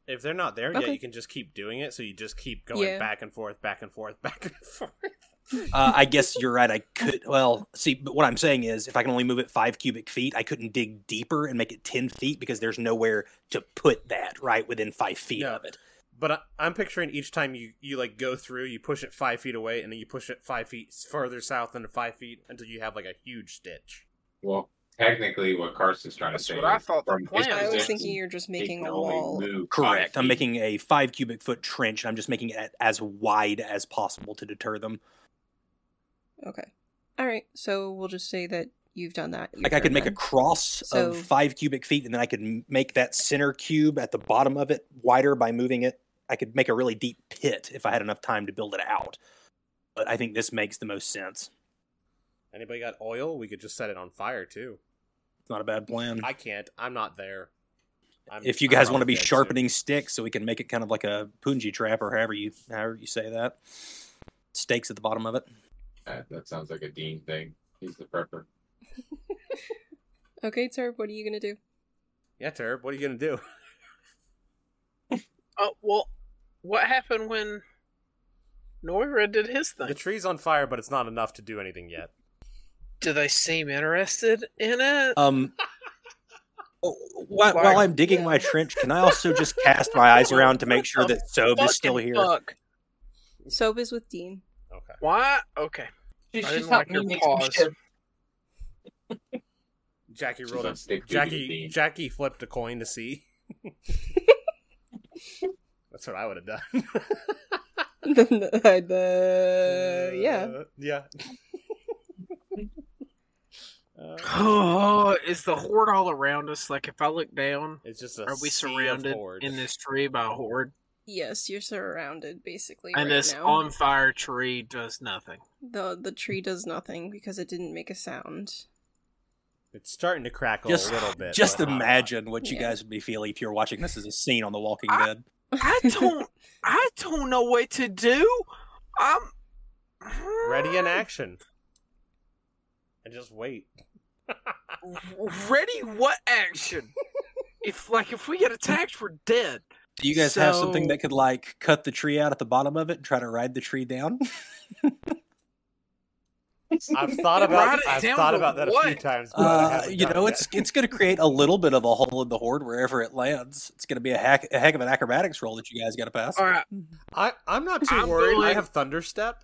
C: If they're not there yet,
A: Okay.
C: you can just keep doing it. So you just keep going
A: Yeah.
C: back and forth, back and forth, <laughs> back and forth.
G: Uh, I guess you're right. I could. Well, see, but what I'm saying is, if I can only move it five cubic feet, I couldn't dig deeper and make it ten feet because there's nowhere to put that right within five feet
C: No.
G: of it.
C: But I, I'm picturing each time you you like go through, you push it five feet away, and then you push it five feet further south into five feet until you have like a huge ditch.
H: Well, technically, what Carson's trying
D: That's
H: to say.
D: what I
H: is
D: thought the
H: from
D: plan
A: I
H: his
A: was
H: position,
A: thinking you're just
H: they
A: making
H: can
A: a
H: only
A: wall.
H: move
G: Correct.
H: five
G: I'm
H: feet.
G: making a five cubic foot trench, and I'm just making it as wide as possible to deter them.
A: Okay. All right. So we'll just say that you've done that. Your
G: Like I could
A: turn
G: make a
A: then.
G: cross
A: So-
G: of five cubic feet, and then I could m- make that center cube at the bottom of it wider by moving it. I could make a really deep pit if I had enough time to build it out. But I think this makes the most sense.
C: Anybody got oil? We could just set it on fire too.
G: It's not a bad plan.
C: I can't. I'm not there. I'm,
G: if you
C: I'm
G: guys
C: probably
G: want to be
C: dead soon.
G: sharpening sticks so we can make it kind of like a punji trap or however you however you say that stakes at the bottom of it
H: That, that sounds like a Dean thing. He's the prepper.
A: Okay, Terb, what are you gonna do?
C: Yeah, Terb, what are you gonna do? <laughs>
D: Uh, well, what happened when Noira did his
C: The
D: thing?
C: tree's on fire, but it's not enough to do anything yet.
D: Do they seem interested in it?
G: um oh, while, while i'm digging my trench can i also just cast my eyes around to make sure that sov is still
D: Fucking
G: here
D: Fuck.
A: Sob is with Dean. <laughs>
C: Okay.
D: Why? Okay.
F: She's
D: I didn't
F: just
D: like
F: helping
D: your
F: me make some
D: paws.
F: shit.
C: Jackie
H: She's
C: rolled
H: on
C: a
H: stick duty with
C: Jackie
H: Dean.
C: Jackie flipped a coin to <laughs> see. That's what I would have done.
A: the, the- yeah.
C: Uh, <laughs> yeah. Uh,
D: Oh, is the horde all around us? Like, if I look down,
C: it's just a
D: are we
C: sea of
D: surrounded
C: horde.
D: in this tree by a horde?
A: Yes, you're surrounded basically
D: And
A: right
D: this
A: now.
D: on fire tree does nothing.
A: the the tree does nothing because it didn't make a sound.
C: It's starting to crackle
G: Just-
C: a little bit.
G: Just
C: but not a lot.
G: imagine what you
A: Yeah.
G: guys would be feeling if you're watching this as a scene on The Walking
D: Ah.
G: Dead.
D: I <laughs> don't. I don't know what to do. I'm
C: Ready in action. And just wait.
D: Ready? What
C: <laughs>
D: action? if like if we get attacked, we're dead.
G: Do you guys have something
D: So-
G: that could like cut the tree out at the bottom of it and try to ride the tree down?
C: <laughs> I've thought about
D: Ride it
C: I've
D: down
C: thought
D: to
C: about that a few
D: what?
C: times. But I
G: Uh,
C: haven't
G: you
C: done
G: know,
C: it
G: it's it's going to create a little bit of a hole in the horde wherever it lands. It's going to be a heck, a heck of an acrobatics roll that you guys got to pass.
D: All right.
C: yet. I I'm not too
D: I'm
C: worried. I
D: going-
C: have thunderstep.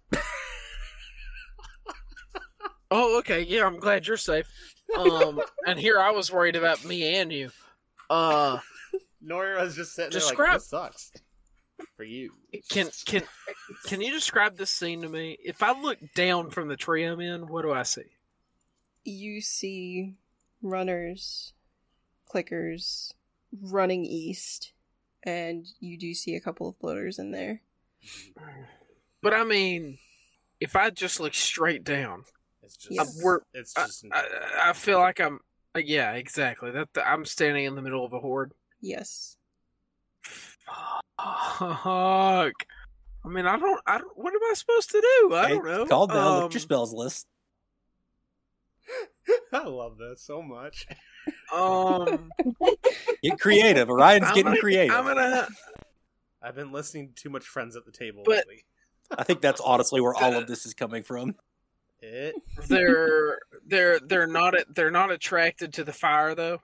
D: Oh, okay. Yeah, I'm glad you're safe. Um, and here I was worried about me and you. Uh,
C: Nora was just sitting there like
D: Describe-
C: this sucks for you.
D: can can can you describe this scene to me? If I look down from the tree I'm in, what do I see?
A: <laughs> You see runners, clickers running east, and you do see a couple of bloaters in there.
D: But I mean, if I just look straight down,
C: It's just
A: Yeah,
D: we're- uh,
C: it's just
D: I, I feel like I'm. uh, Yeah, exactly. That I'm standing in the middle of a horde.
A: Yes.
D: Fuck. I mean, I don't. I don't. What am I supposed to do? I
G: Okay,
D: don't know.
G: Call down, look at
D: Um,
G: your spells list.
C: <laughs> I love that so much. <laughs>
D: Um,
G: Get creative. Orion's
D: <laughs> I'm
G: getting
D: gonna-
G: creative.
D: I'm gonna.
C: I've been listening to too much Friends at the Table
D: But-
C: lately.
G: I think that's honestly where all
D: <laughs>
G: of this is coming from.
C: It
D: They're they're they're not they're not attracted to the fire though.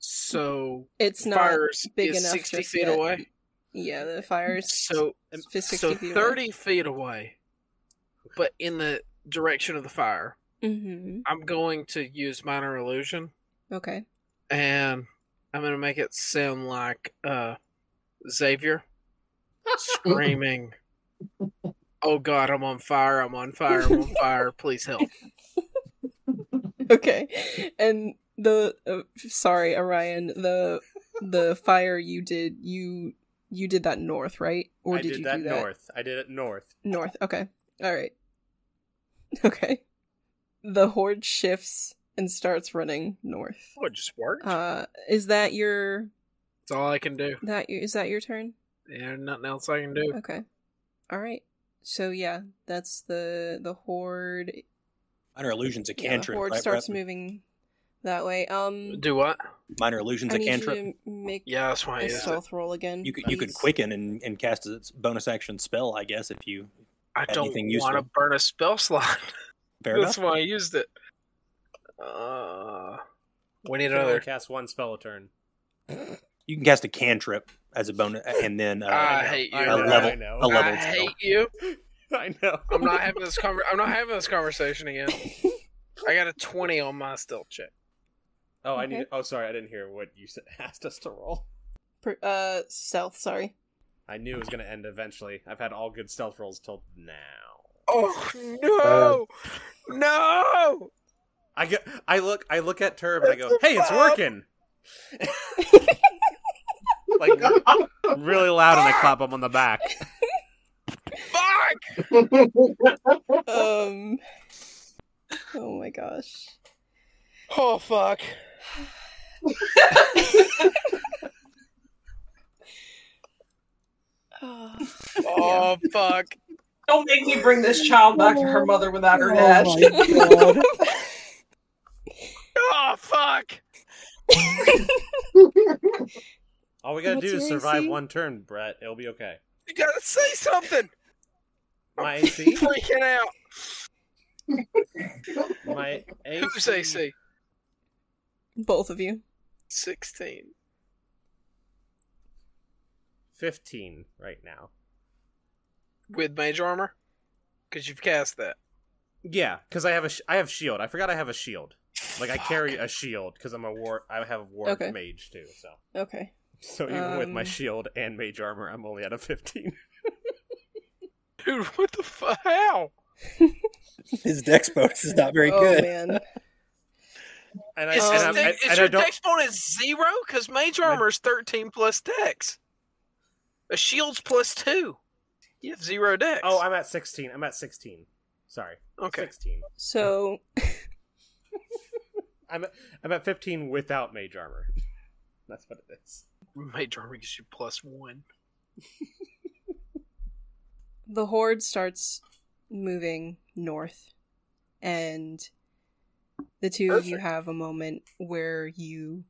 D: So
A: It's not
D: fire's
A: big
D: is
A: enough
D: sixty
A: just
D: feet
A: yet.
D: away.
A: Yeah, the fire's
D: So
A: is 60
D: so
A: feet away.
D: thirty feet away, but in the direction of the fire.
A: Mm-hmm.
D: I'm going to use minor illusion.
A: Okay.
D: and I'm gonna make it sound like uh Xavier screaming, "Oh God, I'm on fire! I'm on fire! I'm on fire! Please help!"
A: Okay. And the uh, sorry, Orion, the the fire you did you you did that north, right? Or
C: I
A: did,
C: did
A: you
C: that
A: do that
C: north. I did it north.
A: North. Okay. All right. <laughs> Okay. The horde shifts and starts running north.
D: Oh, it just worked.
A: Uh, is that your
D: That's all I can do.
A: that your, is that your turn?
D: Yeah, nothing else I can do.
A: Okay. All right. So yeah, that's the the horde.
G: Minor illusions a
A: Yeah, the
G: cantrip.
A: horde
G: right,
A: starts
G: Brett?
A: moving that way. Um,
D: Do what?
G: Minor illusions
A: I
G: a
A: need
G: cantrip. uh,
A: you to make
D: Yeah, that's why. I
A: a
D: used it.
A: stealth roll again.
G: You could you could
A: please.
G: quicken and, and cast a bonus action spell, I guess, if you
D: I don't
G: Anything
D: want to
G: useful.
D: burn a spell <laughs> slot.
G: fair
D: that's
G: enough.
D: why I used it. Uh, we need
C: You can only
D: another.
C: cast one spell a turn.
G: You can cast a cantrip as a bonus and then uh,
D: I
G: <laughs>
D: hate you.
C: I
G: A
C: know,
G: level-
C: I know.
G: a level
D: I
G: spell.
D: hate you.
C: <laughs> I know.
D: I'm not having this conver- I'm not having this conversation again. I got a twenty on my stealth check.
C: Oh, I
A: Okay.
C: need. Oh, sorry, I didn't hear what you s- <laughs> asked us to roll.
A: Per- uh, stealth. Sorry.
C: I knew it was going to end eventually. I've had all good stealth rolls till now.
D: Oh
G: Uh,
D: no, no!
C: I get. I look. I look at Turb and I go,
D: It's a
C: "Hey, it's
D: five."
C: working!" like really loud, and I clap him on the back.
D: Fuck!
H: <laughs>
A: Um. Oh my gosh.
D: Oh fuck!
A: <laughs> Oh,
D: Oh fuck!
F: Don't make me bring this child back to her mother without her dad. <laughs>
D: Oh fuck!
C: All we gotta do
A: What's
C: is
A: your
C: survive
A: AC?
C: one turn, Brett. It'll be okay.
D: You gotta say something.
C: My
D: I'm
C: AC,
D: freaking out.
C: my AC,
D: Who's AC?
A: <laughs> Both of you.
D: Sixteen.
C: fifteen right now.
D: With mage armor? Because you've cast that.
C: Yeah, because I have a sh- I have shield. I forgot I have a shield. Like I carry a shield because I'm a war. I have a war
A: Okay.
C: mage too. So
A: Okay.
C: so even with my
A: Um.
C: shield and mage armor, I'm only at a fifteen. <laughs>
D: Dude, what the fuck? How?
G: His dex bonus is not very
A: oh
G: good.
A: man.
C: And I
D: Is,
A: Um,
D: his
C: and, I'm,
D: de-
C: and,
D: is
C: and I
D: your
C: don't.
D: dex bonus zero? Because mage armor is 13 plus dex. A shield's plus two. You have zero dex.
C: Oh, I'm at sixteen. I'm at sixteen. Sorry,
D: okay.
C: sixteen.
A: So
C: I'm at, I'm at fifteen without mage armor. <laughs> That's what it is.
D: Mage armor gives you plus one.
A: the horde starts moving north and the two of you
D: Perfect.
A: have a moment where you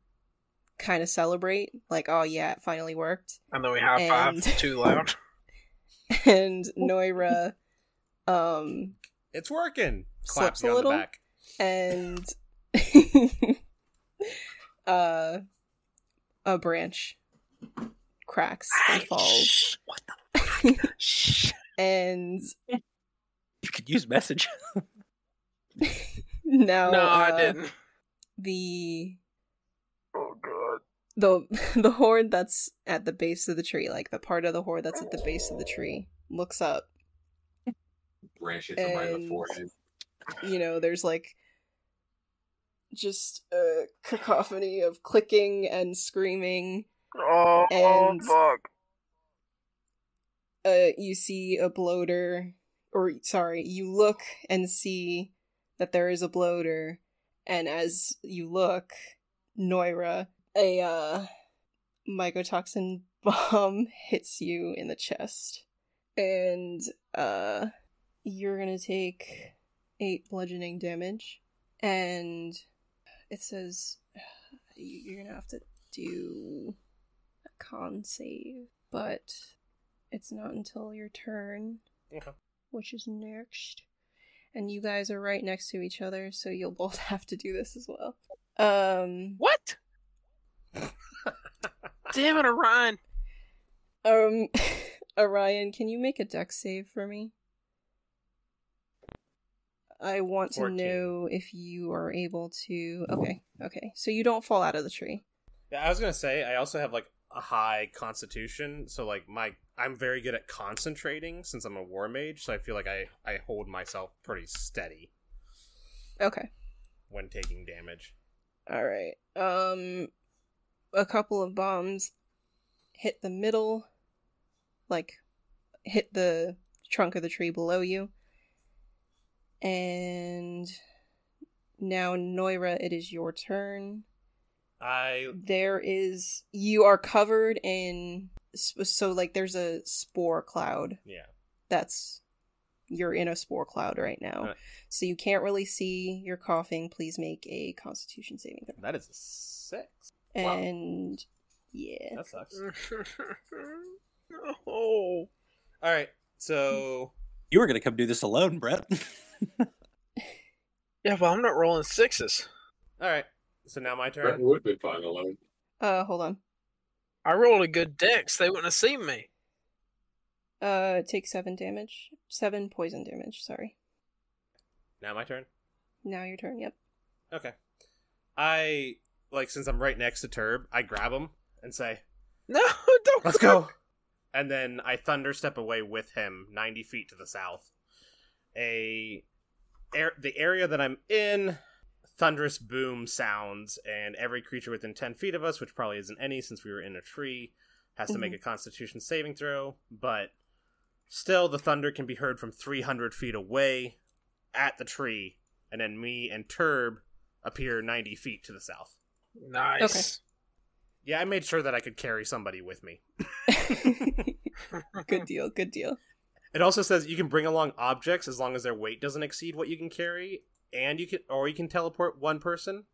A: kind of celebrate like oh yeah it finally worked <laughs>
D: And then we high five
A: And-
D: too loud.
A: and Noira um
C: It's working.
A: Slips
C: Claps
A: a
C: you on
A: little.
C: the back.
A: and <laughs> uh, a branch cracks and falls,
G: Shh, what the? Shh.
A: and
G: You could use message.
A: now
D: no,
A: uh,
D: I didn't.
A: the
D: Oh god.
A: the the <laughs> horde that's at the base of the tree, like the part of the horde that's at the base of the tree, looks up.
H: Branch hit somebody in
A: And-
H: the forehead.
A: You know, there's like just a cacophony of clicking and screaming.
D: Oh,
A: And-
D: fuck.
A: uh, you see a bloater, or sorry, you look and see that there is a bloater, and as you look, Noira, a uh, mycotoxin <laughs> bomb hits you in the chest, and uh, you're gonna take eight bludgeoning damage, and it says <sighs> you- you're gonna have to do a con save, but it's not until your turn,
C: Okay.
A: which is next. And you guys are right next to each other, so you'll <laughs> both have to do this as well. Um,
D: What? Damn it, <laughs> Orion.
A: um, <laughs> Orion, can you make a deck save for me? I want to
C: 14.
A: know if you are able to. Okay, okay. So you don't fall out of the tree.
C: Yeah, I was gonna say I also have like a high constitution, so like my I'm very good at concentrating since I'm a war mage, so I feel like I I hold myself pretty steady
A: Okay.
C: when taking damage.
A: All right. Um, a couple of bombs hit the middle, like hit the trunk of the tree below you, and now Noira, it is your turn.
C: I
A: There is you are covered in sp- so like there's a spore cloud.
C: yeah.
A: That's you're in a spore cloud right now,
C: Alright.
A: so you can't really see. You're coughing. Please make a Constitution saving throw.
C: That is a six.
H: Wow.
A: And yeah.
C: That sucks.
D: oh.
C: All right, so
G: You were gonna come do this alone, Brett. <laughs>
D: Yeah, but I'm not rolling sixes.
C: all right, so now my
H: That
C: turn.
H: would be fun alone.
A: Uh hold on.
D: I rolled a good dex. They wouldn't have seen me. <laughs>
A: Uh take 7 damage. 7 poison damage, sorry.
C: Now my turn.
A: Now your turn. Yep. <laughs>
C: Okay, I like since I'm right next to Turb, I grab him and say,
D: No, don't.
C: Let's go. And then I thunder step away with him, ninety feet to the south. A, air the area that I'm in, thunderous boom sounds, and every creature within ten feet of us, which probably isn't any since we were in a tree, has to make a Constitution saving throw. But still, the thunder can be heard from three hundred feet away at the tree, and then me and Turb appear ninety feet to the south.
D: Nice. <laughs>
C: Yeah, I made sure that I could carry somebody with me.
A: good deal. Good deal.
C: It also says you can bring along objects as long as their weight doesn't exceed what you can carry, and you can or you can teleport one person.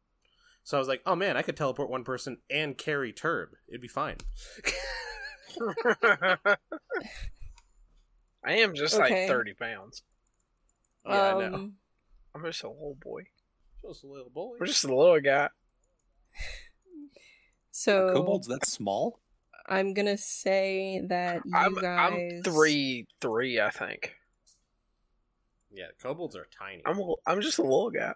C: So I was like, oh man, I could teleport one person and carry Turb. It'd be fine.
D: I am just
A: Okay.
D: like 30 pounds.
C: yeah, I know.
A: Um,
D: I'm just a little boy.
C: Just a little boy.
D: I'm just a little guy.
G: Are
A: So
G: kobolds that small?
A: I'm going to say that you
D: I'm,
A: guys
D: I'm three, three, I think.
C: Yeah, kobolds are tiny.
D: I'm, a- I'm just a little guy.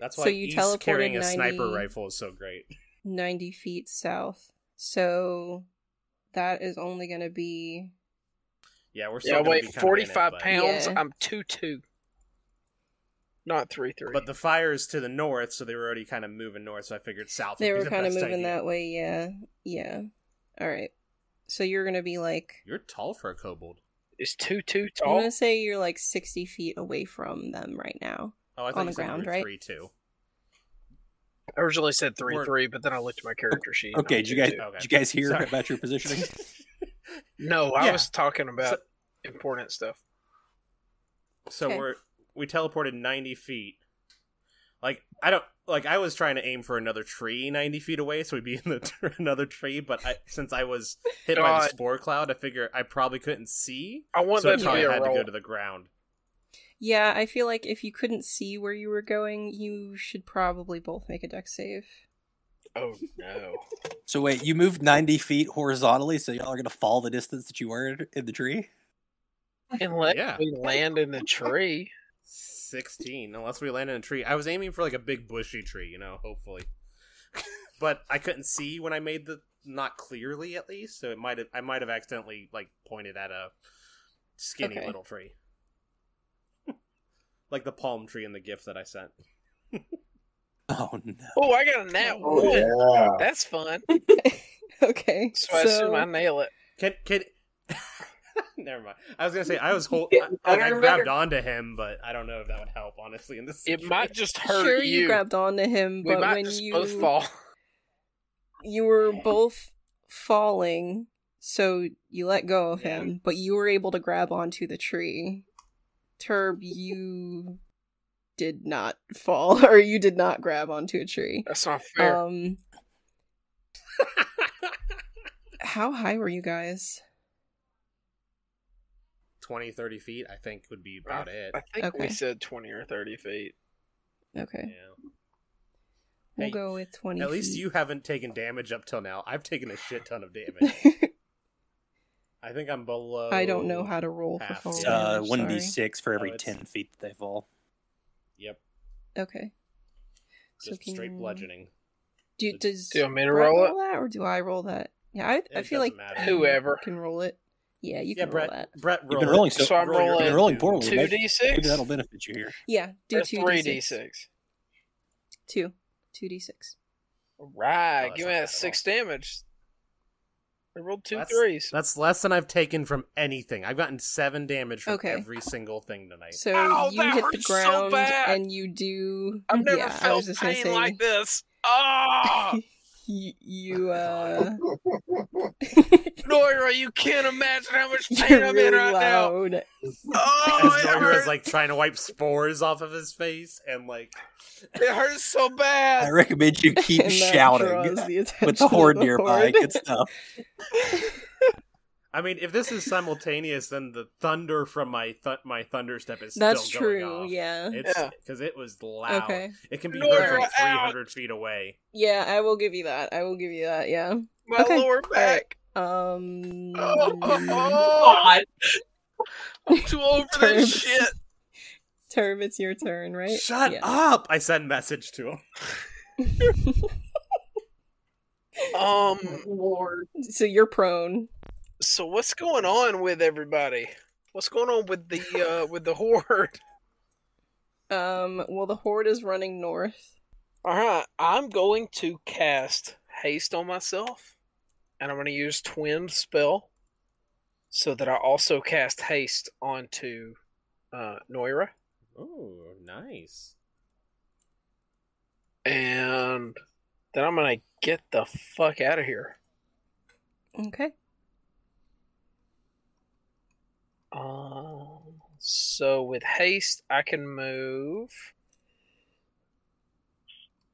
C: That's
A: So
C: why
A: you
C: East
A: teleported
C: carrying a
A: 90
C: sniper rifle is so great.
A: 90 feet south. So that is only going to be.
C: Yeah, we're still
D: Yeah,
C: gonna be
D: wait,
C: kinda in it,
D: forty-five
C: but-
D: pounds.
A: Yeah.
D: I'm two two, not three three.
C: But the fire is to the north, so they were already kind of moving north. So I figured south.
A: They
C: would
A: were
C: be the
A: kind of
C: best
A: moving
C: idea.
A: that way, yeah. Yeah. All right. So you're going to be like.
C: You're tall for a kobold.
D: is two two
A: I'm
D: tall?
A: going to say you're like 60 feet away from them right now.
C: Oh, I
A: On
C: thought
A: the
C: you said
A: ground,
C: you were
A: right?
C: three two.
D: I originally said three
C: We're-
D: three, but then I looked at my character sheet. and
G: Okay,
D: I'm
G: did you guys
D: 2'2".
C: Okay.
G: did you guys hear
C: Sorry.
G: about
C: <laughs>
G: your positioning?
D: No, I
C: Yeah.
D: was talking about
C: So-
D: important stuff.
C: So
A: Okay.
C: we're we teleported ninety feet. Like I don't like I was trying to aim for another tree ninety feet away, so we'd be <laughs> in the another tree. But I, since I was hit by the
D: God.
C: spore cloud, I figure I probably couldn't see,
D: I want
C: so I
D: that to be
C: probably
D: a
C: had to
D: roll.
C: go to the ground.
A: Yeah, I feel like if you couldn't see where you were going, you should probably both make a deck
D: <laughs>
A: save. <laughs>
D: Oh no!
G: so wait, you moved ninety feet horizontally, so y'all are gonna fall the distance that you were in the tree.
D: Unless
C: Yeah.
D: we land in the tree.
C: Sixteen, unless we land in a tree. I was aiming for like a big bushy tree, you know, hopefully. <laughs> but I couldn't see when I made the not clearly at least, so it might have I might have accidentally like pointed at a skinny
A: Okay.
C: little tree. <laughs> like the palm tree in the gift that I sent.
G: Oh no.
D: Oh, I got a nat
A: Oh,
D: one.
H: Oh yeah.
D: That's fun.
A: okay.
D: So, I assume I nail it.
C: Can can <laughs> Never mind. I was gonna say I was hold.
F: Getting
C: I, like,
F: better
C: I
F: and
C: grabbed
F: better.
C: onto him, but I don't know if that would help. Honestly, in this,
D: It might just hurt
A: Sure, you.
D: you.
A: grabbed onto him,
D: we
A: but
D: might
A: when
D: just
A: you
D: both fall. <laughs>
A: you were both falling, so you let go of
C: Yeah.
A: him, but you were able to grab onto the tree. Turb, you did not fall, <laughs> or you did not grab onto a tree.
D: That's not fair.
A: Um, how high were you guys?
C: 20, 30 feet, I think would be about it.
D: <laughs> I think we
A: okay.
D: said twenty or thirty feet.
C: Yeah.
A: Okay, we'll
C: Hey,
A: go with twenty.
C: At least
A: feet.
C: you haven't taken damage up till now. I've taken a shit ton of damage. I think I'm below.
A: <laughs> I don't know how to roll for
C: Oh, half.
A: falling.
C: It's,
G: It's
C: Yeah,
G: uh
A: damage,
G: one d
A: sorry.
G: six for every
C: Oh, it's-
G: ten feet that they fall.
C: Yep,
A: Okay. So
C: just straight
A: can-
C: bludgeoning.
A: Do, does
D: Do you want me to
A: Brett
D: roll it?
A: that, or do I roll that? Yeah, I, I
C: It
A: feel like
C: doesn't matter.
D: Whoever.
A: can roll it. Yeah, you
C: yeah,
A: can roll
C: Brett.
A: that.
C: Brett, roll
G: been
C: it.
G: rolling so-
D: So I'm
C: Roll your-
D: rolling-
G: You're rolling poorly.
D: Two
G: Maybe,
D: d
G: maybe
D: six.
G: that'll benefit you
A: <laughs>
G: here.
A: Yeah, do
D: That's
A: two
D: three
A: d
D: d
A: six.
D: six.
A: Two, two d six.
D: Right.
C: Oh, that's
D: Give
C: not
D: me
C: bad at
D: that six damage. I rolled two
C: That's-
D: threes.
C: That's less than I've taken from anything. I've gotten seven damage from
A: Okay.
C: every single thing tonight.
A: So
D: Ow,
A: you
D: that
A: hit the
D: hurts so
A: ground
D: bad.
A: and you do.
D: I've never
A: yeah, I
D: felt
A: was just gonna
D: pain
A: say,
D: like this.
A: <laughs>
D: Ah,
A: You, you uh, <laughs>
D: Noira, you can't imagine how much pain
A: you're
D: I'm
A: really
D: in right now.
A: loud.
D: <laughs> Oh,
C: As
D: it
C: Noir was
D: hurts.
C: like trying to wipe spores off of his face, and like
D: it hurts so
G: I
D: bad.
G: recommend
A: <laughs>
G: you keep
A: and that
G: shouting
A: draws the
G: <laughs> with
A: attention
G: the
A: of
G: horn nearby.
A: horde. <laughs>
G: Good stuff.
C: I mean, if this is simultaneous, then the thunder from my th- my thunder step is
A: That's
C: still
A: true.
C: Going off.
A: Yeah.
C: It's
D: Yeah.
C: because it was loud.
A: Okay.
C: It can be
D: Nora,
C: heard from
D: out.
C: 300 feet away.
A: Yeah, I will give you that. I will give you that. Yeah.
D: My
A: Okay.
D: lower back. <laughs>
A: Um.
D: Oh,
F: God.
D: I'm too over this
A: Terps.
D: shit.
A: Turb, it's your turn, right?
C: Shut up! I send message to him.
A: up.
D: Um.
A: Mm.
F: Lord.
A: <laughs> so you're prone.
D: So what's going on with everybody? What's going on with the uh with the horde?
A: Um. Well, the horde is running north.
D: All right, I'm going to cast haste on myself, and I'm going to use twin spell, so that I also cast haste onto uh, Noira,
C: Oh, nice.
D: and then I'm going to get the fuck out of here.
A: Okay.
D: <laughs> Um, so with haste, I can move.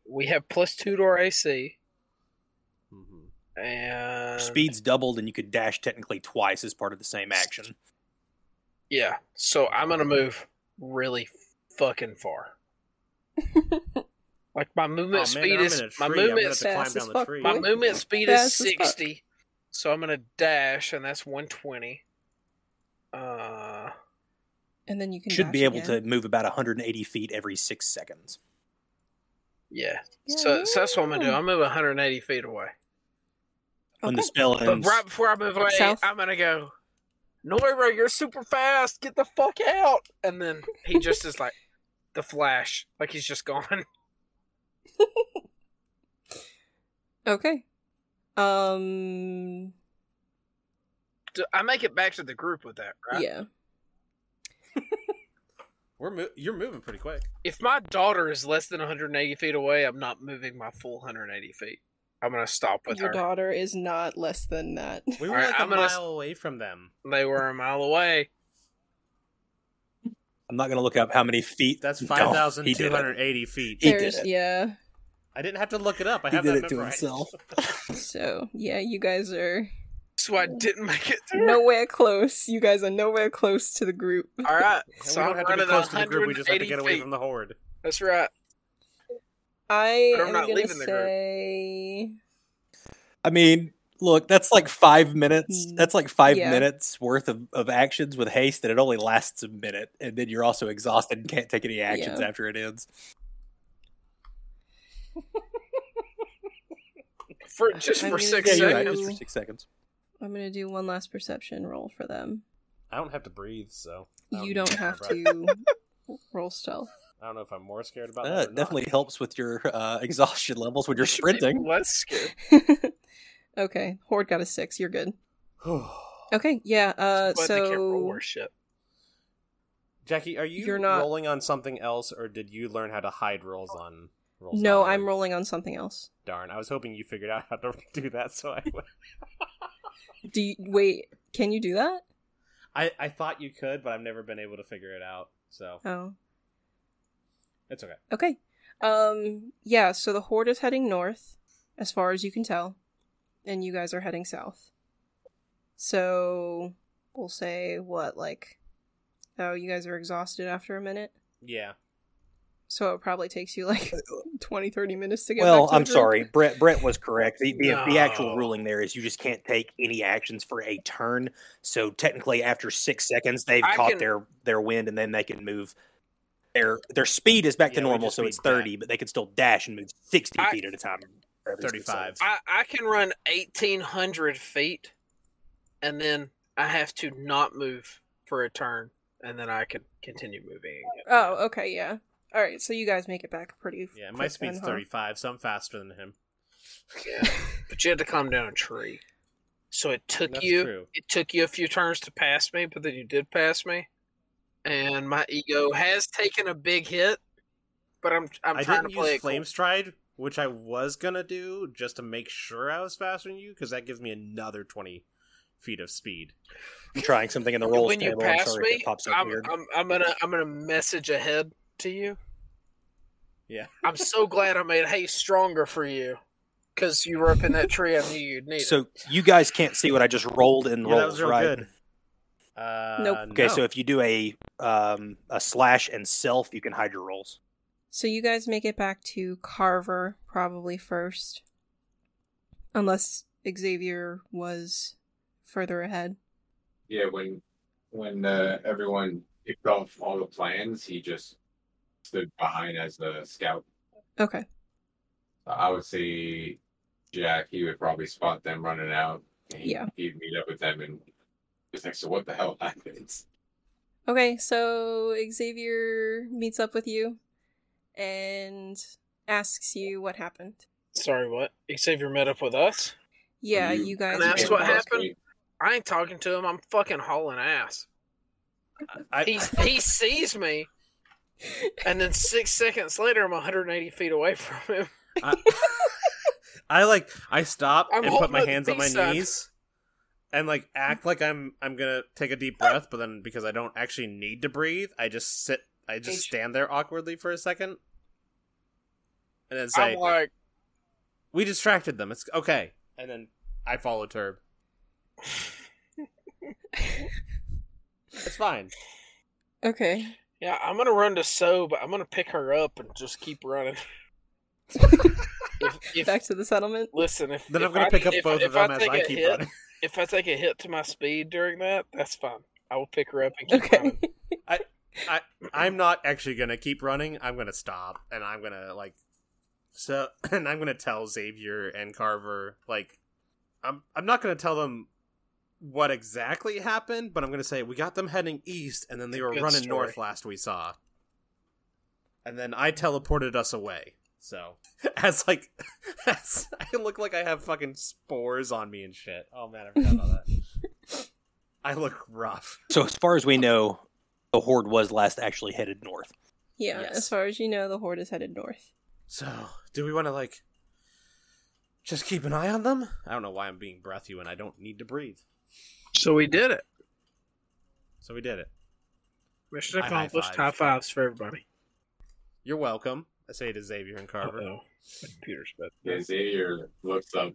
D: We have plus two to our AC,
C: Mm-hmm. <laughs>
D: and
G: Speed's doubled, and you could dash technically twice as part of the same action.
D: Yeah, so I'm gonna move really fucking far. like my
C: Oh,
D: movement speed is my movement
A: gonna
D: sp-
A: fast as fuck,
D: my
A: boy.
D: movement speed
A: Fast
D: is
A: as fuck.
D: sixty, so I'm gonna dash, and that's one twenty. Uh,
A: And then you can
G: Should
A: dash
G: be able
A: again.
G: to move about 180 feet every six seconds.
D: Yeah. So, so that's what I'm gonna do.
A: Yeah.
D: I'll move 180 feet away.
G: When
A: Okay.
G: the spell
D: But
G: ends,
D: right before I move away,
A: South.
D: I'm gonna go, Noira, you're super fast. Get the fuck out. And then he just is like, the flash, like he's just gone. <laughs>
A: Okay. Um.
D: Do- I make it back to the group with that, right?
A: Yeah.
C: We're mo- you're moving pretty quick.
D: If my daughter is less than 180 feet away, I'm not moving my full 180 feet. I'm gonna stop with
A: Your
D: her.
A: daughter is not less than that.
C: We were
D: Alright,
C: like a
D: I'm gonna s-
C: mile away from them.
D: They were a mile away.
G: I'm not gonna look up how many feet.
C: That's
G: <laughs> No,
C: five thousand
G: he did
C: two
G: it.
C: hundred eighty feet.
G: He did
A: There's-
G: it.
A: Yeah.
C: I didn't have to look it up. I
G: He
C: have
G: did
C: that
G: it to
C: memorized. <laughs>
G: himself.
A: So yeah, you guys
D: <laughs>
A: are
D: So I didn't make it. There.
A: nowhere close. You guys are nowhere close to the group.
D: All right.
C: And
D: So
C: we don't
D: I'm
C: have to be
D: running
C: close to the group. We just have to
D: 180
C: get away
D: feet.
C: from the horde.
D: That's right.
A: I
D: But I'm
A: am
D: not
A: gonna
D: leaving the group.
A: say
G: <laughs> I mean, look, that's like five minutes.
A: Hmm.
G: That's like five
A: Yeah.
G: minutes worth of, of actions with haste, and it only lasts a minute, and then you're also exhausted and can't take any actions
A: Yeah.
G: after it ends.
D: For just
A: I'm
D: for
A: gonna
D: six
G: Yeah,
A: say-
G: you're right.
D: seconds.
G: Just for six seconds.
A: I'm gonna do one last perception roll for them.
C: I don't have to breathe, so
D: Oh,
C: I
A: You don't
C: care
A: have
C: about-
D: <laughs>
A: to roll stealth. <laughs>
C: I don't know if I'm more scared about
G: Uh,
C: that. or
G: it
C: not.
G: definitely helps with your uh, <laughs> exhaustion levels when you're
D: It
G: sprinting.
D: was scary.
A: okay, Horde got a six. You're good. Okay, yeah. Uh,
D: Glad they can't roll
A: so
D: worse shit.
C: <sighs> Jackie, are you
A: You're not-
C: rolling on something else, or did you learn how to hide rolls on? Rolls
A: no,
C: on
A: I'm
C: rolling.
A: rolling on something else.
C: Darn, I was hoping you figured out how to <laughs> do that,
A: <laughs>
C: so I would.
A: Do you, wait? Can you do that?
C: I, I thought you could, but I've never been able to figure it out, so
A: Oh,
C: it's okay.
A: okay. Um, yeah. So the Horde is heading north, as far as you can tell, and you guys are heading south. So we'll say what like. Oh, you guys are exhausted after a minute,
C: Yeah.
A: so it probably takes you like <laughs> 20, 30 minutes to get. back
G: Well,
A: to the
G: I'm
A: group.
G: sorry, Brett. Brett was correct. The, the, the actual
D: No.
G: ruling there is you just can't take any actions for a turn. So technically, after six seconds, they've
D: I
G: caught
D: can-
G: their their wind, and then they can move. Their their speed is back
C: Yeah,
G: to
C: we
G: normal,
C: just
G: so it's
C: speed back.
G: thirty, but they can still dash and move sixty
D: I-
G: feet at a time. or at least it's
C: 35.
G: a-
D: I, I can run 1,800 feet, and then I have to not move for a turn, and then I can continue moving. again.
A: Oh, okay, yeah. All right, so you guys make it back pretty. f-
C: Yeah, my
A: quick
C: speed's
A: then, huh?
C: 35, so I'm faster than him.
D: But you had to climb down a tree, so it took
C: That's
D: you.
C: true.
D: It took you a few turns to pass me, but then you did pass me, and my ego has taken a big hit. But I'm I'm
C: I
D: trying
C: didn't
D: to play
C: use
D: it cool.
C: Flame Stride, which I was gonna do just to make sure I was faster than you, because that gives me another 20 feet of speed.
G: I'm trying something in the rolls
D: when you
G: table. I'm
D: pass
G: sorry if
D: me,
G: it pops up
D: I'm,
G: weird.
D: I'm, I'm gonna I'm gonna message ahead to you.
C: Yeah.
D: I'm so glad I made hay stronger for you, because you were up in that tree. I knew you'd need it.
G: so you guys can't see what I just rolled in
C: Yeah, that
G: rolls,
C: was real
G: right?
C: good. Uh,
A: Nope.
G: Okay,
C: no.
G: so if you do a um, a slash and self, you can hide your rolls.
A: So you guys make it back to Carver probably first, unless Xavier was further ahead.
H: Yeah, when when uh, everyone kicked off all the plans, he just stood behind as the scout.
A: Okay,
H: I would say Jack, he would probably spot them running out. And
A: Yeah.
H: He'd meet up with them and just like, so what the hell happens?
A: okay. So Xavier meets up with you, and asks you what happened.
D: Sorry, what? Xavier met up with us.
A: Yeah,
H: You-
A: you guys.
D: And that's
A: made
D: what
A: it.
D: happened. I ain't talking to him. I'm fucking hauling ass.
C: I,
D: He he sees me, and then six seconds later, I'm 180 feet away from him.
C: I, I, like I stop
D: I'm
C: and put
D: holding
C: my
D: up the
C: hands on my
D: B-side.
C: knees and like act like I'm I'm gonna take a deep breath, but then because I don't actually need to breathe, I just sit I just
F: H.
C: stand there awkwardly for a second. And then
D: I'm
C: say
D: like,
C: We distracted them, it's okay. And then I follow Turb. it's fine.
A: <laughs> Okay.
D: yeah, I'm gonna run to So, but I'm gonna pick her up and just keep
C: <laughs>
D: running. if, if,
A: Back to the settlement.
D: listen, if
C: Then
D: if
C: I'm gonna
D: I-
C: pick up
D: if-
C: both
D: if
C: of them as
D: take
C: I
D: a
C: keep
D: hit,
C: running.
D: If I take a hit to my speed during that, that's fine. I will pick her up and keep
A: Okay. <laughs>
D: running.
C: I'm not actually gonna keep running. I'm gonna stop and I'm gonna like So, <laughs> and I'm gonna tell Xavier and Carver like, I'm I'm not gonna tell them what exactly happened, but I'm gonna say we got them heading east, and then they were
J: Good
C: running
J: story.
C: north last we saw, and then I teleported us away. So, <laughs> as like, as I look like I have fucking spores on me and shit. Oh man, I forgot about that.
J: <laughs>
C: I look rough.
G: So as far as we know, the horde was last actually headed north.
A: Yeah,
C: Yes.
A: as far as you know, the horde is headed north.
C: So, do we want to like just keep an eye on them? I don't know why I'm being breathy when I don't need to breathe.
J: So we did it.
C: So we did it.
J: Mission
C: I high
J: accomplished. High,
C: five.
J: fives for everybody.
C: You're welcome. I say to Xavier and Carver.
J: Uh-oh. My computer's bad.
H: Yeah, Xavier looks up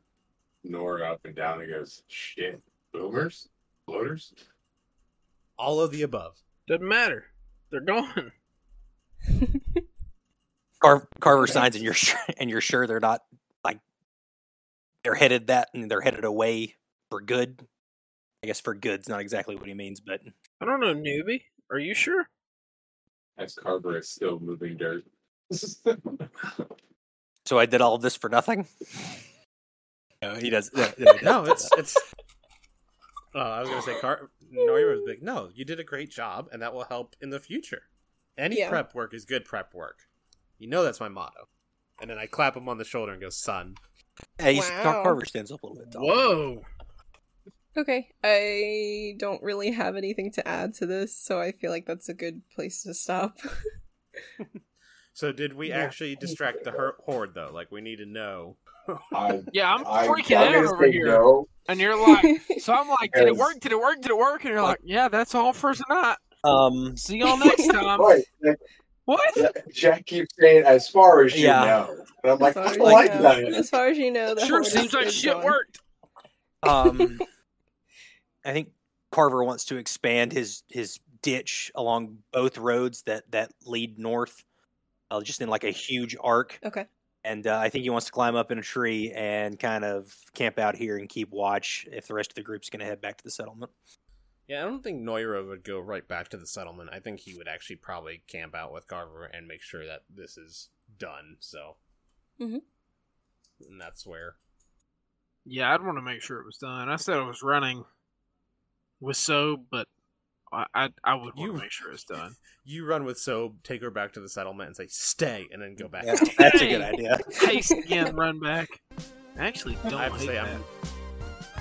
H: Nora up and down and goes, shit, boomers? Floaters?
C: All of the above.
J: Doesn't matter. They're gone.
G: Car- Carver signs, and you're sure, and you're sure they're not like they're headed that and they're headed away for good. I guess for good's not exactly what he means, but
J: I don't know, newbie. Are you sure?
H: As Carver is still moving dirt.
G: so I did all this for nothing. <laughs> No, he does. No, no, he
C: <laughs>
G: does
C: No,
G: do
C: it's
G: that.
C: it's. Oh, I was gonna say Car Noira was big. No, you did a great job, and that will help in the future. Any
A: Yeah.
C: prep work is good prep work. You know that's my motto. And then I clap him on the shoulder and go, "Son,
G: Yeah, he's, Car-
A: Wow.
G: Carver stands up a little bit. taller.
J: Whoa.
A: Okay, I don't really have anything to add to this, so I feel like that's a good place to stop.
C: So did we
K: Yeah.
C: actually distract the her- horde though? Like we need to know.
H: I,
D: Yeah, I'm
H: I-
D: freaking
H: I'm
D: out
H: gonna
D: over
H: say
D: here.
H: No.
D: And you're
A: <laughs>
D: like, so I'm like, did it
H: Because-
D: work? Did it work? Did it work? And you're like, yeah, that's all for tonight.
G: Um,
D: See
H: <laughs>
D: y'all next time.
H: Right. Like,
D: what?
H: yeah, Jack keeps saying, as far as you
G: Yeah.
H: know. And I'm like,
A: as,
H: I
A: far
H: don't
A: as,
H: like
A: you know,
H: that.
A: as far as you know, the
D: Sure,
A: horde
D: seems
A: is
D: like
A: is
D: shit
A: gone. <laughs>
D: worked.
G: um, I think Carver wants to expand his his ditch along both roads that that lead north, uh, just in like a huge arc.
A: Okay.
G: And uh, I think he wants to climb up in a tree and kind of camp out here and keep watch if the rest of the group's going to head back to the settlement.
C: Yeah, I don't think Neuro would go right back to the settlement. I think he would actually probably camp out with Carver and make sure that this is done. So,
A: Mhm.
C: and that's where.
D: Yeah, I'd want to make sure it was done. I said I was running with so, but I I, I would want
C: You-
D: to make sure it's done.
C: You run with Sob, take her back to the settlement, and say stay, and then go back.
G: Yeah, that's a good
D: Hey!
G: idea.
D: Haste again, run back. I actually don't
C: I have to
D: hate
C: say,
D: that.
C: I'm,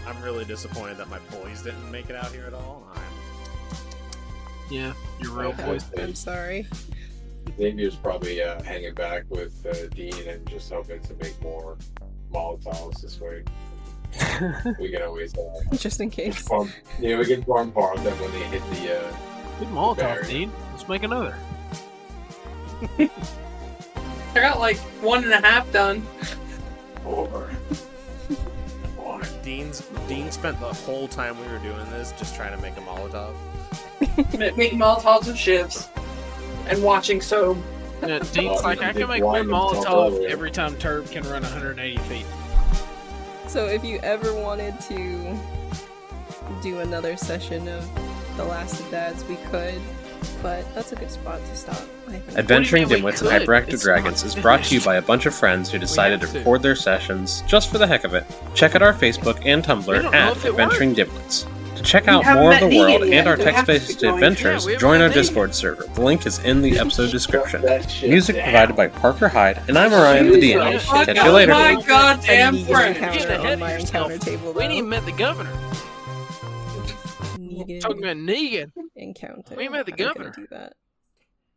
C: I'm really disappointed that my boys didn't make it out here at all. I'm,
D: Yeah, you're real
A: Okay,
D: boys.
A: I'm sorry.
H: Xavier's probably uh, hanging back with uh, Dean and just hoping to make more Molotovs this way. we can always uh,
A: Just in case.
H: farm. Yeah, we can farm bar them when they hit the. Uh,
D: Good
H: Barry.
D: Molotov, Dean. Let's make
H: <laughs>
D: another.
F: I got like one and a half done.
H: Four. One.
C: Dean's Dean spent the whole time we were doing this just trying to make a Molotov.
F: Making Molotovs and shifts and watching so
D: Yeah, Dean's
H: Oh,
D: like,
H: you
D: I
H: did
D: can make
H: one
D: one
H: and double
D: Molotov
H: it.
D: every time Turb can run 180 feet.
A: So, if you ever wanted to do another session of The Last of Dads, we could, but that's a good spot to stop. I think.
L: Adventuring
D: What do you mean we
L: Dimwits and
D: could?
L: Hyperactive
D: It's
L: Dragons
D: not
L: is brought to you
D: finished.
L: by a bunch of friends who decided to
D: have to.
L: record their sessions just for the heck of it. Check out our Facebook and
D: We
L: Tumblr
D: don't know
L: at
D: if it
L: Adventuring Dimwits. To check out
F: haven't
L: more of
F: met
L: the
F: Negan
L: world
F: yet.
L: and our
F: We have
L: text
F: to keep
L: based
F: going.
L: adventures,
D: Yeah, we haven't
L: join our
D: met Negan.
L: Discord server. The link is in the episode description.
H: That shit
L: Music
H: down.
L: provided by Parker Hyde, and I'm Orion the
A: Jesus
L: DM.
A: Christ.
L: Catch you later.
F: Oh, My
A: I
F: goddamn
A: need an
F: friend.
D: Get
A: encounter
D: ahead
A: on
D: of
A: my
D: yourself.
A: encounter table.
D: We ain't even
A: though.
D: met the governor. Talking
A: Negan
D: about Negan.
A: encounter.
D: we ain't met the
A: I'm not gonna
D: governor.
A: Do that.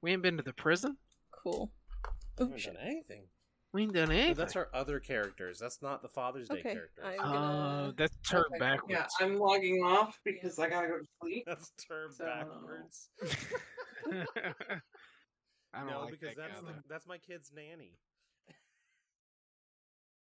D: We ain't been to the prison.
A: Cool.
C: We
A: Oh,
C: haven't
A: shit.
C: done anything.
D: We ain't done
C: No,
D: anything.
C: that's our other characters. That's not the Father's Day
A: Okay,
C: characters. <laughs>
A: I-
D: Oh,
A: I'm gonna-
D: that's Turb
F: Okay,
D: backwards.
F: Yeah, I'm logging off because I gotta go to sleep.
C: That's term
F: So-
C: backwards.
D: I don't
C: no,
D: <laughs> like
C: because
D: that
C: that's
D: guy,
C: the, that's my kid's nanny.